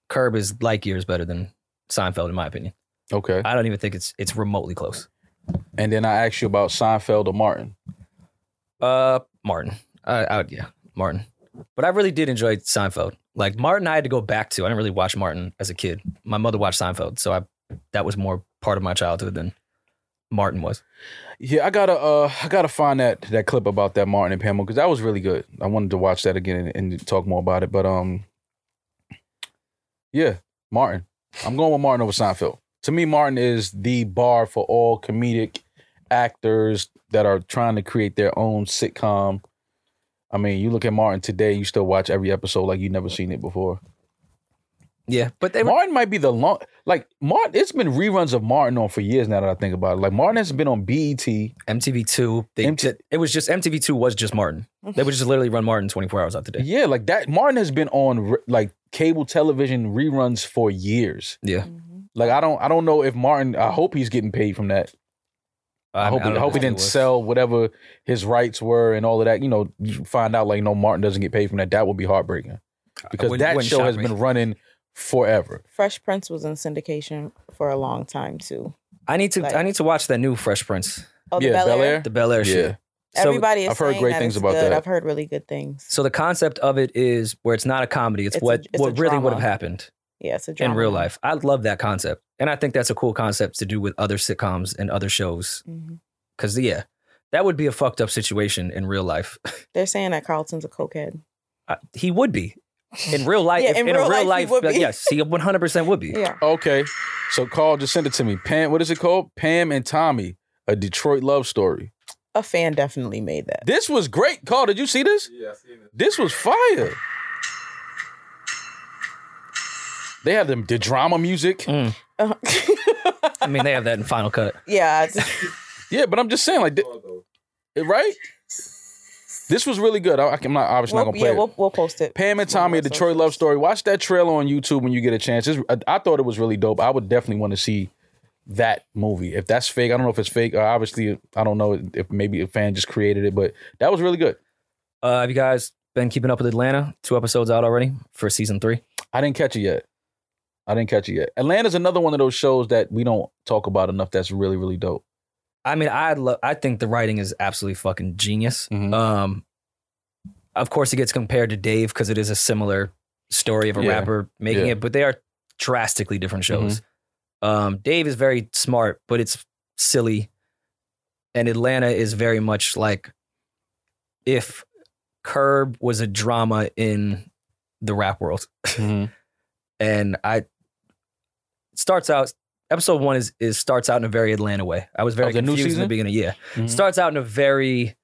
Speaker 1: Curb is light years better than Seinfeld, in my opinion.
Speaker 4: Okay.
Speaker 1: I don't even think it's it's remotely close.
Speaker 4: And then I asked you about Seinfeld or Martin.
Speaker 1: Uh, Martin. I, I would, yeah, Martin. But I really did enjoy Seinfeld. Like Martin, I had to go back to. I didn't really watch Martin as a kid. My mother watched Seinfeld, so I that was more part of my childhood than Martin was.
Speaker 4: Yeah, I gotta uh I gotta find that that clip about that Martin and Pamela because that was really good. I wanted to watch that again and, and talk more about it. But um Yeah, Martin. I'm going with Martin over Seinfeld. To me, Martin is the bar for all comedic actors that are trying to create their own sitcom. I mean, you look at Martin today, you still watch every episode like you never seen it before.
Speaker 1: Yeah, but they were.
Speaker 4: Martin might be the long like Martin. It's been reruns of Martin on for years now that I think about it. Like Martin has been on E BET.
Speaker 1: MTV Two. They
Speaker 4: MT
Speaker 1: it was just MTV Two was just Martin. They would just literally run Martin twenty four hours out the day.
Speaker 4: Mm-hmm. Yeah, like that. Martin has been on re- like cable television reruns for years.
Speaker 1: Yeah,
Speaker 4: Like I don't, I don't know if Martin. I hope he's getting paid from that. I, hope,
Speaker 1: mean,
Speaker 4: I
Speaker 1: don't know
Speaker 4: hope he
Speaker 1: if it
Speaker 4: didn't
Speaker 1: was.
Speaker 4: sell whatever his rights were and all of that. You know, you find out like no, Martin doesn't get paid from that. That would be heartbreaking because
Speaker 1: wouldn't-
Speaker 4: that
Speaker 1: wouldn't
Speaker 4: show
Speaker 1: shock
Speaker 4: has
Speaker 1: me.
Speaker 4: been running forever.
Speaker 5: Fresh Prince was in syndication for a long time too.
Speaker 1: I need to.
Speaker 5: Like-
Speaker 1: I need to watch that new Fresh Prince,
Speaker 5: Oh, the
Speaker 4: Yeah,
Speaker 5: Bel
Speaker 4: Bel-Air?
Speaker 5: Air.
Speaker 1: the Bel Air shit. So-
Speaker 5: Everybody is
Speaker 4: I've heard
Speaker 5: saying
Speaker 4: great
Speaker 5: that
Speaker 4: things
Speaker 5: it's
Speaker 4: about
Speaker 5: good.
Speaker 4: that.
Speaker 5: I've heard really good things.
Speaker 1: So the concept of it is where it's not a comedy; it's,
Speaker 5: It's a-
Speaker 1: what
Speaker 5: it's a
Speaker 1: what really would have
Speaker 5: drama.
Speaker 1: happened
Speaker 5: Yeah, it's a
Speaker 1: in
Speaker 5: drama.
Speaker 1: real life. I love that concept, and I think that's a cool concept to do with other sitcoms and other shows.
Speaker 5: Mhm.
Speaker 1: Because yeah, that would be a fucked up situation in real life. (laughs)
Speaker 5: They're saying that Carlton's a cokehead.
Speaker 1: I- he would be in real life.
Speaker 5: Yeah,
Speaker 1: if-
Speaker 5: in
Speaker 1: a
Speaker 5: real life, he would
Speaker 1: like,
Speaker 5: be.
Speaker 1: yes, he one hundred percent would be.
Speaker 5: (laughs) Yeah.
Speaker 4: Okay, so Carl just sent it to me. Pam, what is it called? Pam and Tommy, a Detroit love story.
Speaker 5: A fan definitely made that. (laughs)
Speaker 4: This was great, Carl. Did you see this? Yeah, I seen it. This was fire. They had them the drama music.
Speaker 5: Uh-huh.
Speaker 1: I mean, they have that in Final Cut.
Speaker 5: yeah. I just-
Speaker 4: Yeah, but I'm just saying, like, th- Eh, right? This was really good. I, am not obviously
Speaker 5: we'll,
Speaker 4: not gonna play
Speaker 5: yeah,
Speaker 4: it.
Speaker 5: we'll, we'll post it.
Speaker 4: Pam and
Speaker 5: We'll
Speaker 4: Tommy, a
Speaker 5: post it.
Speaker 4: Detroit love story. Watch that trailer on YouTube when you get a chance. It's, I, I thought it was really dope. I would definitely want to see that movie. If that's fake, I don't know if it's fake. Uh, obviously, I don't know if maybe a fan just created it, but that was really good.
Speaker 1: Uh, have you guys been keeping up with Atlanta? Two episodes out already for season three.
Speaker 4: I didn't catch it yet. I didn't catch it yet. Atlanta's another one of those shows that we don't talk about enough. That's really really dope.
Speaker 1: I mean, I love. I think the writing is absolutely fucking genius.
Speaker 4: Mm-hmm.
Speaker 1: Um, of course, it gets compared to Dave because it is a similar story of a
Speaker 4: Yeah.
Speaker 1: rapper making
Speaker 4: Yeah. Mm-hmm.
Speaker 1: it, but they are drastically different shows. Um, Dave is very smart, but it's silly, and Atlanta is very much like if Curb was a drama in the rap world,
Speaker 4: (laughs)
Speaker 1: and I it starts out. Episode one is is starts out in a very Atlanta way. I was very
Speaker 4: the new
Speaker 1: confused in the
Speaker 4: season?
Speaker 1: beginning. Yeah,
Speaker 4: Mhm.
Speaker 1: starts out in a very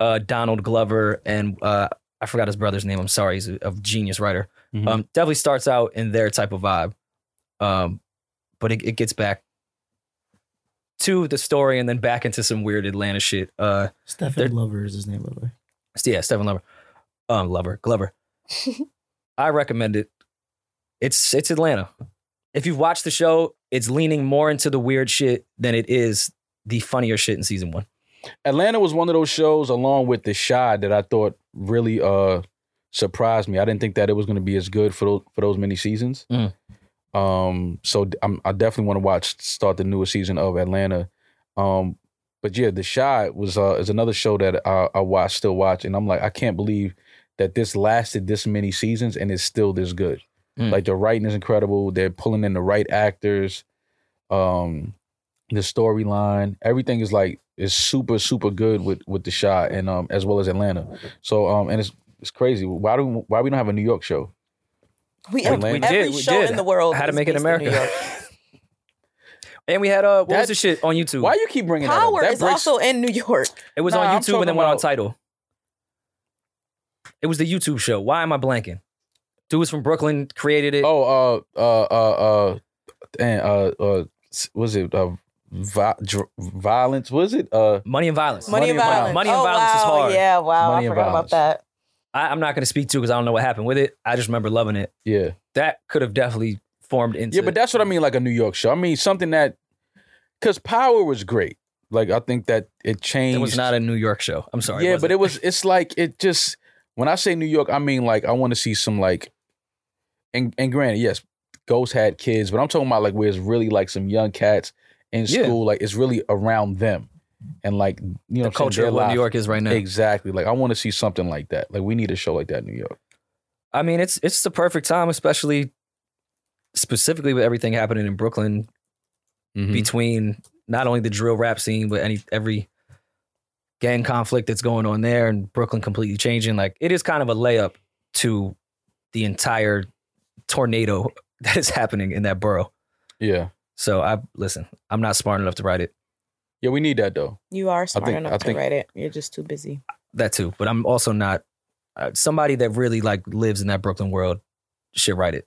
Speaker 1: uh, Donald Glover and uh, I forgot his brother's name. I'm sorry. He's a, a genius writer.
Speaker 4: Mhm.
Speaker 1: Um, definitely starts out in their type of vibe. Um, but it, it gets back to the story and then back into some weird Atlanta shit. Uh, They're-
Speaker 3: Stefan Lover is his name, by the way.
Speaker 1: so yeah, Stephen Lover, um, Lover Glover. I recommend it. It's it's Atlanta. If you've watched the show, it's leaning more into the weird shit than it is the funnier shit in season one.
Speaker 4: Atlanta was one of those shows, along with The Shy, that I thought really uh surprised me. I didn't think that it was going to be as good for those for those many seasons.
Speaker 1: Mm.
Speaker 4: Um, so d- I'm, I definitely want to watch start the newest season of Atlanta. Um, but yeah, The Shy was uh, is another show that I, I watch still watch, and I'm like, I can't believe that this lasted this many seasons and it's still this good.
Speaker 1: Mm.
Speaker 4: Like the writing is incredible. They're pulling in the right actors. Um, the storyline, everything is like is super super good with with the shot and um as well as Atlanta. So um and it's it's crazy. Why do why we don't have a New York show?
Speaker 5: We,
Speaker 4: Atlanta.
Speaker 5: every
Speaker 4: We
Speaker 1: did, we
Speaker 5: show
Speaker 1: did.
Speaker 5: in the world.
Speaker 1: How to
Speaker 5: is
Speaker 1: Make It in
Speaker 5: based
Speaker 1: America.
Speaker 5: in New York.
Speaker 1: And we had uh, what was
Speaker 4: That-
Speaker 1: the shit on YouTube?
Speaker 4: Why you keep bringing that up?
Speaker 5: Power
Speaker 4: That
Speaker 5: is
Speaker 4: breaks-
Speaker 5: also in New York.
Speaker 1: It was
Speaker 4: Nah,
Speaker 1: on YouTube
Speaker 4: I'm
Speaker 1: and then
Speaker 4: talking
Speaker 1: went on
Speaker 4: about-
Speaker 1: Title. It was the YouTube show. Why am I blanking? Dude was from Brooklyn, created it.
Speaker 4: oh uh uh uh uh and uh uh s- was it uh vi- dr- violence? Was it uh
Speaker 1: Money and Violence.
Speaker 5: Money, and violence.
Speaker 1: Money and
Speaker 5: oh,
Speaker 1: Violence
Speaker 5: wow.
Speaker 1: is hard.
Speaker 5: Yeah, wow.
Speaker 4: Money
Speaker 5: I
Speaker 4: and
Speaker 5: forgot
Speaker 4: Violence.
Speaker 5: about that.
Speaker 1: I, I'm not going to speak to because I don't know what happened with it. I just remember loving it.
Speaker 4: yeah
Speaker 1: That could have definitely formed into.
Speaker 4: yeah? But that's what I mean, like a New York show. I mean something that because Power was great. Like I think that it changed.
Speaker 1: It was not a New York show. I'm sorry.
Speaker 4: yeah,
Speaker 1: was
Speaker 4: but it was. It's like it just. When I say New York, I mean like I want to see some like, and and granted, yes, Ghost had kids, but I'm talking about like where it's really like some young cats in
Speaker 1: Yeah.
Speaker 4: school. Like it's really around them, and like you know
Speaker 1: the
Speaker 4: what I'm saying,
Speaker 1: culture
Speaker 4: their
Speaker 1: of what
Speaker 4: life.
Speaker 1: New York is right now.
Speaker 4: Exactly. Like I want to see something like that. Like we need a show like that in New York.
Speaker 1: I mean, it's it's the perfect time, especially specifically with everything happening in Brooklyn
Speaker 4: Hmm.
Speaker 1: Mm-hmm. between not only the drill rap scene, but any every gang conflict that's going on there and Brooklyn completely changing. Like it is kind of a layup to the entire tornado (laughs) that is happening in that borough.
Speaker 4: Yeah.
Speaker 1: So I listen, I'm not smart enough to write it.
Speaker 4: Yeah, we need that though.
Speaker 5: You are smart
Speaker 4: think-
Speaker 5: enough
Speaker 4: I
Speaker 5: to
Speaker 4: think-
Speaker 5: write it. You're just too busy.
Speaker 1: That too, but I'm also not uh, somebody that really like lives in that Brooklyn world should write it.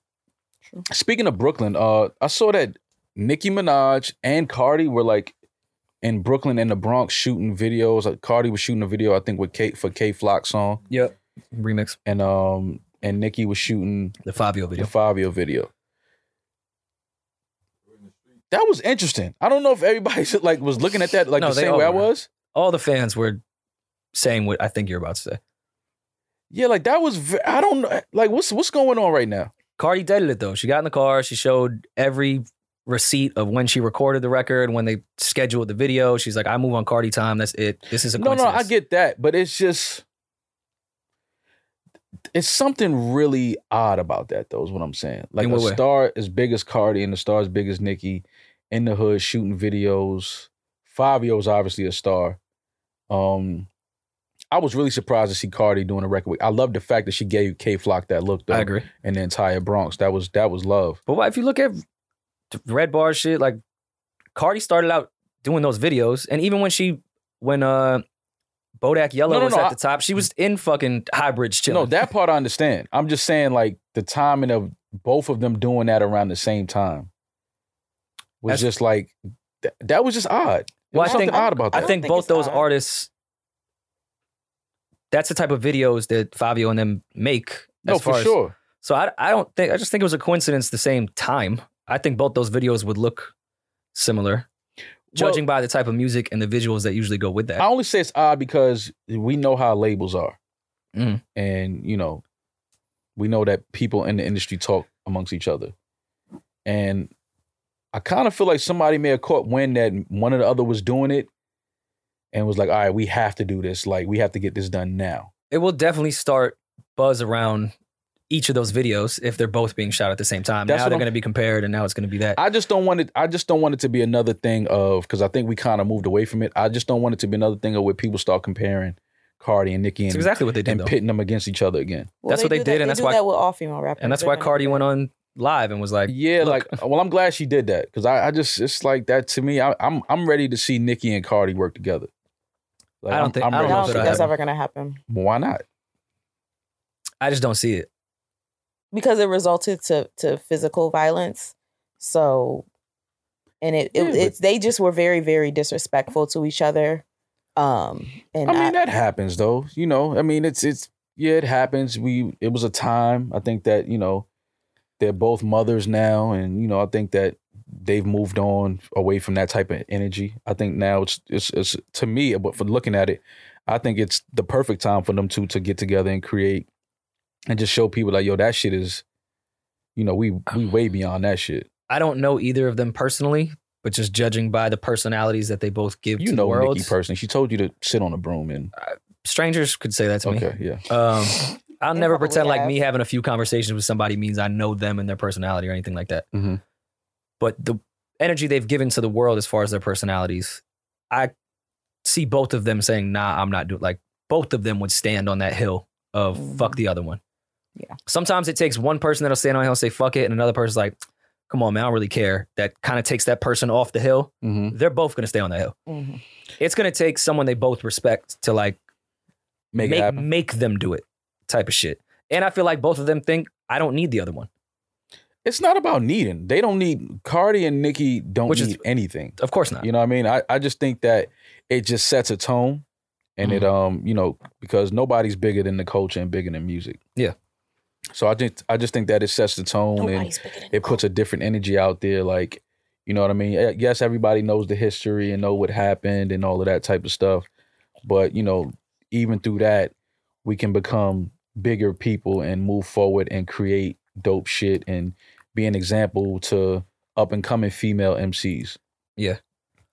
Speaker 4: Speaking of Brooklyn, uh, I saw that Nicki Minaj and Cardi were like in Brooklyn and the Bronx shooting videos. Like Cardi was shooting a video, I think, with Kate for K Flock song,
Speaker 1: Yep. Remix
Speaker 4: and um, and Nicki was shooting
Speaker 1: the Fabio
Speaker 4: the
Speaker 1: video.
Speaker 4: Fabio video. That was interesting. I don't know if everybody (laughs) like was looking at that like
Speaker 1: No,
Speaker 4: the
Speaker 1: they
Speaker 4: same
Speaker 1: all
Speaker 4: way I
Speaker 1: were.
Speaker 4: was.
Speaker 1: All the fans were saying what I think you're about to say.
Speaker 4: Yeah, like that was. ve- I don't know. Like, what's what's going on right now?
Speaker 1: Cardi deaded it though. She got in the car. She showed every receipt of when she recorded the record, when they scheduled the video. She's like, I move on Cardi time. That's it. This is a
Speaker 4: No, no, I
Speaker 1: coincidence."
Speaker 4: get that, but it's just it's something really odd about that, though. Is what I'm saying. Like
Speaker 1: In
Speaker 4: a
Speaker 1: what way?
Speaker 4: star as big as Cardi and a star as big as Nicki in the hood shooting videos. Fabio's obviously a star. Um, I was really surprised to see Cardi doing a record. With, I love the fact that she gave K Flock that look,
Speaker 1: I
Speaker 4: though,
Speaker 1: agree.
Speaker 4: and the entire Bronx. That was that was love.
Speaker 1: But why- if you look at the Red Bar shit, like Cardi started out doing those videos, and even when she when uh Bodak Yellow
Speaker 4: No, no,
Speaker 1: was
Speaker 4: no,
Speaker 1: at
Speaker 4: I-
Speaker 1: the top, she was in fucking High Bridge chilling.
Speaker 4: No, that part I understand. I'm just saying, like the timing of both of them doing that around the same time was
Speaker 1: That's-
Speaker 4: just like th- that was just odd.
Speaker 1: Well, I
Speaker 4: There's something
Speaker 1: think-
Speaker 4: odd about
Speaker 1: I
Speaker 4: that.
Speaker 5: don't
Speaker 1: think,
Speaker 5: think
Speaker 1: both
Speaker 5: it's
Speaker 1: those
Speaker 5: odd.
Speaker 1: artists. That's the type of videos that Fabio and them make.
Speaker 4: no,
Speaker 1: as far
Speaker 4: for
Speaker 1: as-
Speaker 4: sure.
Speaker 1: So I, I don't think I just think it was a coincidence. The same time, I think both those videos would look similar, judging by the type of music and the visuals that usually go with that.
Speaker 4: I only say it's odd because we know how labels are,
Speaker 1: Mm.
Speaker 4: and you know, we know that people in the industry talk amongst each other, and I kind of feel like somebody may have caught wind that one or the other was doing it, and was like, "All right, we have to do this. Like, we have to get this done now."
Speaker 1: it will definitely start buzz around each of those videos if they're both being shot at the same time.
Speaker 4: That's
Speaker 1: now
Speaker 4: what
Speaker 1: they're
Speaker 4: I'm-
Speaker 1: going to be compared, and now it's going to be that.
Speaker 4: I just don't want it. I just don't want it to be another thing of because I think we kind of moved away from it. I just don't want it to be another thing of where people start comparing Cardi and Nicki
Speaker 1: It's
Speaker 4: and,
Speaker 1: exactly what they did,
Speaker 4: and
Speaker 1: though.
Speaker 4: pitting them against each other again.
Speaker 5: Well,
Speaker 1: That's what they
Speaker 5: do
Speaker 1: did,
Speaker 5: that-
Speaker 1: and that's
Speaker 5: do
Speaker 1: why-
Speaker 5: that with all female rappers.
Speaker 1: and that's
Speaker 5: They're
Speaker 1: why
Speaker 5: gonna
Speaker 1: Cardi
Speaker 5: do
Speaker 1: went
Speaker 5: that.
Speaker 1: on live and was like,
Speaker 4: Yeah,
Speaker 1: look.
Speaker 4: like well, I'm glad she did that because I, I just it's like that to me. I, I'm I'm ready to see Nicki and Cardi work together. Like,
Speaker 1: I don't
Speaker 4: I'm-
Speaker 1: think-
Speaker 4: I'm
Speaker 1: I
Speaker 5: I
Speaker 1: don't
Speaker 4: ready
Speaker 1: know
Speaker 5: don't
Speaker 4: for
Speaker 1: if
Speaker 5: think
Speaker 1: that'll
Speaker 5: that's
Speaker 4: that.
Speaker 1: happen.
Speaker 5: ever gonna happen
Speaker 4: Why not?
Speaker 1: I just don't see it.
Speaker 5: because it resulted to to physical violence. So, and it,
Speaker 1: Hmm.
Speaker 4: Yeah,
Speaker 5: it
Speaker 4: but-
Speaker 5: it's they just were very very disrespectful to each other. Um, and
Speaker 4: I mean,
Speaker 5: I-
Speaker 4: that happens though. You know, I mean, it's it's yeah, it happens. We it was a time. I think that you know they're both mothers now, and you know, I think that they've moved on away from that type of energy. I think now it's it's, it's to me, but for looking at it, I think it's the perfect time for them two to get together and create and just show people like, yo, that shit is, you know, we
Speaker 1: (sighs)
Speaker 4: we way beyond that shit.
Speaker 1: I don't know either of them personally, but just judging by the personalities that they both give
Speaker 4: You
Speaker 1: to the
Speaker 4: know,
Speaker 1: world,
Speaker 4: Nikki personally, she told you to sit on a broom and
Speaker 1: strangers could say that to me.
Speaker 4: okay, yeah.
Speaker 1: Um, I'll
Speaker 5: They
Speaker 1: never
Speaker 5: probably
Speaker 1: pretend like
Speaker 5: have.
Speaker 1: me having a few conversations with somebody means I know them and their personality or anything like that.
Speaker 4: Mhm.
Speaker 1: But the energy they've given to the world as far as their personalities, I see both of them saying, nah, I'm not doing like both of them would stand on that hill of
Speaker 5: Mhm.
Speaker 1: fuck the other one.
Speaker 5: Yeah.
Speaker 1: Sometimes it takes one person that'll stand on a hill and say fuck it, and another person's like, come on, man, I don't really care. That kind of takes that person off the hill.
Speaker 4: Mm-hmm.
Speaker 1: They're both gonna stay on the hill.
Speaker 5: Mhm.
Speaker 1: It's gonna take someone they both respect to like
Speaker 4: Make, it
Speaker 1: make
Speaker 4: happen.
Speaker 1: make them do it type of shit. And I feel like both of them think I don't need the other one.
Speaker 4: it's not about needing. They don't need Cardi and Nicki don't
Speaker 1: Which is-
Speaker 4: need anything.
Speaker 1: Of course not.
Speaker 4: You know what I mean? I, I just think that it just sets a tone and
Speaker 1: Mm-hmm.
Speaker 4: it um, you know, because nobody's bigger than the culture and bigger than music.
Speaker 1: Yeah.
Speaker 4: So I just I just think that it sets the tone and
Speaker 5: Nobody's bigger than
Speaker 4: it puts a different energy out there. Like, you know what I mean? Yeah, Yes, everybody knows the history and know what happened and all of that type of stuff. But, you know, even through that, we can become bigger people and move forward and create dope shit and be an example to up and coming female MCs.
Speaker 1: Yeah.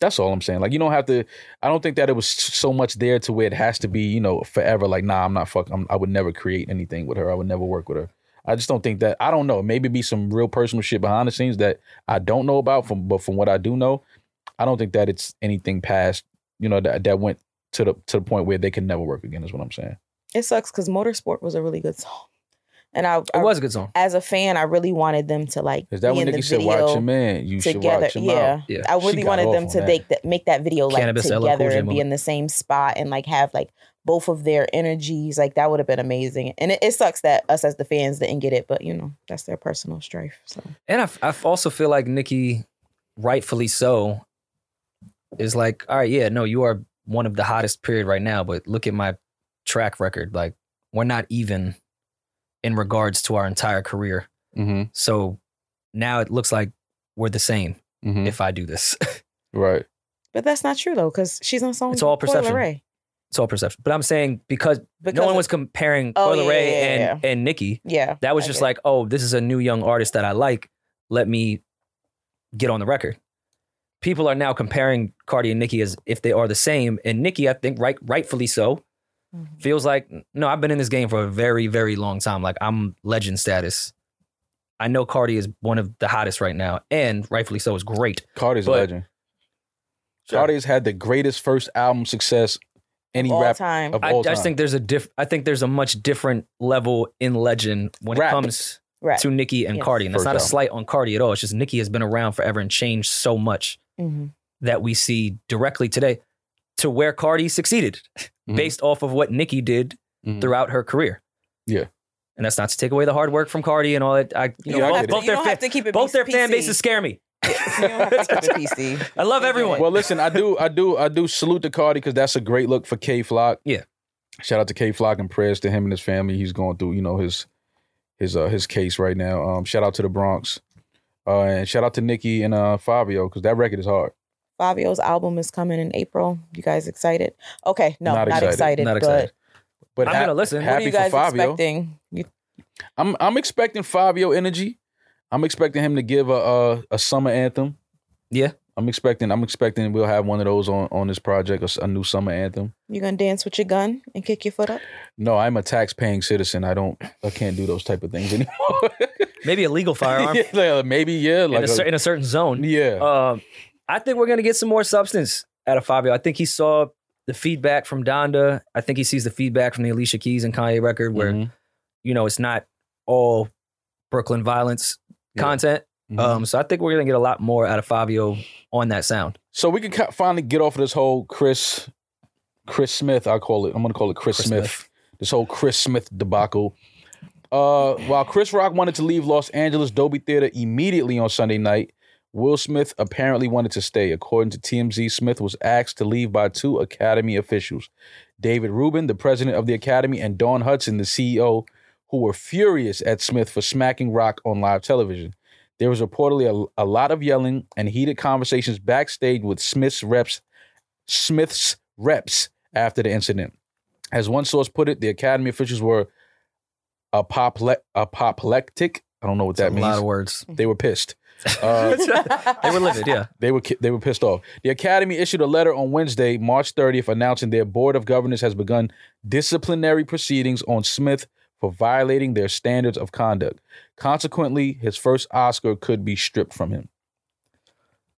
Speaker 4: That's all I'm saying. Like, you don't have to, I don't think that it was so much there to where it has to be, you know, forever. Like, nah, I'm not fuck. I'm, I would never create anything with her. I would never work with her. I just don't think that. I don't know. Maybe be some real personal shit behind the scenes that I don't know about. From but from what I do know, I don't think that it's anything past. You know that that went to the to the point where they can never work again. Is what I'm saying.
Speaker 5: It sucks because Motorsport was a really good song, and I,
Speaker 1: it
Speaker 5: I-
Speaker 1: was a good song.
Speaker 5: as a fan, I really wanted them to like
Speaker 4: Is that
Speaker 5: be
Speaker 4: when
Speaker 5: in the
Speaker 4: Nicki said, "Watch
Speaker 5: video
Speaker 4: your man. You should
Speaker 5: together.
Speaker 4: watch him
Speaker 5: Yeah.
Speaker 4: out."
Speaker 1: Yeah.
Speaker 5: I
Speaker 4: She
Speaker 5: really
Speaker 4: got
Speaker 5: wanted
Speaker 4: off
Speaker 5: them
Speaker 4: on
Speaker 5: to
Speaker 4: that.
Speaker 5: make that make that video like
Speaker 1: Cannabis, LL Cool
Speaker 5: together
Speaker 1: J
Speaker 5: and be
Speaker 1: moment.
Speaker 5: in the same spot and like have like both of their energies. Like that would have been amazing. And it, it sucks that us as the fans didn't get it, but you know that's their personal strife. So
Speaker 1: And I, f- I f- also feel like Nikki, rightfully so, is like, all right, yeah, no, you are one of the hottest period right now, but look at my track record. Like, we're not even in regards to our entire career.
Speaker 4: hmm
Speaker 1: So now it looks like we're the same
Speaker 5: Mm-hmm.
Speaker 4: hmm
Speaker 1: if I do this. (laughs)
Speaker 4: Right.
Speaker 5: But that's not true though, because she's on song.
Speaker 1: It's all
Speaker 5: with Coi
Speaker 1: perception.
Speaker 5: Leray.
Speaker 1: it's all perception. But I'm saying because,
Speaker 5: Because
Speaker 1: no one was comparing
Speaker 5: Oh,
Speaker 1: oh,
Speaker 5: yeah,
Speaker 1: Ray
Speaker 5: yeah, yeah,
Speaker 1: and,
Speaker 5: yeah.
Speaker 1: and Nikki.
Speaker 5: Yeah,
Speaker 1: That was
Speaker 5: I
Speaker 1: just
Speaker 5: get it.
Speaker 1: like, oh, this is a new young artist that I like. Let me get on the record. People are now comparing Cardi and Nicki as if they are the same. And Nicki, I think, right, rightfully so,
Speaker 5: Mhm.
Speaker 1: feels like, no, I've been in this game for a very, very long time. Like I'm legend status. I know Cardi is one of the hottest right now, and rightfully so is great.
Speaker 4: Cardi's a
Speaker 1: But-
Speaker 4: legend. Cardi's had the greatest first album success any
Speaker 5: all
Speaker 4: rap
Speaker 5: time.
Speaker 4: of
Speaker 1: I, I
Speaker 4: all time.
Speaker 1: just think there's a diff. I think there's a much different level in legend when it
Speaker 4: Rap.
Speaker 1: comes
Speaker 5: right.
Speaker 1: to Nicki and
Speaker 5: Yes.
Speaker 1: Cardi, and it's
Speaker 4: First
Speaker 1: not a
Speaker 4: album.
Speaker 1: slight on Cardi at all. It's just Nicki has been around forever and changed so much.
Speaker 5: Mhm.
Speaker 1: that we see directly today to where Cardi succeeded
Speaker 4: Mhm.
Speaker 1: based off of what Nicki did
Speaker 4: Mhm.
Speaker 1: throughout her career.
Speaker 4: Yeah.
Speaker 1: And that's not to take away the hard work from Cardi and all that. I, you
Speaker 4: You
Speaker 1: know,
Speaker 4: don't
Speaker 1: both,
Speaker 4: have to-
Speaker 1: both
Speaker 5: you
Speaker 1: their
Speaker 5: don't
Speaker 1: fa-
Speaker 5: have to keep it
Speaker 1: both their
Speaker 5: PC.
Speaker 1: fan bases scare me.
Speaker 5: (laughs) You
Speaker 1: (laughs)
Speaker 5: don't have to keep it PC.
Speaker 1: I love
Speaker 5: They get
Speaker 1: everyone.
Speaker 5: it.
Speaker 4: Well, listen, I do, I do, I do salute to Cardi because that's a great look for K Flock.
Speaker 1: Yeah.
Speaker 4: Shout out to K Flock and prayers to him and his family. He's going through, you know, his his uh his case right now. Um, shout out to the Bronx. Uh, and shout out to Nikki and uh Fabio because that record is hard.
Speaker 5: Fabio's album is coming in April. You guys excited? Okay, no,
Speaker 4: Not
Speaker 5: not,
Speaker 4: excited.
Speaker 5: excited.
Speaker 1: Not
Speaker 5: but
Speaker 1: excited.
Speaker 4: But
Speaker 1: I'm
Speaker 4: hap-
Speaker 1: gonna listen. What
Speaker 5: What are
Speaker 4: Happy
Speaker 5: you guys
Speaker 4: for Fabio.
Speaker 5: expecting? You,
Speaker 4: I'm I'm expecting Fabio energy. I'm expecting him to give a a, a summer anthem.
Speaker 1: Yeah.
Speaker 4: I'm expecting. I'm expecting we'll have one of those on on this project, a s- a, new summer anthem.
Speaker 5: you gonna dance with your gun and kick your foot up?
Speaker 4: No, I'm a tax paying citizen. I don't. I can't do those type of things (laughs) anymore.
Speaker 1: Maybe a
Speaker 4: (laughs)
Speaker 1: legal firearm
Speaker 4: yeah, like, uh, maybe yeah,
Speaker 1: in,
Speaker 4: like
Speaker 1: a,
Speaker 4: a-
Speaker 1: cer- in a certain zone.
Speaker 4: yeah.
Speaker 1: Um, I think we're going to get some more substance out of Fabio. I think he saw the feedback from Donda. I think he sees the feedback from the Alicia Keys and Kanye record where,
Speaker 4: Mhm,
Speaker 1: you know, it's not all Brooklyn violence
Speaker 4: Yeah.
Speaker 1: content.
Speaker 4: mhm.
Speaker 1: Um, so I think we're gonna get a lot more out of Fabio on that sound.
Speaker 4: so we can ca- finally get off of this whole Chris, Chris Smith. I call it. I'm gonna call it Chris,
Speaker 1: Chris
Speaker 4: Smith.
Speaker 1: Smith.
Speaker 4: This whole Chris Smith debacle. Uh, while Chris Rock wanted to leave Los Angeles Dolby Theater immediately on Sunday night Will Smith apparently wanted to stay. According to TMZ, Smith was asked to leave by two Academy officials David Rubin, the president of the Academy, and Don Hudson, the E CEO, who were furious at Smith for smacking Rock on live television. There was reportedly a, a lot of yelling and heated conversations backstage with Smith's reps, Smith's reps after the incident. As one source put it, the Academy officials were apople- apoplectic. I don't know what
Speaker 1: It's
Speaker 4: that
Speaker 1: a
Speaker 4: means.
Speaker 1: lot of words.
Speaker 4: They were pissed.
Speaker 1: (laughs)
Speaker 5: (laughs)
Speaker 4: Uh,
Speaker 1: They were livid,
Speaker 4: (laughs)
Speaker 1: yeah.
Speaker 4: they were ki- they were pissed off. The academy issued a letter on Wednesday, March 30th, announcing their board of governors has begun disciplinary proceedings on Smith for violating their standards of conduct. Consequently, his first Oscar could be stripped from him.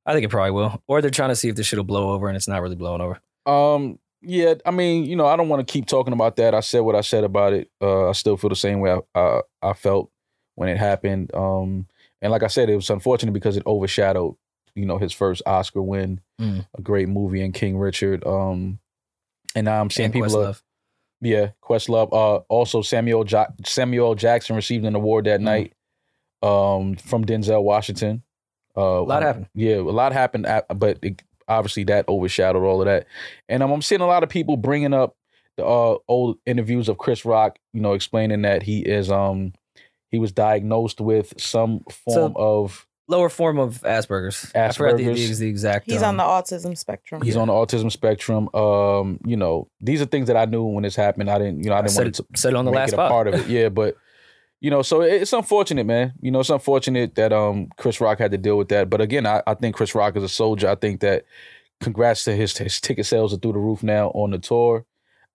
Speaker 1: I think it probably will. Or they're trying to see if this shit will blow over and it's not really blowing over.
Speaker 4: Um, yeah, I mean, you know, I don't want to keep talking about that. I said what I said about it. Uh, I still feel the same way I, I I felt when it happened. Um, and like I said, it was unfortunate because it overshadowed, you know, his first Oscar win,
Speaker 1: Mm.
Speaker 4: a great movie in King Richard. Um, and now I'm seeing
Speaker 1: And
Speaker 4: people, are,
Speaker 1: Questlove.
Speaker 4: yeah, Questlove. Uh, also Samuel ja- Samuel Jackson received an award that
Speaker 1: Mm.
Speaker 4: night, um, from Denzel Washington. Uh,
Speaker 1: a lot
Speaker 4: um,
Speaker 1: happened.
Speaker 4: yeah, a lot happened, a- but it, obviously that overshadowed all of that. And um, I'm seeing a lot of people bringing up the uh, old interviews of Chris Rock, you know, explaining that he is um he was diagnosed with some form of
Speaker 1: Lower form of Asperger's. I forgot the, the,
Speaker 4: Asperger's.
Speaker 1: the exact.
Speaker 5: He's
Speaker 1: um,
Speaker 5: on the autism spectrum.
Speaker 4: he's on the autism spectrum. Um, you know, these are things that I knew when this happened. I didn't, you know, I
Speaker 1: I
Speaker 4: didn't
Speaker 1: said,
Speaker 4: want to
Speaker 1: it, said it on the
Speaker 4: make
Speaker 1: last
Speaker 4: it a
Speaker 1: pod. (laughs)
Speaker 4: part of it. Yeah, but you know, so it- it's unfortunate, man. You know, it's unfortunate that um Chris Rock had to deal with that. But again, I, I think Chris Rock is a soldier. I think that congrats to his his ticket sales are through the roof now on the tour.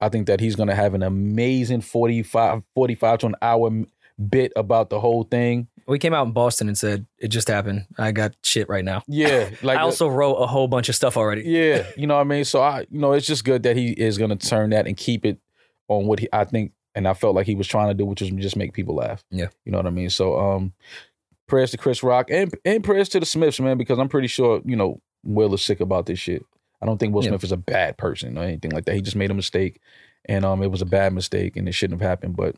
Speaker 4: I think that he's gonna have an amazing 45, 45 to an hour m- bit about the whole thing.
Speaker 1: We came out in Boston and said it just happened. I got shit right now.
Speaker 4: (laughs) Yeah, like
Speaker 1: I also wrote a whole bunch of stuff already.
Speaker 4: yeah, you know what I mean. So I, you know, it's just good that he is gonna turn that and keep it on what he I think and I felt like he was trying to do, which was just make people laugh.
Speaker 1: Yeah.
Speaker 4: you know what I mean. So um, prayers to Chris Rock and and prayers to the Smiths, man, because I'm pretty sure you know Will is sick about this shit. I don't think Will
Speaker 1: Yeah.
Speaker 4: Smith is a bad person or anything like that. He just made a mistake, and um, it was a bad mistake, and it shouldn't have happened. But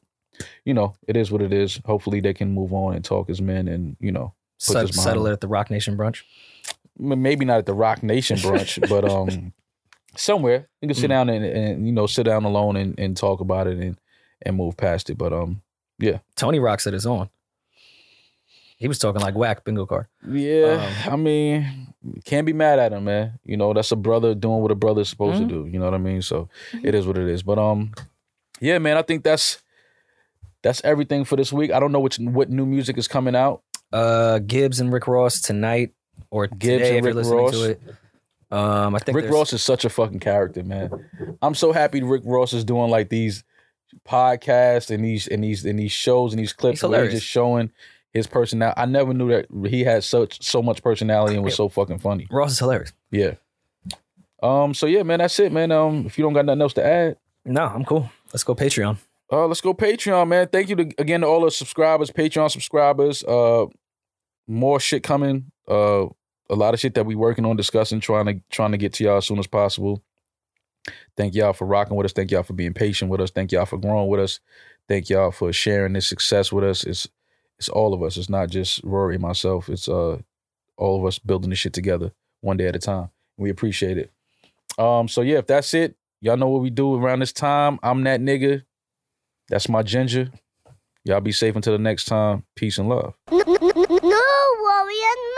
Speaker 4: you know, it is what it is. Hopefully, they can move on and talk as men, and you know, Put
Speaker 1: Set-
Speaker 4: this behind
Speaker 1: settle
Speaker 4: me.
Speaker 1: it at the Rock Nation brunch.
Speaker 4: m- maybe not at the Rock Nation brunch, but um, somewhere you can sit
Speaker 1: Mm.
Speaker 4: down and, and you know sit down alone and, and talk about it and and move past it. But um,
Speaker 1: Tony Rock said it's on. He was talking like whack bingo card.
Speaker 4: yeah, um, I mean, can't be mad at him, man. You know that's a brother doing what a brother's supposed
Speaker 1: Mhm.
Speaker 4: to do. You know what I mean? So it is what it is. But um, yeah, man, I think that's that's everything for this week. I don't know which what new music is coming out.
Speaker 1: Uh, Gibbs and Rick Ross tonight or
Speaker 4: Gibbs
Speaker 1: today
Speaker 4: and
Speaker 1: if you're
Speaker 4: Rick
Speaker 1: listening
Speaker 4: Ross.
Speaker 1: to it. Um, I think
Speaker 4: Rick
Speaker 1: there's-
Speaker 4: Ross is such a fucking character, man. I'm so happy Rick Ross is doing like these podcasts and these and these and these shows and these clips
Speaker 1: He's
Speaker 4: where he's
Speaker 1: hilarious.
Speaker 4: just showing his personality. I never knew that he had such so much personality and was so fucking funny.
Speaker 1: Ross is hilarious.
Speaker 4: Yeah. Um. So yeah, man. That's it, man. Um. If you don't got nothing else to add,
Speaker 1: No, I'm cool. Let's go Patreon.
Speaker 4: uh, let's go Patreon, man. Thank you to, again to all the subscribers, Patreon subscribers. Uh, more shit coming. Uh, a lot of shit that we working on, discussing, trying to trying to get to y'all as soon as possible. Thank y'all for rocking with us. Thank y'all for being patient with us. Thank y'all for growing with us. Thank y'all for sharing this success with us. It's it's all of us. It's not just Rory and myself. It's uh all of us building this shit together one day at a time. We appreciate it. Um, so yeah, if that's it, y'all know what we do around this time. I'm that nigga. That's my ginger. Y'all be safe until the next time. Peace and love.
Speaker 2: No worry and